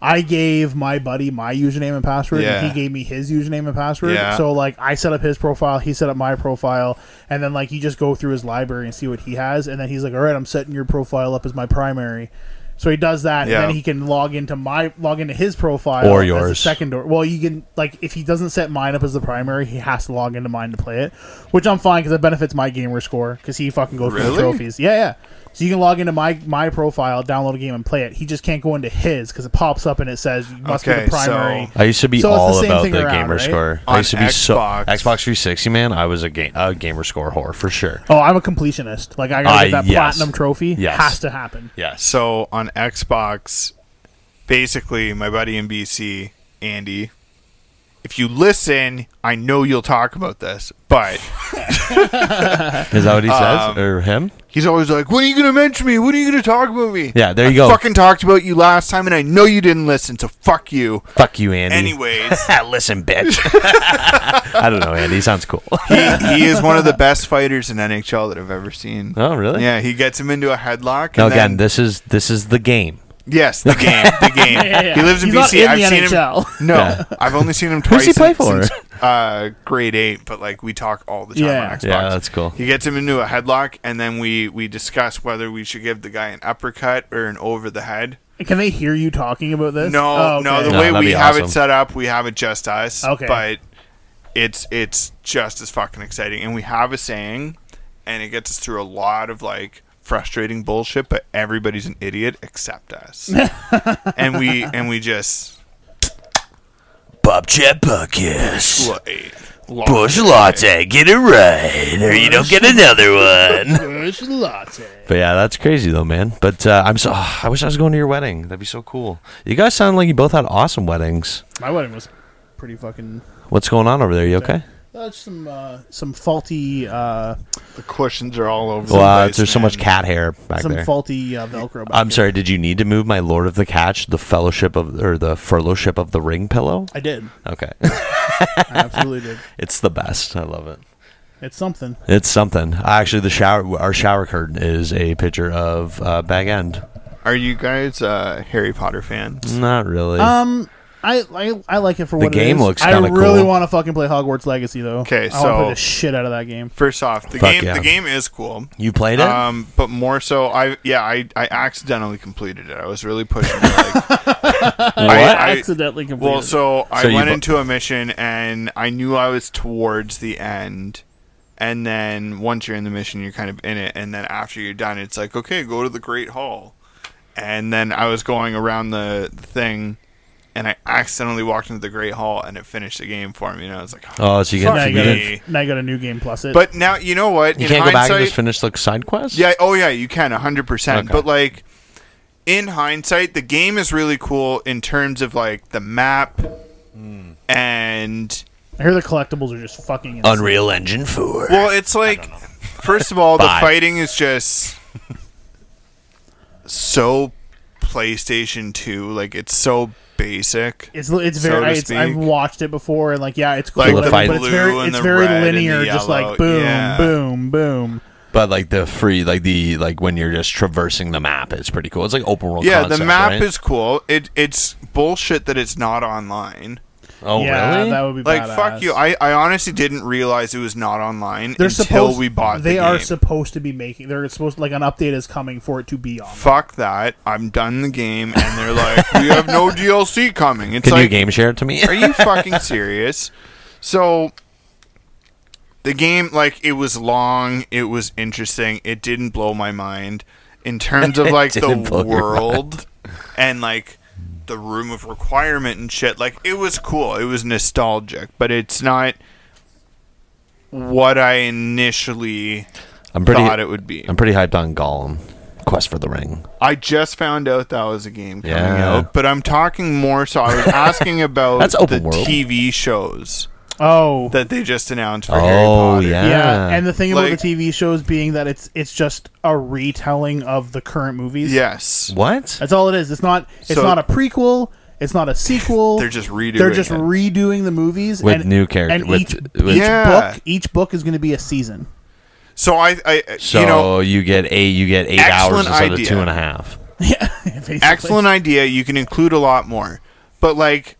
Speaker 7: I gave my buddy my username and password,
Speaker 2: Yeah.
Speaker 7: and he gave me his username and password.
Speaker 2: Yeah.
Speaker 7: So like I set up his profile, he set up my profile, and then like you just go through his library and see what he has, and then he's like, "All right, I'm setting your profile up as my primary." So he does that,
Speaker 2: Yeah.
Speaker 7: and then he can log into my log into his profile
Speaker 6: Or
Speaker 7: as the
Speaker 6: yours.
Speaker 7: second or well, you can like if he doesn't set mine up as the primary, he has to log into mine to play it, which I'm fine because it benefits my gamer score because he fucking goes through
Speaker 2: Really?
Speaker 7: the trophies. Yeah, yeah. So you can log into my my profile, download a game, and play it. He just can't go into his because it pops up and it says you must be
Speaker 2: Okay,
Speaker 7: the primary.
Speaker 2: so-
Speaker 6: I used to be
Speaker 7: So it's the
Speaker 6: all
Speaker 7: same
Speaker 6: about
Speaker 7: thing
Speaker 6: the
Speaker 7: around,
Speaker 6: gamer
Speaker 7: right?
Speaker 6: score. I
Speaker 2: On
Speaker 6: used to be
Speaker 2: Xbox.
Speaker 6: so Xbox 360 man. I was a game a gamer score whore for sure.
Speaker 7: Oh, I'm a completionist. Like I gotta
Speaker 6: I-
Speaker 7: get that
Speaker 6: Ah, yes.
Speaker 7: platinum trophy.
Speaker 6: Yes.
Speaker 7: Has to happen.
Speaker 6: Yes.
Speaker 2: So on Xbox, basically, my buddy in BC, Andy, if you listen, I know you'll talk about this, but
Speaker 6: Is that what he says
Speaker 2: Um,
Speaker 6: or him?
Speaker 2: He's always like, "When are you gonna mention me? When are you gonna talk about me?"
Speaker 6: Yeah, there
Speaker 2: I
Speaker 6: you go.
Speaker 2: Fucking talked about you last time, and I know you didn't listen, so fuck you.
Speaker 6: Fuck you, Andy. Ah,
Speaker 2: Anyways,
Speaker 6: listen, bitch. I don't know, Andy. Sounds cool.
Speaker 2: he, he is one of the best fighters in NHL that I've ever seen.
Speaker 6: Oh, really?
Speaker 2: Yeah, he gets him into a headlock.
Speaker 6: Now
Speaker 2: and
Speaker 6: again,
Speaker 2: then-
Speaker 6: this is this is the game.
Speaker 2: yes, the game, the game.
Speaker 7: yeah, yeah.
Speaker 2: He lives in
Speaker 7: He's not
Speaker 2: BC.
Speaker 7: in
Speaker 2: I've
Speaker 7: the
Speaker 2: seen
Speaker 7: NHL.
Speaker 2: him. No, I've only seen him twice.
Speaker 6: Who's he play
Speaker 2: since-
Speaker 6: for?
Speaker 2: since, uh, grade eight, but like we talk all the time
Speaker 7: Yeah.
Speaker 2: on Xbox.
Speaker 6: Yeah, that's cool.
Speaker 2: He gets him into a headlock, and then we we discuss whether we should give the guy an uppercut or an over the head.
Speaker 7: Can they hear you talking about this?
Speaker 2: No,
Speaker 7: Oh,
Speaker 2: no. The
Speaker 7: okay.
Speaker 6: No,
Speaker 2: way
Speaker 6: that'd
Speaker 2: we
Speaker 6: be
Speaker 2: have it
Speaker 6: awesome.
Speaker 2: set up, we have it just us.
Speaker 7: Okay.
Speaker 2: But it's it's just as fucking exciting, and we have a saying, and it gets us through a lot of like frustrating bullshit. But everybody's an idiot except us, and we and we just
Speaker 6: Bob Chat Podcast.
Speaker 2: like, lo-
Speaker 6: Latte, get it right, or you don't get another one.
Speaker 7: Bush latte.
Speaker 6: But yeah, that's crazy though, man. But uh, I'm so ah, I wish I was going to your wedding. That'd be so cool. You guys sound like you both had awesome weddings.
Speaker 7: My wedding was pretty fucking.
Speaker 6: What's going on over there? You okay?
Speaker 7: That's some uh, some faulty uh,
Speaker 2: the cushions are all
Speaker 6: Wow,
Speaker 2: over. the
Speaker 6: uh,
Speaker 2: place,
Speaker 6: there's so much
Speaker 2: man.
Speaker 6: cat hair back
Speaker 7: some
Speaker 6: there.
Speaker 7: faulty uh, Velcro. back
Speaker 6: I'm
Speaker 7: there.
Speaker 6: sorry. Did you need to move my Lord of the Catch, the Fellowship of, or the Furlowship of the Ring pillow?
Speaker 7: I did.
Speaker 6: Okay,
Speaker 7: I absolutely did.
Speaker 6: it's the best. I love it.
Speaker 7: It's something.
Speaker 6: It's something. Actually, the shower, our shower curtain is a picture of uh, Bag End.
Speaker 2: Are you guys uh, Harry Potter fans?
Speaker 6: Not really.
Speaker 7: Um, I I, I like it for
Speaker 6: The
Speaker 7: what
Speaker 6: game
Speaker 7: it is.
Speaker 6: looks
Speaker 7: I
Speaker 6: kinda
Speaker 7: really
Speaker 6: cool.
Speaker 7: want to fucking play Hogwarts Legacy though.
Speaker 2: Okay,
Speaker 7: I wanna play
Speaker 2: so-
Speaker 7: the shit out of that game.
Speaker 2: First off, the
Speaker 6: Fuck
Speaker 2: game
Speaker 6: yeah.
Speaker 2: the game is cool.
Speaker 6: you played it?
Speaker 2: Um, but more so, I yeah, I, I accidentally completed it. I was really pushing. it, Like, I, I,
Speaker 7: accidentally completed.
Speaker 2: well, so I
Speaker 6: So you
Speaker 2: went
Speaker 6: bu-
Speaker 2: into a mission and I knew I was towards the end, and then once you're in the mission, you're kind of in it, and then after you're done, it's like okay, go to the Great Hall, and then I was going around the thing, and I accidentally walked into the Great Hall, and it finished the game for me, and I was like,
Speaker 6: oh, so you,
Speaker 7: now,
Speaker 6: can,
Speaker 7: you
Speaker 6: you,
Speaker 7: got
Speaker 6: didn't-
Speaker 7: a, now you got a new game plus it.
Speaker 2: but now you know what?
Speaker 6: you
Speaker 2: in
Speaker 6: can't go back and
Speaker 2: hindsight-
Speaker 6: just finish the side quest?
Speaker 2: Yeah. Oh, yeah. You can 100%.
Speaker 6: Okay.
Speaker 2: But, like, in hindsight, the game is really cool in terms of, like, the map
Speaker 6: Hmm.
Speaker 2: and.
Speaker 7: I hear the collectibles are just fucking insane.
Speaker 6: Unreal Engine 4.
Speaker 2: Well, it's like, first of all, the
Speaker 6: Bye.
Speaker 2: fighting is just so PlayStation 2. Like, it's so basic.
Speaker 7: It's li- it's
Speaker 2: so
Speaker 7: very.
Speaker 2: to
Speaker 7: I- it's, I've
Speaker 2: speak.
Speaker 7: watched it before and like yeah, it's cool,
Speaker 2: Like
Speaker 6: the
Speaker 7: but, but it's
Speaker 2: blue
Speaker 7: very
Speaker 2: and
Speaker 7: it's
Speaker 2: the
Speaker 7: very
Speaker 2: red and the
Speaker 7: linear, just
Speaker 2: yellow,
Speaker 7: like boom,
Speaker 2: yeah.
Speaker 7: boom, boom.
Speaker 6: But like the free, like the, like when you're just traversing the map, it's pretty cool. It's like open world
Speaker 2: Yeah, the
Speaker 6: concept,
Speaker 2: map
Speaker 6: right?
Speaker 2: is cool. It It's bullshit that it's not online.
Speaker 6: Oh,
Speaker 7: yeah,
Speaker 6: really?
Speaker 7: that would be
Speaker 2: Like,
Speaker 7: badass.
Speaker 2: fuck you. I, I honestly didn't realize it was not online
Speaker 7: They're
Speaker 2: until
Speaker 7: supposed.
Speaker 2: we bought
Speaker 7: they
Speaker 2: the
Speaker 7: are
Speaker 2: game.
Speaker 7: supposed to be making. They're supposed like an update is coming for it to be on.
Speaker 2: fuck that. I'm done the game. And they're like, we have no DLC coming. It's
Speaker 6: Can you
Speaker 2: like,
Speaker 6: game share it to me?
Speaker 2: are you fucking serious? So the game, like, it was long. It was interesting. It didn't blow my mind in terms of like
Speaker 6: didn't blow
Speaker 2: the
Speaker 6: your
Speaker 2: world and like the room of requirement and shit. Like, it was cool. It was nostalgic, but it's not what I initially
Speaker 6: I'm pretty. um,
Speaker 2: thought it would be.
Speaker 6: I'm pretty hyped on Gollum. Quest for the Ring.
Speaker 2: I just found out that was a game coming
Speaker 6: Yeah.
Speaker 2: out, but I'm talking more so I was asking about
Speaker 6: That's open
Speaker 2: the
Speaker 6: world.
Speaker 2: TV shows
Speaker 7: Oh,
Speaker 2: that they just announced for Harry
Speaker 6: Oh
Speaker 2: Potter.
Speaker 6: yeah.
Speaker 7: Yeah, and the thing about
Speaker 2: Like-
Speaker 7: the TV shows being that it's it's just a retelling of the current movies.
Speaker 2: Yes.
Speaker 6: what?
Speaker 7: that's all it is. It's not it's
Speaker 2: So-
Speaker 7: not a prequel. It's not a sequel.
Speaker 2: They're just redoing
Speaker 7: They're just
Speaker 2: it.
Speaker 7: redoing the movies
Speaker 6: With
Speaker 7: and,
Speaker 6: new character-
Speaker 7: And
Speaker 6: with-
Speaker 7: each,
Speaker 6: with-
Speaker 7: each
Speaker 2: Yeah.
Speaker 7: book each book is going to be a season.
Speaker 2: So I, I
Speaker 6: So
Speaker 2: you
Speaker 6: you,
Speaker 2: know,
Speaker 6: get eight. You get eight hours
Speaker 2: Excellent
Speaker 6: instead
Speaker 2: idea.
Speaker 6: of two and a half.
Speaker 7: Yeah, basically.
Speaker 2: excellent idea. You can include a lot more. But like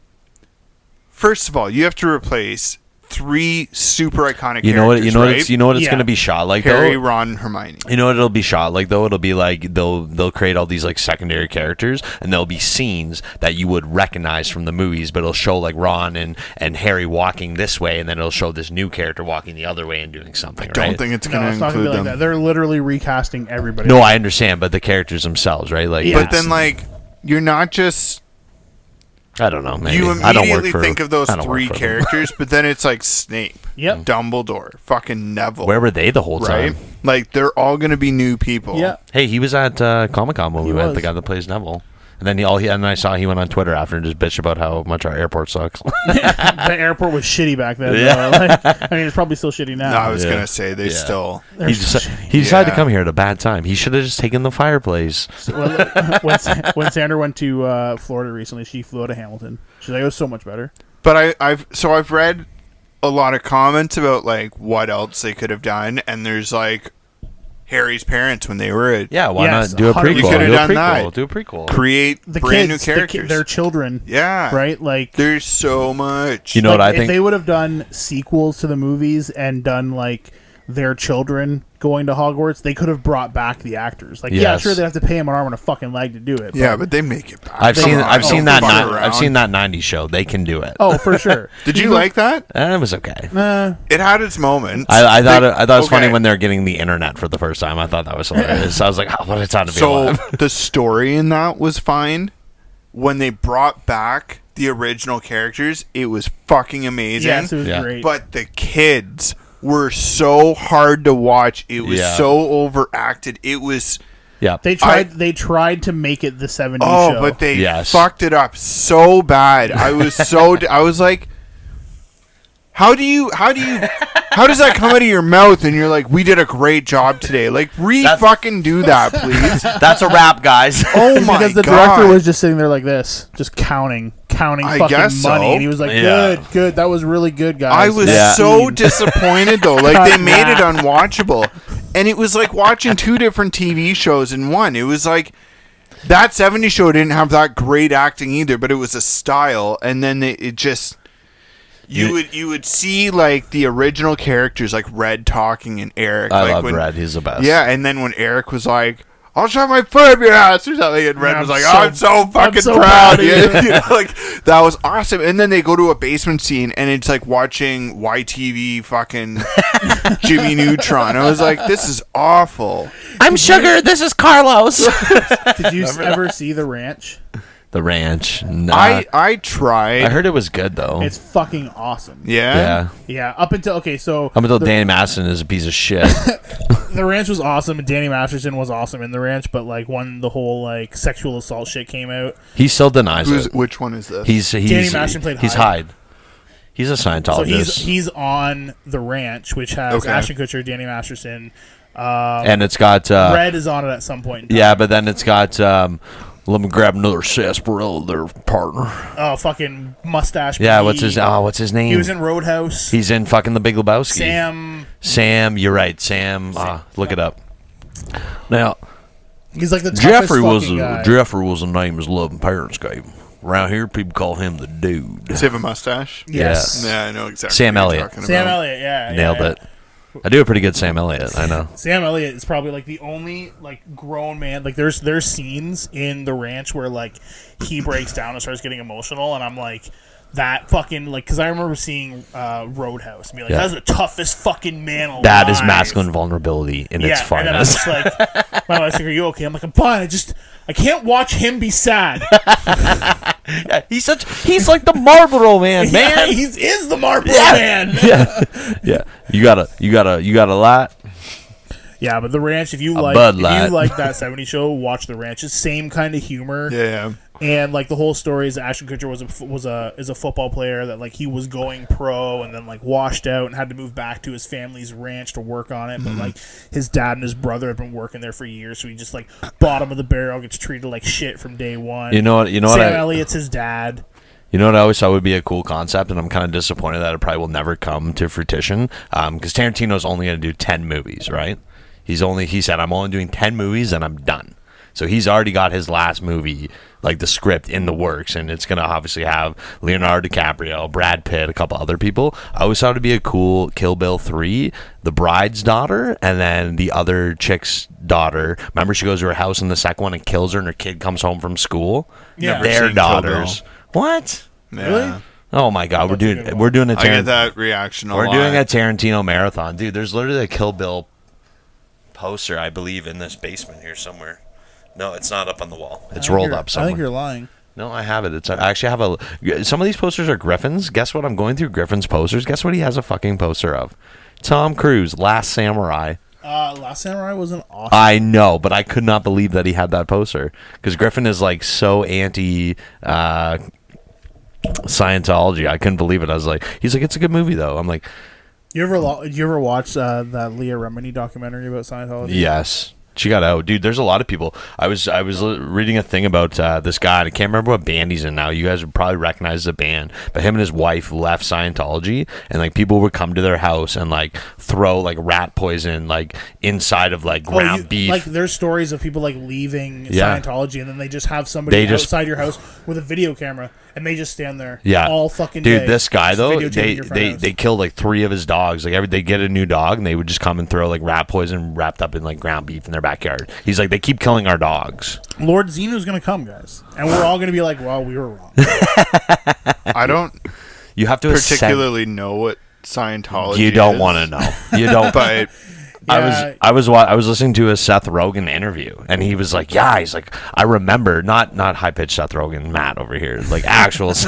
Speaker 2: first of all, you have to replace three super iconic
Speaker 6: You know what? You
Speaker 2: characters,
Speaker 6: know what?
Speaker 2: right?
Speaker 6: It's, you know what? It's
Speaker 7: Yeah.
Speaker 6: gonna be shot like
Speaker 2: Harry,
Speaker 6: though.
Speaker 2: Ron, and Hermione.
Speaker 6: You know what it'll be shot like though? It'll be like they'll they'll create all these like secondary characters and there'll be scenes that you would recognize from the movies, but it'll show like Ron and, and Harry walking this way and then it'll show this new character walking the other way and doing something.
Speaker 2: Don't
Speaker 6: right?
Speaker 2: think it's
Speaker 7: No,
Speaker 2: going
Speaker 7: it's
Speaker 2: to
Speaker 7: not going to
Speaker 2: include
Speaker 7: be like
Speaker 2: them.
Speaker 7: that. They're literally recasting everybody.
Speaker 6: No, I understand, but the characters themselves, right? Like
Speaker 7: Yeah.
Speaker 2: But then like you're not just
Speaker 6: uh, I don't know, maybe.
Speaker 2: You
Speaker 6: I don't work
Speaker 2: immediately
Speaker 6: for,
Speaker 2: think of those
Speaker 6: I don't work
Speaker 2: three
Speaker 6: for them.
Speaker 2: characters, but then it's like Snape,
Speaker 7: Yep.
Speaker 2: Dumbledore, fucking Neville,
Speaker 6: Where were they the whole
Speaker 2: right?
Speaker 6: time?
Speaker 2: Like they're all gonna be new people.
Speaker 7: Yeah.
Speaker 6: Hey, he was at uh, Comic Con when we went.
Speaker 7: was.
Speaker 6: The guy that plays Neville. And then he all he and I saw he went on Twitter after and just bitched about how much our airport sucks.
Speaker 7: the airport was shitty back then. though.
Speaker 6: Yeah.
Speaker 7: Like, I mean, it's probably still shitty now.
Speaker 2: No, I was
Speaker 6: Yeah.
Speaker 2: gonna say they still.
Speaker 6: he, deci- he decided
Speaker 2: Yeah.
Speaker 6: to come here at a bad time. He should have just taken the fireplace.
Speaker 7: when, when, Sa- when Sandra went to uh, Florida recently, she flew out of Hamilton. She's like, it was so much better.
Speaker 2: But I, I've so I've read a lot of comments about like what else they could have done, and there's like Harry's parents when they were a,
Speaker 6: Yeah, why
Speaker 7: Yes,
Speaker 6: not do a
Speaker 7: 100%.
Speaker 6: prequel?
Speaker 7: You
Speaker 6: do
Speaker 2: coulda
Speaker 6: a
Speaker 2: done
Speaker 6: prequel.
Speaker 2: that.
Speaker 6: Do a prequel.
Speaker 2: create
Speaker 7: The kids,
Speaker 2: brand new
Speaker 7: the ki-
Speaker 2: characters.
Speaker 7: their children,
Speaker 2: yeah,
Speaker 7: right? Like,
Speaker 2: There's so much.
Speaker 6: You know
Speaker 7: like,
Speaker 6: what I
Speaker 7: if
Speaker 6: think?
Speaker 7: they would have done sequels to the movies and done like their children going to Hogwarts, they could have brought back the actors. Like, yeah,
Speaker 6: Yes.
Speaker 7: sure, they have to pay him an arm and a fucking leg to do it. but-
Speaker 2: yeah, but they make it. Back.
Speaker 6: I've
Speaker 2: Come
Speaker 6: seen
Speaker 2: on,
Speaker 6: I've
Speaker 2: don't
Speaker 6: seen that
Speaker 2: fuck
Speaker 6: ni-
Speaker 2: around.
Speaker 6: I've seen that 90s show. They can do it.
Speaker 7: Oh, for sure.
Speaker 2: Did you like that?
Speaker 6: Eh, it was okay.
Speaker 7: Uh,
Speaker 2: It had its moments.
Speaker 6: I, I thought it, I thought it was funny
Speaker 2: okay.
Speaker 6: when they were getting the internet for the first time. I thought that was hilarious. I was like, oh, what a time to be
Speaker 2: so
Speaker 6: alive.
Speaker 2: the story in that was fine. When they brought back the original characters, it was fucking amazing.
Speaker 7: yes, it was
Speaker 6: Yeah.
Speaker 7: great.
Speaker 2: but the kids were so hard to watch. It was
Speaker 6: Yeah.
Speaker 2: so overacted. It was
Speaker 6: Yeah,
Speaker 7: they tried. they tried to make it the '70s
Speaker 2: oh,
Speaker 7: show.
Speaker 2: but they
Speaker 6: Yes.
Speaker 2: fucked it up so bad. I was so d- I was like, how do you how do you how does that come out of your mouth? And you're like, we did a great job today. Like re fucking do that, please.
Speaker 6: that's a wrap, guys.
Speaker 2: Oh my
Speaker 7: because the
Speaker 2: god!
Speaker 7: director was just sitting there like this, just counting, counting
Speaker 2: I
Speaker 7: fucking money,
Speaker 2: guess so.
Speaker 7: and he was like,
Speaker 6: Yeah.
Speaker 7: "Good, good, that was really good, guys."
Speaker 2: I was
Speaker 6: Yeah.
Speaker 2: so
Speaker 7: Scene.
Speaker 2: disappointed though. Like they made it unwatchable. And it was like watching two different TV shows in one. It was like that 70 show didn't have that great acting either, but it was a style and then it, it just you
Speaker 6: You-
Speaker 2: would you would see like the original characters like Red talking and Eric
Speaker 6: I
Speaker 2: like
Speaker 6: love
Speaker 2: when-
Speaker 6: Brad. He's the best.
Speaker 2: Yeah, and then when Eric was like I'll shove my foot up your ass or something. And Red
Speaker 7: I'm
Speaker 2: was like,
Speaker 7: so-
Speaker 2: "I'm so fucking
Speaker 7: so proud
Speaker 2: proud."
Speaker 7: of
Speaker 2: Yeah, you know, like that was awesome. And then they go to a basement scene, and it's like watching YTV fucking Jimmy Neutron. I was like, "This is awful."
Speaker 6: I'm Sugar. This is Carlos.
Speaker 7: Did you ever see the ranch?
Speaker 6: the ranch. Nah.
Speaker 2: I I
Speaker 6: Uh-huh. I
Speaker 2: tried.
Speaker 6: heard it was good though.
Speaker 7: It's fucking awesome.
Speaker 2: yeah.
Speaker 6: yeah,
Speaker 7: Yeah, up until okay, so
Speaker 6: up until
Speaker 7: the,
Speaker 6: Danny Masson is a piece of shit.
Speaker 7: the ranch was awesome, and Danny Masterson was awesome in the ranch, but like when the whole like sexual assault shit came out,
Speaker 6: he still denies
Speaker 2: Who's
Speaker 6: it.
Speaker 2: which one is this?
Speaker 6: He's he's
Speaker 7: Masterson played
Speaker 6: he's
Speaker 7: Hyde.
Speaker 6: Hyde. He's a Scientologist.
Speaker 7: so he's he's on the ranch, which has
Speaker 2: Okay.
Speaker 7: Ashton Kutcher, Danny Masterson,
Speaker 6: and it's got uh,
Speaker 7: Red is on it at some point. in time.
Speaker 6: yeah, but then it's got um, let me grab another sarsaparilla, their partner.
Speaker 7: Oh, fucking mustache.
Speaker 6: Yeah,
Speaker 7: P.
Speaker 6: what's his oh, what's his name?
Speaker 7: He was in Roadhouse.
Speaker 6: He's in fucking The Big Lebowski.
Speaker 7: Sam.
Speaker 6: Sam, you're right. Sam, uh, look it up. Now,
Speaker 7: He's like the toughest
Speaker 6: Jeffrey was
Speaker 7: fucking
Speaker 6: the,
Speaker 7: guy.
Speaker 6: Jeffrey was the name his loving parents gave him. Around here, people call him the dude.
Speaker 2: Does he have a mustache?
Speaker 7: yes.
Speaker 2: Yeah, I know exactly.
Speaker 6: Sam
Speaker 2: what you're
Speaker 6: Elliott.
Speaker 2: talking
Speaker 7: Sam
Speaker 2: about.
Speaker 7: Elliott. Yeah, yeah,
Speaker 6: Nailed
Speaker 7: yeah.
Speaker 6: it. I do a pretty good Sam Elliott. I know.
Speaker 7: Sam Elliott is probably like the only like grown man. Like there's there's scenes in the ranch where like he breaks down and starts getting emotional, and I'm like that fucking like because I remember seeing uh, Roadhouse and be like
Speaker 6: Yeah.
Speaker 7: that's the toughest fucking man alive.
Speaker 6: That is masculine vulnerability in
Speaker 7: Yeah,
Speaker 6: its
Speaker 7: and then I was
Speaker 6: finest.
Speaker 7: just like, my wife's like, "Are you okay?" I'm like, "I'm fine. I just I can't watch him be sad.
Speaker 6: he's such. He's like the Marlboro man, man.
Speaker 7: he's is the Marlboro man."
Speaker 6: yeah, yeah. You gotta, you gotta, you gotta lie.
Speaker 7: Yeah, but the ranch. If you like,
Speaker 6: Bud
Speaker 7: if
Speaker 6: Light.
Speaker 7: you like that '70s show, watch the ranch. It's same kind of humor.
Speaker 2: Yeah.
Speaker 7: and like the whole story is Ashton Kutcher was a was a is a football player that like he was going pro and then like washed out and had to move back to his family's ranch to work on it, but
Speaker 6: Mm-hmm.
Speaker 7: like his dad and his brother had been working there for years, so he just like bottom of the barrel gets treated like shit from day one.
Speaker 6: You know what? You know what?
Speaker 7: Sam
Speaker 6: I,
Speaker 7: Elliott's his dad.
Speaker 6: You know what I always thought would be a cool concept, and I'm kind of disappointed that it probably will never come to fruition. Because Tarantino's only going to do ten movies, right? He's only he said I'm only doing ten movies and I'm done. So he's already got his last movie, like the script in the works, and it's going to obviously have Leonardo DiCaprio, Brad Pitt, a couple other people. I always thought it'd be a cool Kill Bill three, the bride's daughter, and then the other chick's daughter. Remember, she goes to her house in the second one and kills her, and her kid comes home from school.
Speaker 7: Yeah.
Speaker 2: Never
Speaker 6: their
Speaker 2: seen Kill Bill.
Speaker 6: daughters. What?
Speaker 2: yeah.
Speaker 6: Oh my god, we're doing we're doing a
Speaker 2: I get
Speaker 6: Tarantino.
Speaker 2: that reaction a
Speaker 6: We're
Speaker 2: lot.
Speaker 6: doing a Tarantino marathon, dude. There's literally a Kill Bill poster, I believe, in this basement here somewhere. No, it's not up on the wall. It's rolled up somewhere.
Speaker 7: lying.
Speaker 6: no, I have it. It's I actually have a. Some of these posters are Griffin's. Guess what? I'm going through Griffin's posters. Guess what? He has a fucking poster of Tom Cruise, Last Samurai.
Speaker 7: Uh, Last Samurai was an awesome.
Speaker 6: I know, but I could not believe that he had that poster because Griffin is like so anti uh, Scientology. I couldn't believe it. I was like, he's like, it's a good movie though. I'm like,
Speaker 7: you ever lo- you ever watch uh, that Leah Remini documentary about Scientology?
Speaker 6: yes. She got out, dude. There's a lot of people. I was I was li- reading a thing about uh, this guy. And I can't remember what band he's in now. You guys would probably recognize the band, but him and his wife left Scientology, and like people would come to their house and like throw like rat poison like inside of like
Speaker 7: Oh,
Speaker 6: ground
Speaker 7: you-
Speaker 6: beef.
Speaker 7: Like there's stories of people like leaving
Speaker 6: Yeah.
Speaker 7: Scientology and then they just have somebody
Speaker 6: They just-
Speaker 7: outside your house with a video camera and they just stand there
Speaker 6: Yeah,
Speaker 7: all fucking
Speaker 6: dude.
Speaker 7: day,
Speaker 6: This guy
Speaker 7: just
Speaker 6: though,
Speaker 7: videotaping
Speaker 6: they
Speaker 7: your front
Speaker 6: they,
Speaker 7: house.
Speaker 6: they killed like three of his dogs. Like every they get a new dog and they would just come and throw like rat poison wrapped up in like ground beef in their backyard. He's like, they keep killing our dogs.
Speaker 7: Lord Xeno's gonna come, guys, and we're all gonna be like, "Well, we were wrong."
Speaker 2: I don't
Speaker 6: You have to accept-
Speaker 2: particularly know what Scientology.
Speaker 6: You don't want to
Speaker 2: is,
Speaker 6: know. You don't.
Speaker 2: but
Speaker 6: I
Speaker 7: Yeah.
Speaker 6: was I was wa- I was listening to a Seth Rogen interview, and he was like, "Yeah, he's like, I remember not not high pitched Seth Rogen, Matt over here, like actual. there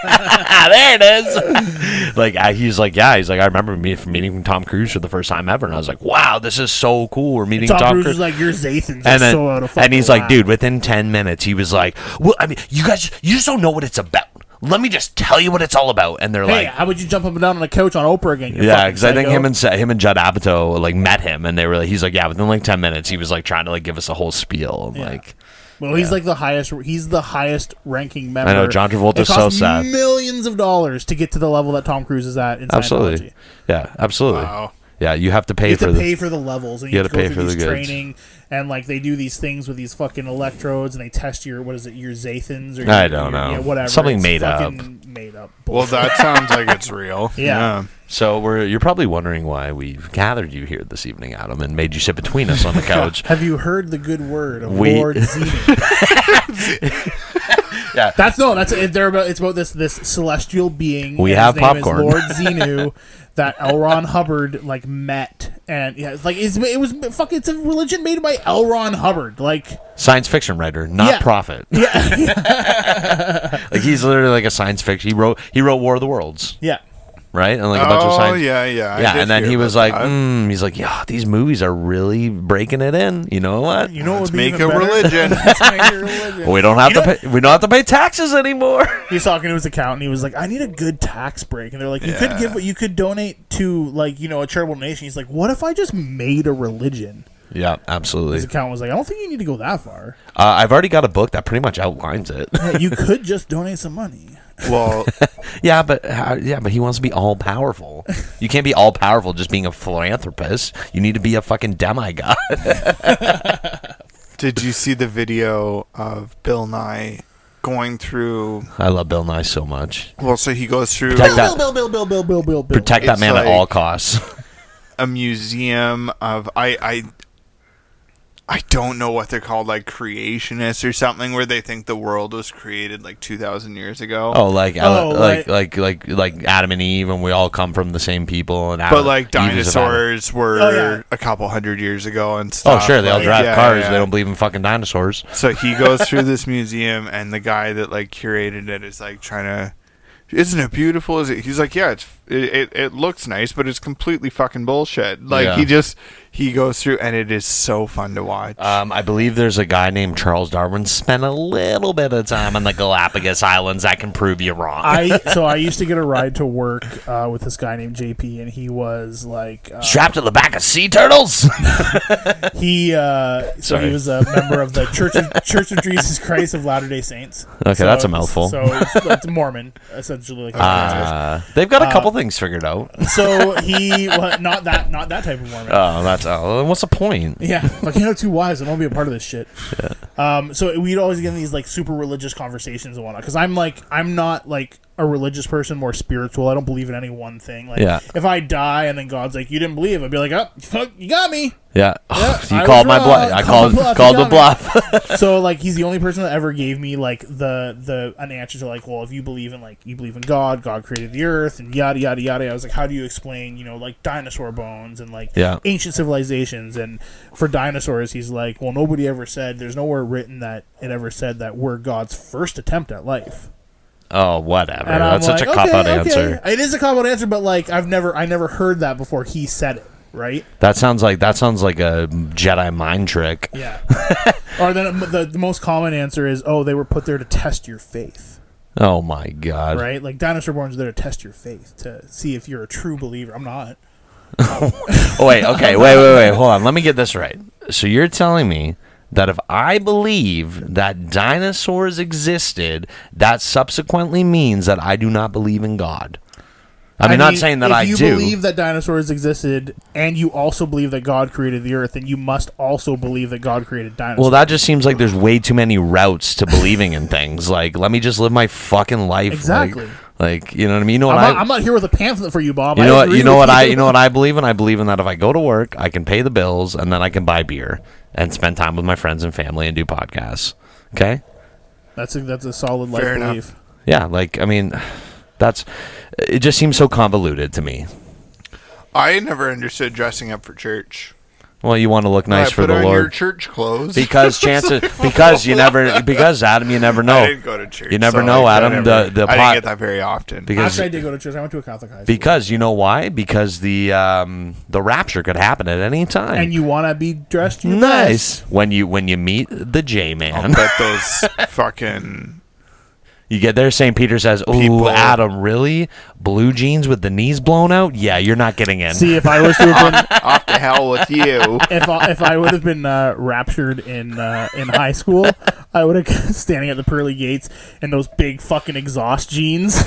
Speaker 6: it is. like I, he's like, yeah, he's like, I remember me meeting Tom Cruise for the first time ever, and I was like, wow, this is so cool. We're meeting Tom,
Speaker 7: Tom Cruise
Speaker 6: Cruise.
Speaker 7: is like, "Your Zathans are
Speaker 6: and then,
Speaker 7: so out of
Speaker 6: and he's
Speaker 7: fucking
Speaker 6: like,
Speaker 7: whack."
Speaker 6: dude, within ten minutes, he was like, well, I mean, you guys, you just don't know what it's about. Let me just tell you what it's all about. And they're
Speaker 7: Hey,
Speaker 6: like,
Speaker 7: how would you jump up and down on a couch on Oprah again? you
Speaker 6: yeah,
Speaker 7: fucking
Speaker 6: because I think
Speaker 7: psycho?
Speaker 6: him and Sa- him and Judd Apatow like met him, and they were like, he's like, yeah, within like ten minutes, he was like trying to like give us a whole spiel. and Like,
Speaker 7: well, he's like the highest. He's the highest ranking member.
Speaker 6: know, John Travolta's
Speaker 7: It costs
Speaker 6: so sad.
Speaker 7: Millions of dollars to get to the level that Tom Cruise is at. In Scientology.
Speaker 6: absolutely, yeah, absolutely,
Speaker 2: Wow.
Speaker 6: yeah. You have to pay
Speaker 7: You have
Speaker 6: for
Speaker 7: to
Speaker 6: the
Speaker 7: pay for the levels, and you,
Speaker 6: You
Speaker 7: have to go
Speaker 6: gotta pay
Speaker 7: through
Speaker 6: for the
Speaker 7: these
Speaker 6: goods.
Speaker 7: training, and like they do these things with these fucking electrodes, and they test your what is it, your Zathans or
Speaker 6: I
Speaker 7: your-
Speaker 6: don't
Speaker 7: your-
Speaker 6: know.
Speaker 7: yeah, whatever,
Speaker 6: Something
Speaker 7: It's
Speaker 6: made
Speaker 7: fucking made up.
Speaker 2: well, that sounds like it's real.
Speaker 7: Yeah.
Speaker 6: So we're you're probably wondering why we've gathered you here this evening, Adam, and made you sit between us on the couch.
Speaker 7: Have you heard the good word of
Speaker 6: We-
Speaker 7: Lord Zeno?
Speaker 6: Yeah.
Speaker 7: that's no. That's it, they're about. It's about this this celestial being.
Speaker 6: We
Speaker 7: and
Speaker 6: have
Speaker 7: his name is
Speaker 6: popcorn.
Speaker 7: Lord Zenu that Elron Hubbard like met, and yeah, it's like it's, it was fuck. It's a religion made by Elron Hubbard. Like
Speaker 6: science fiction writer, not
Speaker 7: Yeah.
Speaker 6: prophet. Yeah, like he's literally like a science fiction. He wrote he wrote War of the Worlds,
Speaker 7: yeah,
Speaker 6: right? And like a bunch of
Speaker 2: Oh
Speaker 6: science.
Speaker 2: yeah, yeah. I
Speaker 6: yeah,
Speaker 2: did
Speaker 6: and then
Speaker 2: hear
Speaker 6: he was
Speaker 2: about
Speaker 6: like,
Speaker 2: that.
Speaker 6: mm, he's like, yeah, these movies are really breaking it in. You know what?
Speaker 7: you know what would be
Speaker 2: make
Speaker 7: even
Speaker 2: a
Speaker 7: better?
Speaker 2: religion.
Speaker 7: Let's make a religion.
Speaker 6: We don't have to pay. We don't have to pay taxes anymore.
Speaker 7: He's talking to his accountant. He was like, "I need a good tax break," and they're like, "You could
Speaker 2: Yeah.
Speaker 7: give, you could donate to like you know a charitable nation." He's like, "What if I just made a religion?"
Speaker 6: Yeah,
Speaker 7: His
Speaker 6: absolutely.
Speaker 7: accountant was like, "I don't think you need to go that far.
Speaker 6: Uh, I've already got a book that pretty much outlines it.
Speaker 7: Yeah, you could just donate some money."
Speaker 2: well,
Speaker 6: yeah, but how, yeah, but he wants to be all powerful. You can't be all powerful just being a philanthropist. You need to be a fucking demigod.
Speaker 2: did you see the video of Bill Nye going through?
Speaker 6: I love Bill Nye so much.
Speaker 2: Well, so he goes through
Speaker 7: Bill,
Speaker 6: Protect that.
Speaker 7: Bill, Bill, Bill, Bill, Bill, Bill, Bill.
Speaker 6: Protect that
Speaker 2: It's
Speaker 6: man at
Speaker 2: like-
Speaker 6: all costs.
Speaker 2: a museum of I I I don't know what they're called, like creationists or something, where they think the world was created like two thousand years ago.
Speaker 6: Oh, like
Speaker 7: Oh,
Speaker 6: like,
Speaker 7: right.
Speaker 6: like like like Adam and Eve, and we all come from the same people. And
Speaker 2: but
Speaker 6: Adam- Eve
Speaker 2: like
Speaker 6: is of Adam.
Speaker 2: dinosaurs were
Speaker 7: Oh, yeah.
Speaker 2: a couple hundred years ago and
Speaker 6: Oh,
Speaker 2: stuff.
Speaker 6: sure, they all
Speaker 2: like,
Speaker 6: drive
Speaker 2: yeah,
Speaker 6: cars.
Speaker 2: yeah.
Speaker 6: They don't believe in fucking dinosaurs.
Speaker 2: So he goes through this museum, and the guy that like curated it is like trying to. Isn't it beautiful? Is it? He's like, yeah, it's it, it, it looks nice, but it's completely fucking bullshit. Like
Speaker 6: Yeah.
Speaker 2: he just he goes through, and it is so fun to watch.
Speaker 6: Um, I believe there's a guy named Charles Darwin spent a little bit of time on the Galapagos Islands. I can prove you wrong.
Speaker 7: I so I used to get a ride to work uh, with this guy named JP, and he was like, uh,
Speaker 6: Strapped to the back of sea turtles.
Speaker 7: he uh, so
Speaker 6: Sorry.
Speaker 7: he was a member of the Church of Church of Jesus Christ of Latter Day Saints.
Speaker 6: Okay,
Speaker 7: so
Speaker 6: that's
Speaker 7: it's-
Speaker 6: a mouthful.
Speaker 7: So it's, it's Mormon essentially. Like
Speaker 6: Uh, they've got a couple things figured out.
Speaker 7: So he well, not that not that type of Mormon.
Speaker 6: Oh, that's oh, what's the point?
Speaker 7: yeah, like you know, two wives. I don't want to be a part of this shit. Um, so we'd always get in these like super religious conversations and whatnot. Because I'm like, I'm not like a religious person, more spiritual. I don't believe in any one thing. Like,
Speaker 6: Yeah.
Speaker 7: if I die and then God's like, you didn't believe, I'd be like, oh, fuck, you got me.
Speaker 6: Yeah, you
Speaker 7: I was
Speaker 6: called my
Speaker 7: wrong.
Speaker 6: bluff. I
Speaker 7: Called
Speaker 6: called
Speaker 7: the bluff, you
Speaker 6: called the
Speaker 7: got
Speaker 6: bluff.
Speaker 7: so like he's the only person that ever gave me like the the an answer to like well if you believe in like you believe in god god created the earth and yada yada yada i was like how do you explain you know like dinosaur bones and like
Speaker 6: Yeah.
Speaker 7: ancient civilizations and for dinosaurs he's like well nobody ever said there's nowhere written that it ever said that we're god's first attempt at life
Speaker 6: oh, whatever.
Speaker 7: and
Speaker 6: That's
Speaker 7: I'm
Speaker 6: such
Speaker 7: like,
Speaker 6: a cop out
Speaker 7: okay, okay.
Speaker 6: answer.
Speaker 7: it is a cop out answer but like i've never i never heard that before he said it right?
Speaker 6: That sounds like that sounds like a Jedi mind trick.
Speaker 7: Yeah. or then the, the most common answer is, oh, they were put there to test your faith,
Speaker 6: Oh my god!
Speaker 7: right? Like dinosaur borns are there to test your faith to see if you're a true believer. I'm not.
Speaker 6: Oh, wait, okay, wait, wait, wait. Hold on. Let me get this right. So you're telling me that if I believe that dinosaurs existed, that subsequently means that I do not believe in God. I mean, not saying that
Speaker 7: if
Speaker 6: I
Speaker 7: you
Speaker 6: do.
Speaker 7: believe that dinosaurs existed, and you also believe that God created the Earth, then you must also believe that God created dinosaurs.
Speaker 6: well, that just seems like there's way too many routes to believing in things. Like, let me just live my fucking life. like-
Speaker 7: Exactly.
Speaker 6: Like, you know what I mean? You know what
Speaker 7: I'm,
Speaker 6: I,
Speaker 7: not, I'm not here with a pamphlet for you, Bob.
Speaker 6: you
Speaker 7: I
Speaker 6: know what
Speaker 7: agree
Speaker 6: you know
Speaker 7: with
Speaker 6: what I you know what I believe in? I believe in that if I go to work, I can pay the bills and then I can buy beer and spend time with my friends and family and do podcasts. Okay?
Speaker 7: That's a, that's a solid life
Speaker 2: Fair enough.
Speaker 7: belief.
Speaker 6: Yeah, like I mean, that's it. Just seems so convoluted to me.
Speaker 2: I never understood dressing up for church.
Speaker 6: Well, you want to look nice
Speaker 2: I
Speaker 6: for
Speaker 2: put
Speaker 6: the
Speaker 2: on your
Speaker 6: Lord
Speaker 2: church clothes.
Speaker 6: because chances because you never because Adam you never know
Speaker 2: I didn't go to church.
Speaker 6: you never
Speaker 2: so,
Speaker 6: know
Speaker 2: like, I
Speaker 6: Adam
Speaker 2: never-
Speaker 6: the the
Speaker 2: I
Speaker 6: pot-
Speaker 2: didn't get that very often.
Speaker 6: because
Speaker 7: Actually, I did go to church. I went to a Catholic high school.
Speaker 6: because you know why because the um the rapture could happen at any time
Speaker 7: and you want to be dressed your
Speaker 6: nice
Speaker 7: best.
Speaker 6: when you when you meet the J man
Speaker 2: but those fucking
Speaker 6: you get there St Peter says ooh
Speaker 2: People-
Speaker 6: Adam really blue jeans with the knees blown out yeah you're not getting in
Speaker 7: See, if I was to have been,
Speaker 2: off to hell with you.
Speaker 7: if I, if I would have been uh, raptured in uh, in high school, I would have standing at the pearly gates in those big fucking exhaust jeans,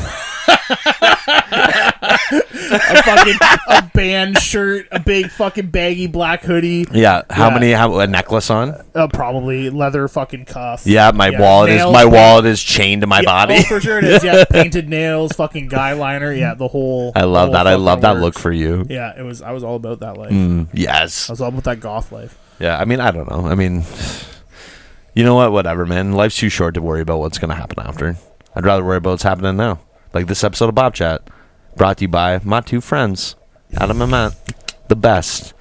Speaker 7: a fucking a band shirt, a big fucking baggy black hoodie,
Speaker 6: yeah how
Speaker 7: Yeah.
Speaker 6: many how a necklace on
Speaker 7: uh, probably leather fucking cuff.
Speaker 6: Yeah, my wallet
Speaker 7: nails
Speaker 6: is my
Speaker 7: paint-
Speaker 6: wallet is chained to my
Speaker 7: yeah,
Speaker 6: body.
Speaker 7: Oh, for sure it is. Yeah, painted nails, fucking guy liner. Yeah, the whole.
Speaker 6: I
Speaker 7: the
Speaker 6: love
Speaker 7: whole
Speaker 6: that. I
Speaker 7: Oh, fucking
Speaker 6: love that look Mm.
Speaker 7: works.
Speaker 6: for you.
Speaker 7: Yeah, it was. I was all about that life.
Speaker 6: Yes.
Speaker 7: I was all about that goth life.
Speaker 6: Yeah. I mean, I don't know. I mean, you know what? Whatever, man. Life's too short to worry about what's gonna happen after. I'd rather worry about what's happening now. Like this episode of Bob Chat, brought to you by my two friends, Adam and Matt, the best.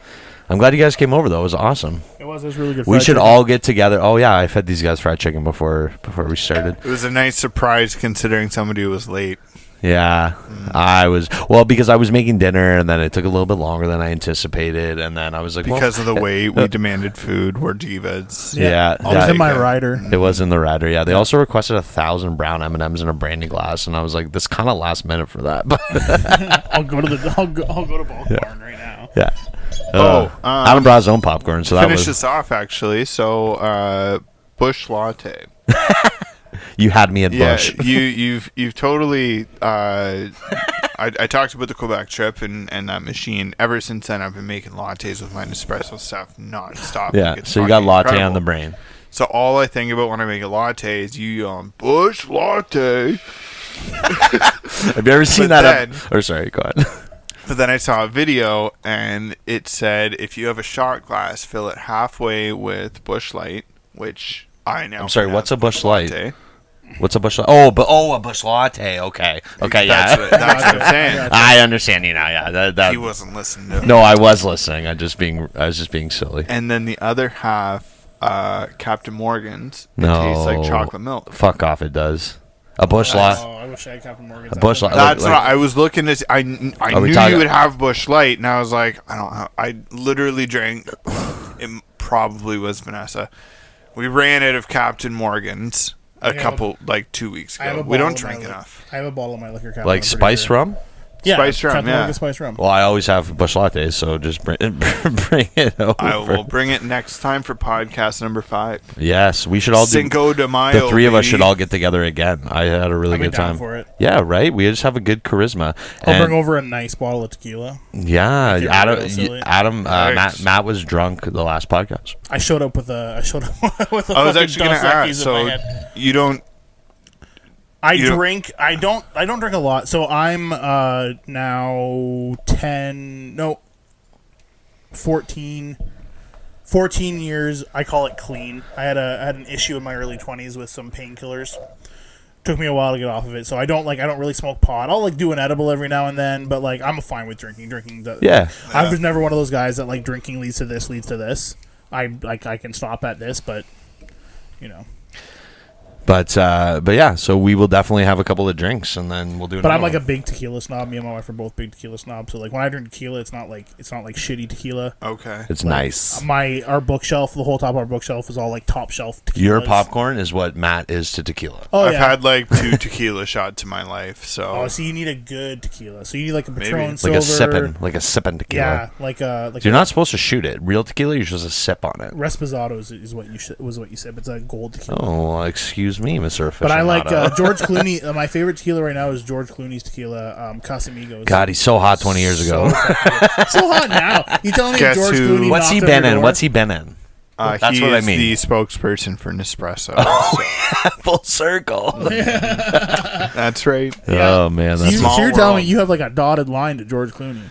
Speaker 6: I'm glad you guys came over though. It was awesome.
Speaker 7: It was. It was really good.
Speaker 6: we
Speaker 7: fried
Speaker 6: should
Speaker 7: chicken.
Speaker 6: all get together. Oh yeah, I fed these guys fried chicken before before we started.
Speaker 2: It was a nice surprise considering somebody was late.
Speaker 6: Yeah, I was well because I was making dinner and then it took a little bit longer than I anticipated, and then I was like, well,
Speaker 2: Because of the wait, we demanded food. We're divas.
Speaker 6: yeah,
Speaker 7: I was
Speaker 6: yeah.
Speaker 7: in my
Speaker 2: Yeah.
Speaker 7: rider.
Speaker 6: it was in the rider. Yeah, they also requested a thousand brown M and M's in a brandy glass, and I was like, this kind of last minute for that, but
Speaker 7: I'll go to the. I'll go, I'll go to Ball Barn right now.
Speaker 6: yeah.
Speaker 2: Oh,
Speaker 6: Uh,
Speaker 2: um,
Speaker 6: Adam brought his own popcorn, so that
Speaker 2: Finish
Speaker 6: was
Speaker 2: this off actually. So, uh, bush latte.
Speaker 6: you had me at
Speaker 2: Yeah,
Speaker 6: Bush.
Speaker 2: you you've you've totally. Uh, I, I talked about the Quebec trip and, and that machine. Ever since then, I've been making lattes with my Nespresso stuff nonstop.
Speaker 6: Yeah,
Speaker 2: Like, it's
Speaker 6: so you got
Speaker 2: fucking
Speaker 6: latte on
Speaker 2: incredible.
Speaker 6: the brain.
Speaker 2: So all I think about when I make a latte is you yelling bush latte.
Speaker 6: Have you ever seen
Speaker 2: But
Speaker 6: that? ep-
Speaker 2: then- Oh
Speaker 6: or sorry, go on.
Speaker 2: But then I saw a video and it said if you have a shot glass, fill it halfway with bush light, which I now.
Speaker 6: I'm sorry,
Speaker 2: pronounce
Speaker 6: what's a Busch Light?
Speaker 2: latte.
Speaker 6: What's a Bush? La- oh, but oh, a Bush latte. Okay, okay,
Speaker 2: That's,
Speaker 6: yeah.
Speaker 2: what, that's what I'm saying.
Speaker 6: I understand you now. Yeah, that, that,
Speaker 2: He wasn't listening to
Speaker 6: No, I was listening. I just being I was just being silly.
Speaker 2: and then the other half, uh, Captain Morgan's. It
Speaker 6: No.
Speaker 2: tastes like chocolate milk.
Speaker 6: Fuck off! It does. A bush
Speaker 7: Oh,
Speaker 6: lot.
Speaker 7: I wish I had Captain Morgan.
Speaker 6: A bush lot.
Speaker 2: That's
Speaker 6: like-
Speaker 2: what I was looking to. I kn- I
Speaker 6: Are we
Speaker 2: knew
Speaker 6: talking-
Speaker 2: you would have Bush Light, and I was like, I don't. Have, I literally drank. It probably was Vanessa. We ran out of Captain Morgan's a
Speaker 7: have a-
Speaker 2: couple like two weeks
Speaker 7: I have
Speaker 2: ago.
Speaker 7: a
Speaker 2: We
Speaker 7: bottle
Speaker 2: don't
Speaker 7: of my
Speaker 2: drink
Speaker 7: li-
Speaker 2: enough.
Speaker 7: I have a bottle of my liquor cabinet.
Speaker 6: like spice rum.
Speaker 7: Yeah,
Speaker 2: Spice rum,
Speaker 7: Captain
Speaker 2: yeah.
Speaker 7: Morgan spice rum.
Speaker 6: Well, I always have bush lattes, so just bring, bring it over.
Speaker 2: I will bring it next time for podcast number five.
Speaker 6: Yes, we should all do.
Speaker 2: Cinco de Mayo.
Speaker 6: the three of us
Speaker 2: baby.
Speaker 6: should all get together again. I had a really
Speaker 7: I'll be
Speaker 6: good
Speaker 7: down
Speaker 6: time.
Speaker 7: for it.
Speaker 6: Yeah, right. We just have a good charisma.
Speaker 7: I'll
Speaker 6: And-
Speaker 7: bring over a nice bottle of tequila.
Speaker 6: yeah,
Speaker 7: Get
Speaker 6: Adam.
Speaker 7: real silly.
Speaker 6: Adam. Uh,
Speaker 2: Nice.
Speaker 6: Matt, Matt was drunk the last podcast.
Speaker 7: I showed up with a. I showed up with a
Speaker 2: I was
Speaker 7: fucking
Speaker 2: actually going
Speaker 7: Dos
Speaker 2: to ask.
Speaker 7: Equis in
Speaker 2: So
Speaker 7: my hand.
Speaker 2: you don't.
Speaker 7: I
Speaker 2: You don't-
Speaker 7: drink. I don't. I don't drink a lot. So I'm uh now ten. No, 14, 14 years. I call it clean. I had a I had an issue in my early twenties with some painkillers. Took me a while to get off of it. So I don't like. I don't really smoke pot. I'll like do an edible every now and then, but like I'm fine with drinking. Drinking. The,
Speaker 6: Yeah.
Speaker 7: I was never one of those guys that like drinking leads to this leads to this. I like I can stop at this, but you know.
Speaker 6: But uh, but yeah, so we will definitely have a couple of drinks and then we'll do.
Speaker 7: But I'm
Speaker 6: another
Speaker 7: like a
Speaker 6: one.
Speaker 7: big tequila snob. Me and my wife are both big tequila snobs. So like when I drink tequila, it's not like it's not like shitty tequila.
Speaker 2: Okay.
Speaker 6: It's nice.
Speaker 7: My our bookshelf, the whole top of our bookshelf is all like top shelf. Tequilas.
Speaker 6: Your popcorn is what Matt is to tequila.
Speaker 7: Oh
Speaker 2: I've
Speaker 7: yeah.
Speaker 2: had like two tequila shots in my life, so
Speaker 7: oh, so you need a good tequila. So you need like a
Speaker 2: Maybe.
Speaker 7: Patron
Speaker 2: Like
Speaker 6: like
Speaker 7: Silver.
Speaker 6: a sippin', like a sippin' tequila.
Speaker 7: Yeah, like a like
Speaker 6: So you're
Speaker 7: a,
Speaker 6: not supposed to shoot it. Real tequila, you're supposed to sip on it.
Speaker 7: Reposado is, is what you should, was what you said. But it's a gold tequila.
Speaker 6: Oh, well, excuse me, Mr. Aficionado.
Speaker 7: But I like uh, George Clooney. Uh, my favorite tequila right now is George Clooney's tequila, um, Casamigos.
Speaker 6: God, he's so hot 20 years ago.
Speaker 7: So, so hot now. You telling me
Speaker 2: Guess
Speaker 7: George
Speaker 2: who-
Speaker 7: Clooney?
Speaker 6: What's he
Speaker 7: knocked on
Speaker 6: been
Speaker 7: your
Speaker 6: in?
Speaker 7: door?
Speaker 6: What's he been in?
Speaker 2: uh,
Speaker 6: That's
Speaker 2: he
Speaker 6: what I
Speaker 2: is
Speaker 6: mean.
Speaker 2: the spokesperson for Nespresso.
Speaker 6: Full circle.
Speaker 2: That's right.
Speaker 6: Oh, man.
Speaker 7: So you,
Speaker 6: That's
Speaker 2: Small
Speaker 7: so you're telling me
Speaker 2: world.
Speaker 7: you have like a dotted line to George Clooney?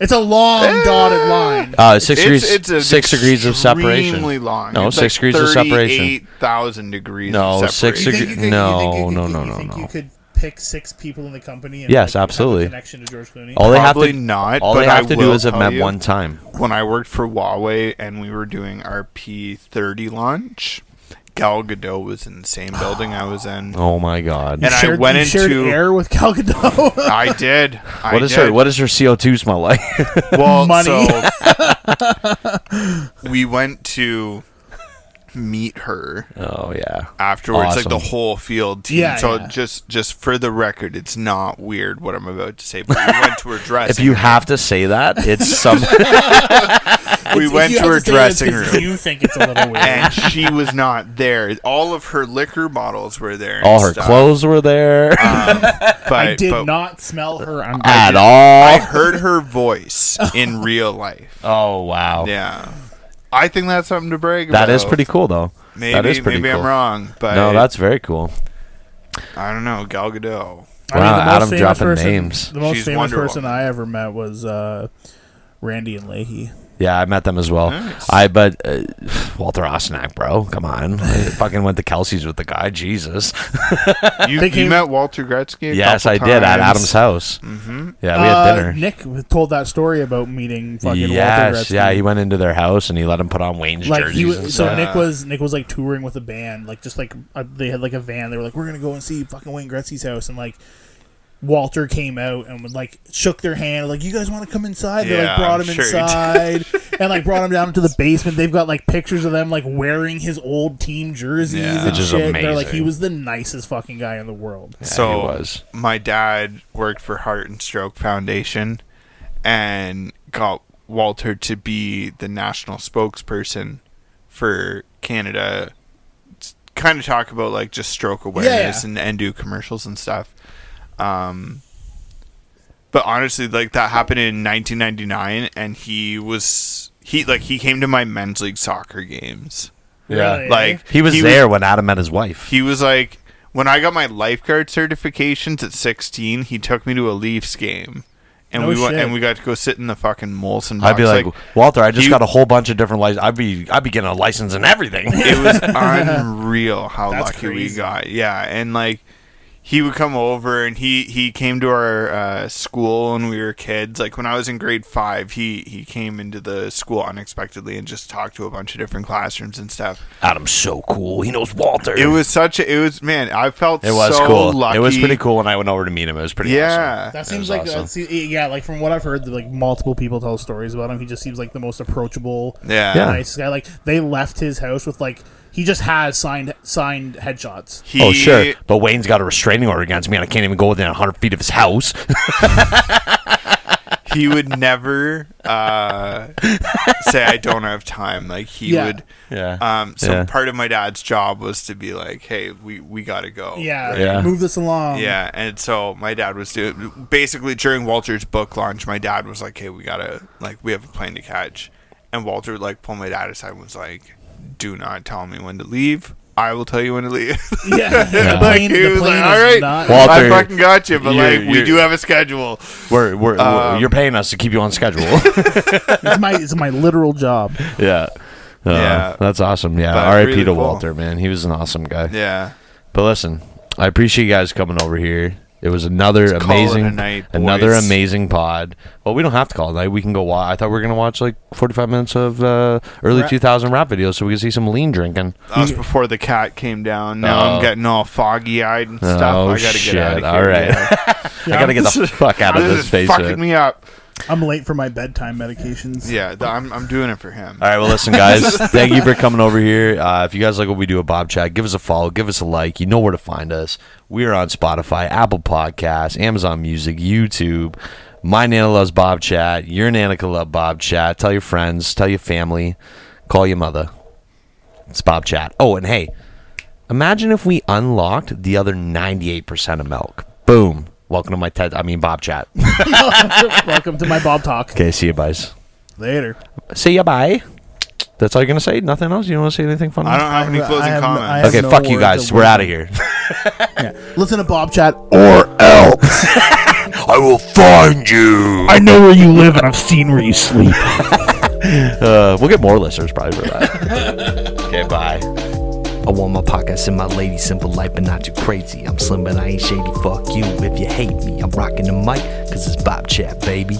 Speaker 7: It's a long dotted line.
Speaker 6: uh, six degrees,
Speaker 2: an
Speaker 6: six degrees of separation.
Speaker 2: Extremely long.
Speaker 6: No,
Speaker 2: It's
Speaker 6: six
Speaker 2: like
Speaker 6: degrees of separation.
Speaker 2: Eight thousand degrees.
Speaker 6: No,
Speaker 2: of
Speaker 6: six
Speaker 2: separation.
Speaker 6: deg- no, no, no, no,
Speaker 7: You think
Speaker 6: no.
Speaker 7: you could pick six people in the company? And
Speaker 6: Yes,
Speaker 7: like, have a
Speaker 6: absolutely.
Speaker 7: connection to George Clooney.
Speaker 6: All they have
Speaker 2: Probably
Speaker 6: to
Speaker 2: not,
Speaker 6: All
Speaker 2: but
Speaker 6: they have
Speaker 2: I
Speaker 6: to do
Speaker 2: will
Speaker 6: is have
Speaker 2: tell
Speaker 6: met
Speaker 2: you.
Speaker 6: one time.
Speaker 2: When I worked for Huawei and we were doing our P30 launch, Gal Gadot was in the same building I was in.
Speaker 6: Oh my God.
Speaker 2: And I
Speaker 7: Shared-
Speaker 2: went
Speaker 7: you shared
Speaker 2: into-
Speaker 7: air with Cal Gadot.
Speaker 2: I did. I
Speaker 6: What is
Speaker 2: did.
Speaker 6: her? What does her CO two smell like?
Speaker 2: well,
Speaker 7: Money.
Speaker 2: So we went to meet her
Speaker 6: oh yeah.
Speaker 2: afterwards, like the
Speaker 6: Awesome.
Speaker 2: whole field team.
Speaker 7: Yeah,
Speaker 2: so
Speaker 7: yeah.
Speaker 2: just just for the record, it's not weird what I'm about to say, but we went to her
Speaker 6: If
Speaker 2: dressing.
Speaker 6: you have to say that, it's some.
Speaker 2: we
Speaker 7: If
Speaker 2: went
Speaker 7: you
Speaker 2: to
Speaker 7: have
Speaker 2: her
Speaker 7: say it,
Speaker 2: dressing
Speaker 7: it's 'cause
Speaker 2: room.
Speaker 7: You think it's a little weird.
Speaker 2: And she was not there. All of her liquor bottles were there. and
Speaker 6: all her
Speaker 2: stuff, Um,
Speaker 6: clothes were there
Speaker 2: But,
Speaker 7: I did
Speaker 2: but
Speaker 7: not smell her. I'm
Speaker 6: at
Speaker 2: I
Speaker 6: all.
Speaker 2: heard her voice in real life.
Speaker 6: Oh wow.
Speaker 2: Yeah. I think that's something to brag about.
Speaker 6: That is pretty cool though.
Speaker 2: Maybe,
Speaker 6: that is pretty
Speaker 2: maybe
Speaker 6: cool.
Speaker 2: I'm wrong, but
Speaker 6: No, that's very cool.
Speaker 2: I don't know, Gal Gadot.
Speaker 7: I mean,
Speaker 6: Wow,
Speaker 7: the most
Speaker 6: Adam
Speaker 7: famous
Speaker 6: dropping
Speaker 7: person-
Speaker 6: names.
Speaker 7: The most
Speaker 2: She's
Speaker 7: famous
Speaker 2: Wonder
Speaker 7: person
Speaker 2: Woman.
Speaker 7: I ever met was uh, Randy and Leahy.
Speaker 6: Yeah, I met them as well.
Speaker 2: Nice.
Speaker 6: I but uh, Walter Osnack, bro. Come on, I fucking went to Kelsey's with the guy. Jesus.
Speaker 2: You,
Speaker 7: They
Speaker 2: you
Speaker 7: came-
Speaker 2: met Walter Gretzky? a
Speaker 6: yes, I
Speaker 2: couple
Speaker 6: did at
Speaker 2: times.
Speaker 6: Adam's house.
Speaker 2: Mm-hmm.
Speaker 6: Yeah, we had
Speaker 7: Uh,
Speaker 6: dinner.
Speaker 7: Nick told that story about meeting fucking Walter
Speaker 6: Yes,
Speaker 7: Gretzky.
Speaker 6: yeah, he went into their house and he let him put on Wayne's
Speaker 7: like
Speaker 6: jerseys.
Speaker 7: he
Speaker 6: and
Speaker 7: was, so
Speaker 6: stuff.
Speaker 7: Nick was Nick was like touring with a band, like just like uh, they had like a van. They were like, we're gonna go and see fucking Wayne Gretzky's house, and like Walter came out and would like shook their hand, like you guys want to come inside. they
Speaker 2: Yeah,
Speaker 7: like brought
Speaker 2: I'm
Speaker 7: him
Speaker 2: sure he did.
Speaker 7: inside and like brought him down to the basement. They've got like pictures of them like wearing his old team jerseys
Speaker 2: Yeah.
Speaker 7: and
Speaker 2: Which
Speaker 6: is
Speaker 7: shit. They're like he
Speaker 6: amazing.
Speaker 7: was the nicest fucking guy in the world.
Speaker 2: so
Speaker 6: he was.
Speaker 2: my dad worked for Heart and Stroke Foundation and got Walter to be the national spokesperson for Canada. Kind of talk about like just stroke awareness
Speaker 7: yeah.
Speaker 2: And, and do commercials and stuff. Um, but honestly, like that happened in 1999, and he was he like he came to my men's league soccer games.
Speaker 6: Yeah.
Speaker 7: Really.
Speaker 2: Like
Speaker 6: He was there when Adam met his wife.
Speaker 2: he was like, when I got my lifeguard certifications at 16, he took me to a Leafs game, and
Speaker 7: No
Speaker 2: we went
Speaker 7: shit.
Speaker 2: and we got to go sit in the fucking Molson. Box.
Speaker 6: I'd be like, Walter, I just
Speaker 2: Oh, you-
Speaker 6: got a whole bunch of different licenses. I'd be, I'd be getting a license and everything.
Speaker 2: it was unreal how
Speaker 7: That's
Speaker 2: lucky we
Speaker 7: crazy.
Speaker 2: got. Yeah, and like he would come over and he he came to our uh, school when we were kids. Like when I was in grade five, he he came into the school unexpectedly and just talked to a bunch of different classrooms and stuff.
Speaker 6: Adam's so cool. He knows Walter.
Speaker 2: It was such a it was man. I felt
Speaker 6: It was
Speaker 2: so
Speaker 6: cool.
Speaker 2: Lucky.
Speaker 6: It was pretty cool when I went over to meet him. It was pretty.
Speaker 2: Yeah.
Speaker 7: That
Speaker 6: It
Speaker 7: seems
Speaker 6: was
Speaker 7: like
Speaker 6: awesome.
Speaker 7: uh, see, yeah, like from what I've heard, like multiple people tell stories about him. He just seems like the most approachable,
Speaker 2: Yeah.
Speaker 6: Yeah.
Speaker 7: nice guy. Like they left his house with like he just has signed signed headshots.
Speaker 2: He,
Speaker 6: Awesome. Oh sure, but Wayne's got a restraining order against me, and I can't even go within 100 feet of his house.
Speaker 2: he would never uh, say I don't have time. Like he
Speaker 7: Yeah.
Speaker 2: would.
Speaker 6: Yeah.
Speaker 2: Um, so
Speaker 6: Yeah.
Speaker 2: part of my dad's job was to be like, "Hey, we we gotta go."
Speaker 7: Yeah,
Speaker 2: Right?
Speaker 6: Yeah.
Speaker 7: move this along.
Speaker 2: Yeah, and so my dad was doing basically during Walter's book launch. My dad was like, "Hey, we gotta like we have a plane to catch," and Walter would, like pulled my dad aside and was like, "Do not tell me when to leave. I will tell you when to leave."
Speaker 7: yeah. The
Speaker 2: like
Speaker 7: plane,
Speaker 2: he
Speaker 7: the
Speaker 2: was
Speaker 7: plane
Speaker 2: like,
Speaker 7: is
Speaker 2: "All right,
Speaker 7: not-
Speaker 6: Well, Walter,
Speaker 2: I fucking got you, but
Speaker 6: you're-
Speaker 2: like we
Speaker 6: you're-
Speaker 2: do have a schedule."
Speaker 6: we're, we're, we're- you're paying us to keep you on schedule.
Speaker 7: it's my it's my literal job.
Speaker 6: yeah. Uh,
Speaker 2: Yeah.
Speaker 6: that's awesome. Yeah,
Speaker 2: But
Speaker 6: R.I.P.
Speaker 2: really
Speaker 6: to
Speaker 2: cool.
Speaker 6: Walter, man. He was an awesome guy.
Speaker 2: Yeah.
Speaker 6: But listen, I appreciate you guys coming over here. It was another
Speaker 2: call it
Speaker 6: amazing,
Speaker 2: a night,
Speaker 6: another
Speaker 2: boys.
Speaker 6: amazing pod. Well, we don't have to call it a night. We can go. Wa- I thought we were gonna watch like forty-five minutes of uh, early
Speaker 7: Rap.
Speaker 6: two thousand rap videos, so we can see some lean drinking.
Speaker 2: That was before the cat came down. Now
Speaker 6: Oh.
Speaker 2: I'm getting all foggy eyed and stuff.
Speaker 6: Oh,
Speaker 2: I gotta
Speaker 6: shit.
Speaker 2: get out of here.
Speaker 6: All right.
Speaker 2: Yeah.
Speaker 6: I gotta get the fuck out of
Speaker 2: this
Speaker 6: this
Speaker 2: is
Speaker 6: face.
Speaker 2: fucking me up.
Speaker 7: I'm late for my bedtime medications.
Speaker 2: Yeah, th- I'm, I'm doing it for him.
Speaker 6: All right, well, listen, guys. thank you for coming over here. Uh, if you guys like what we do at Bob Chat, give us a follow, give us a like. You know where to find us. We are on Spotify, Apple Podcasts, Amazon Music, YouTube. My Nana loves Bob Chat. Your Nana could love Bob Chat. Tell your friends, tell your family, call your mother. It's Bob Chat. Oh, and hey, imagine if we unlocked the other 98% of milk. Boom. Welcome to my TED. I mean, Bob Chat.
Speaker 7: Welcome to my Bob Talk.
Speaker 6: Okay, see you, guys.
Speaker 7: Later.
Speaker 6: See ya, bye. That's all you're gonna say. Nothing else. You don't want to say anything funny.
Speaker 2: I don't have any
Speaker 7: I
Speaker 2: closing
Speaker 7: have no- I
Speaker 2: comments.
Speaker 7: have
Speaker 6: Okay,
Speaker 7: no
Speaker 6: fuck you
Speaker 7: words
Speaker 6: guys.
Speaker 7: of
Speaker 6: We're
Speaker 7: wisdom.
Speaker 6: out of here.
Speaker 7: Listen to Bob Chat.
Speaker 6: I will find you.
Speaker 7: I know where you live and I've seen where you sleep.
Speaker 6: Uh, we'll get more listeners probably for that. okay, bye.
Speaker 4: I want my pockets and my lady, simple life, but not too crazy. I'm slim, but I ain't shady. Fuck you if you hate me. I'm rocking the mic, cause it's Bob Chat, baby.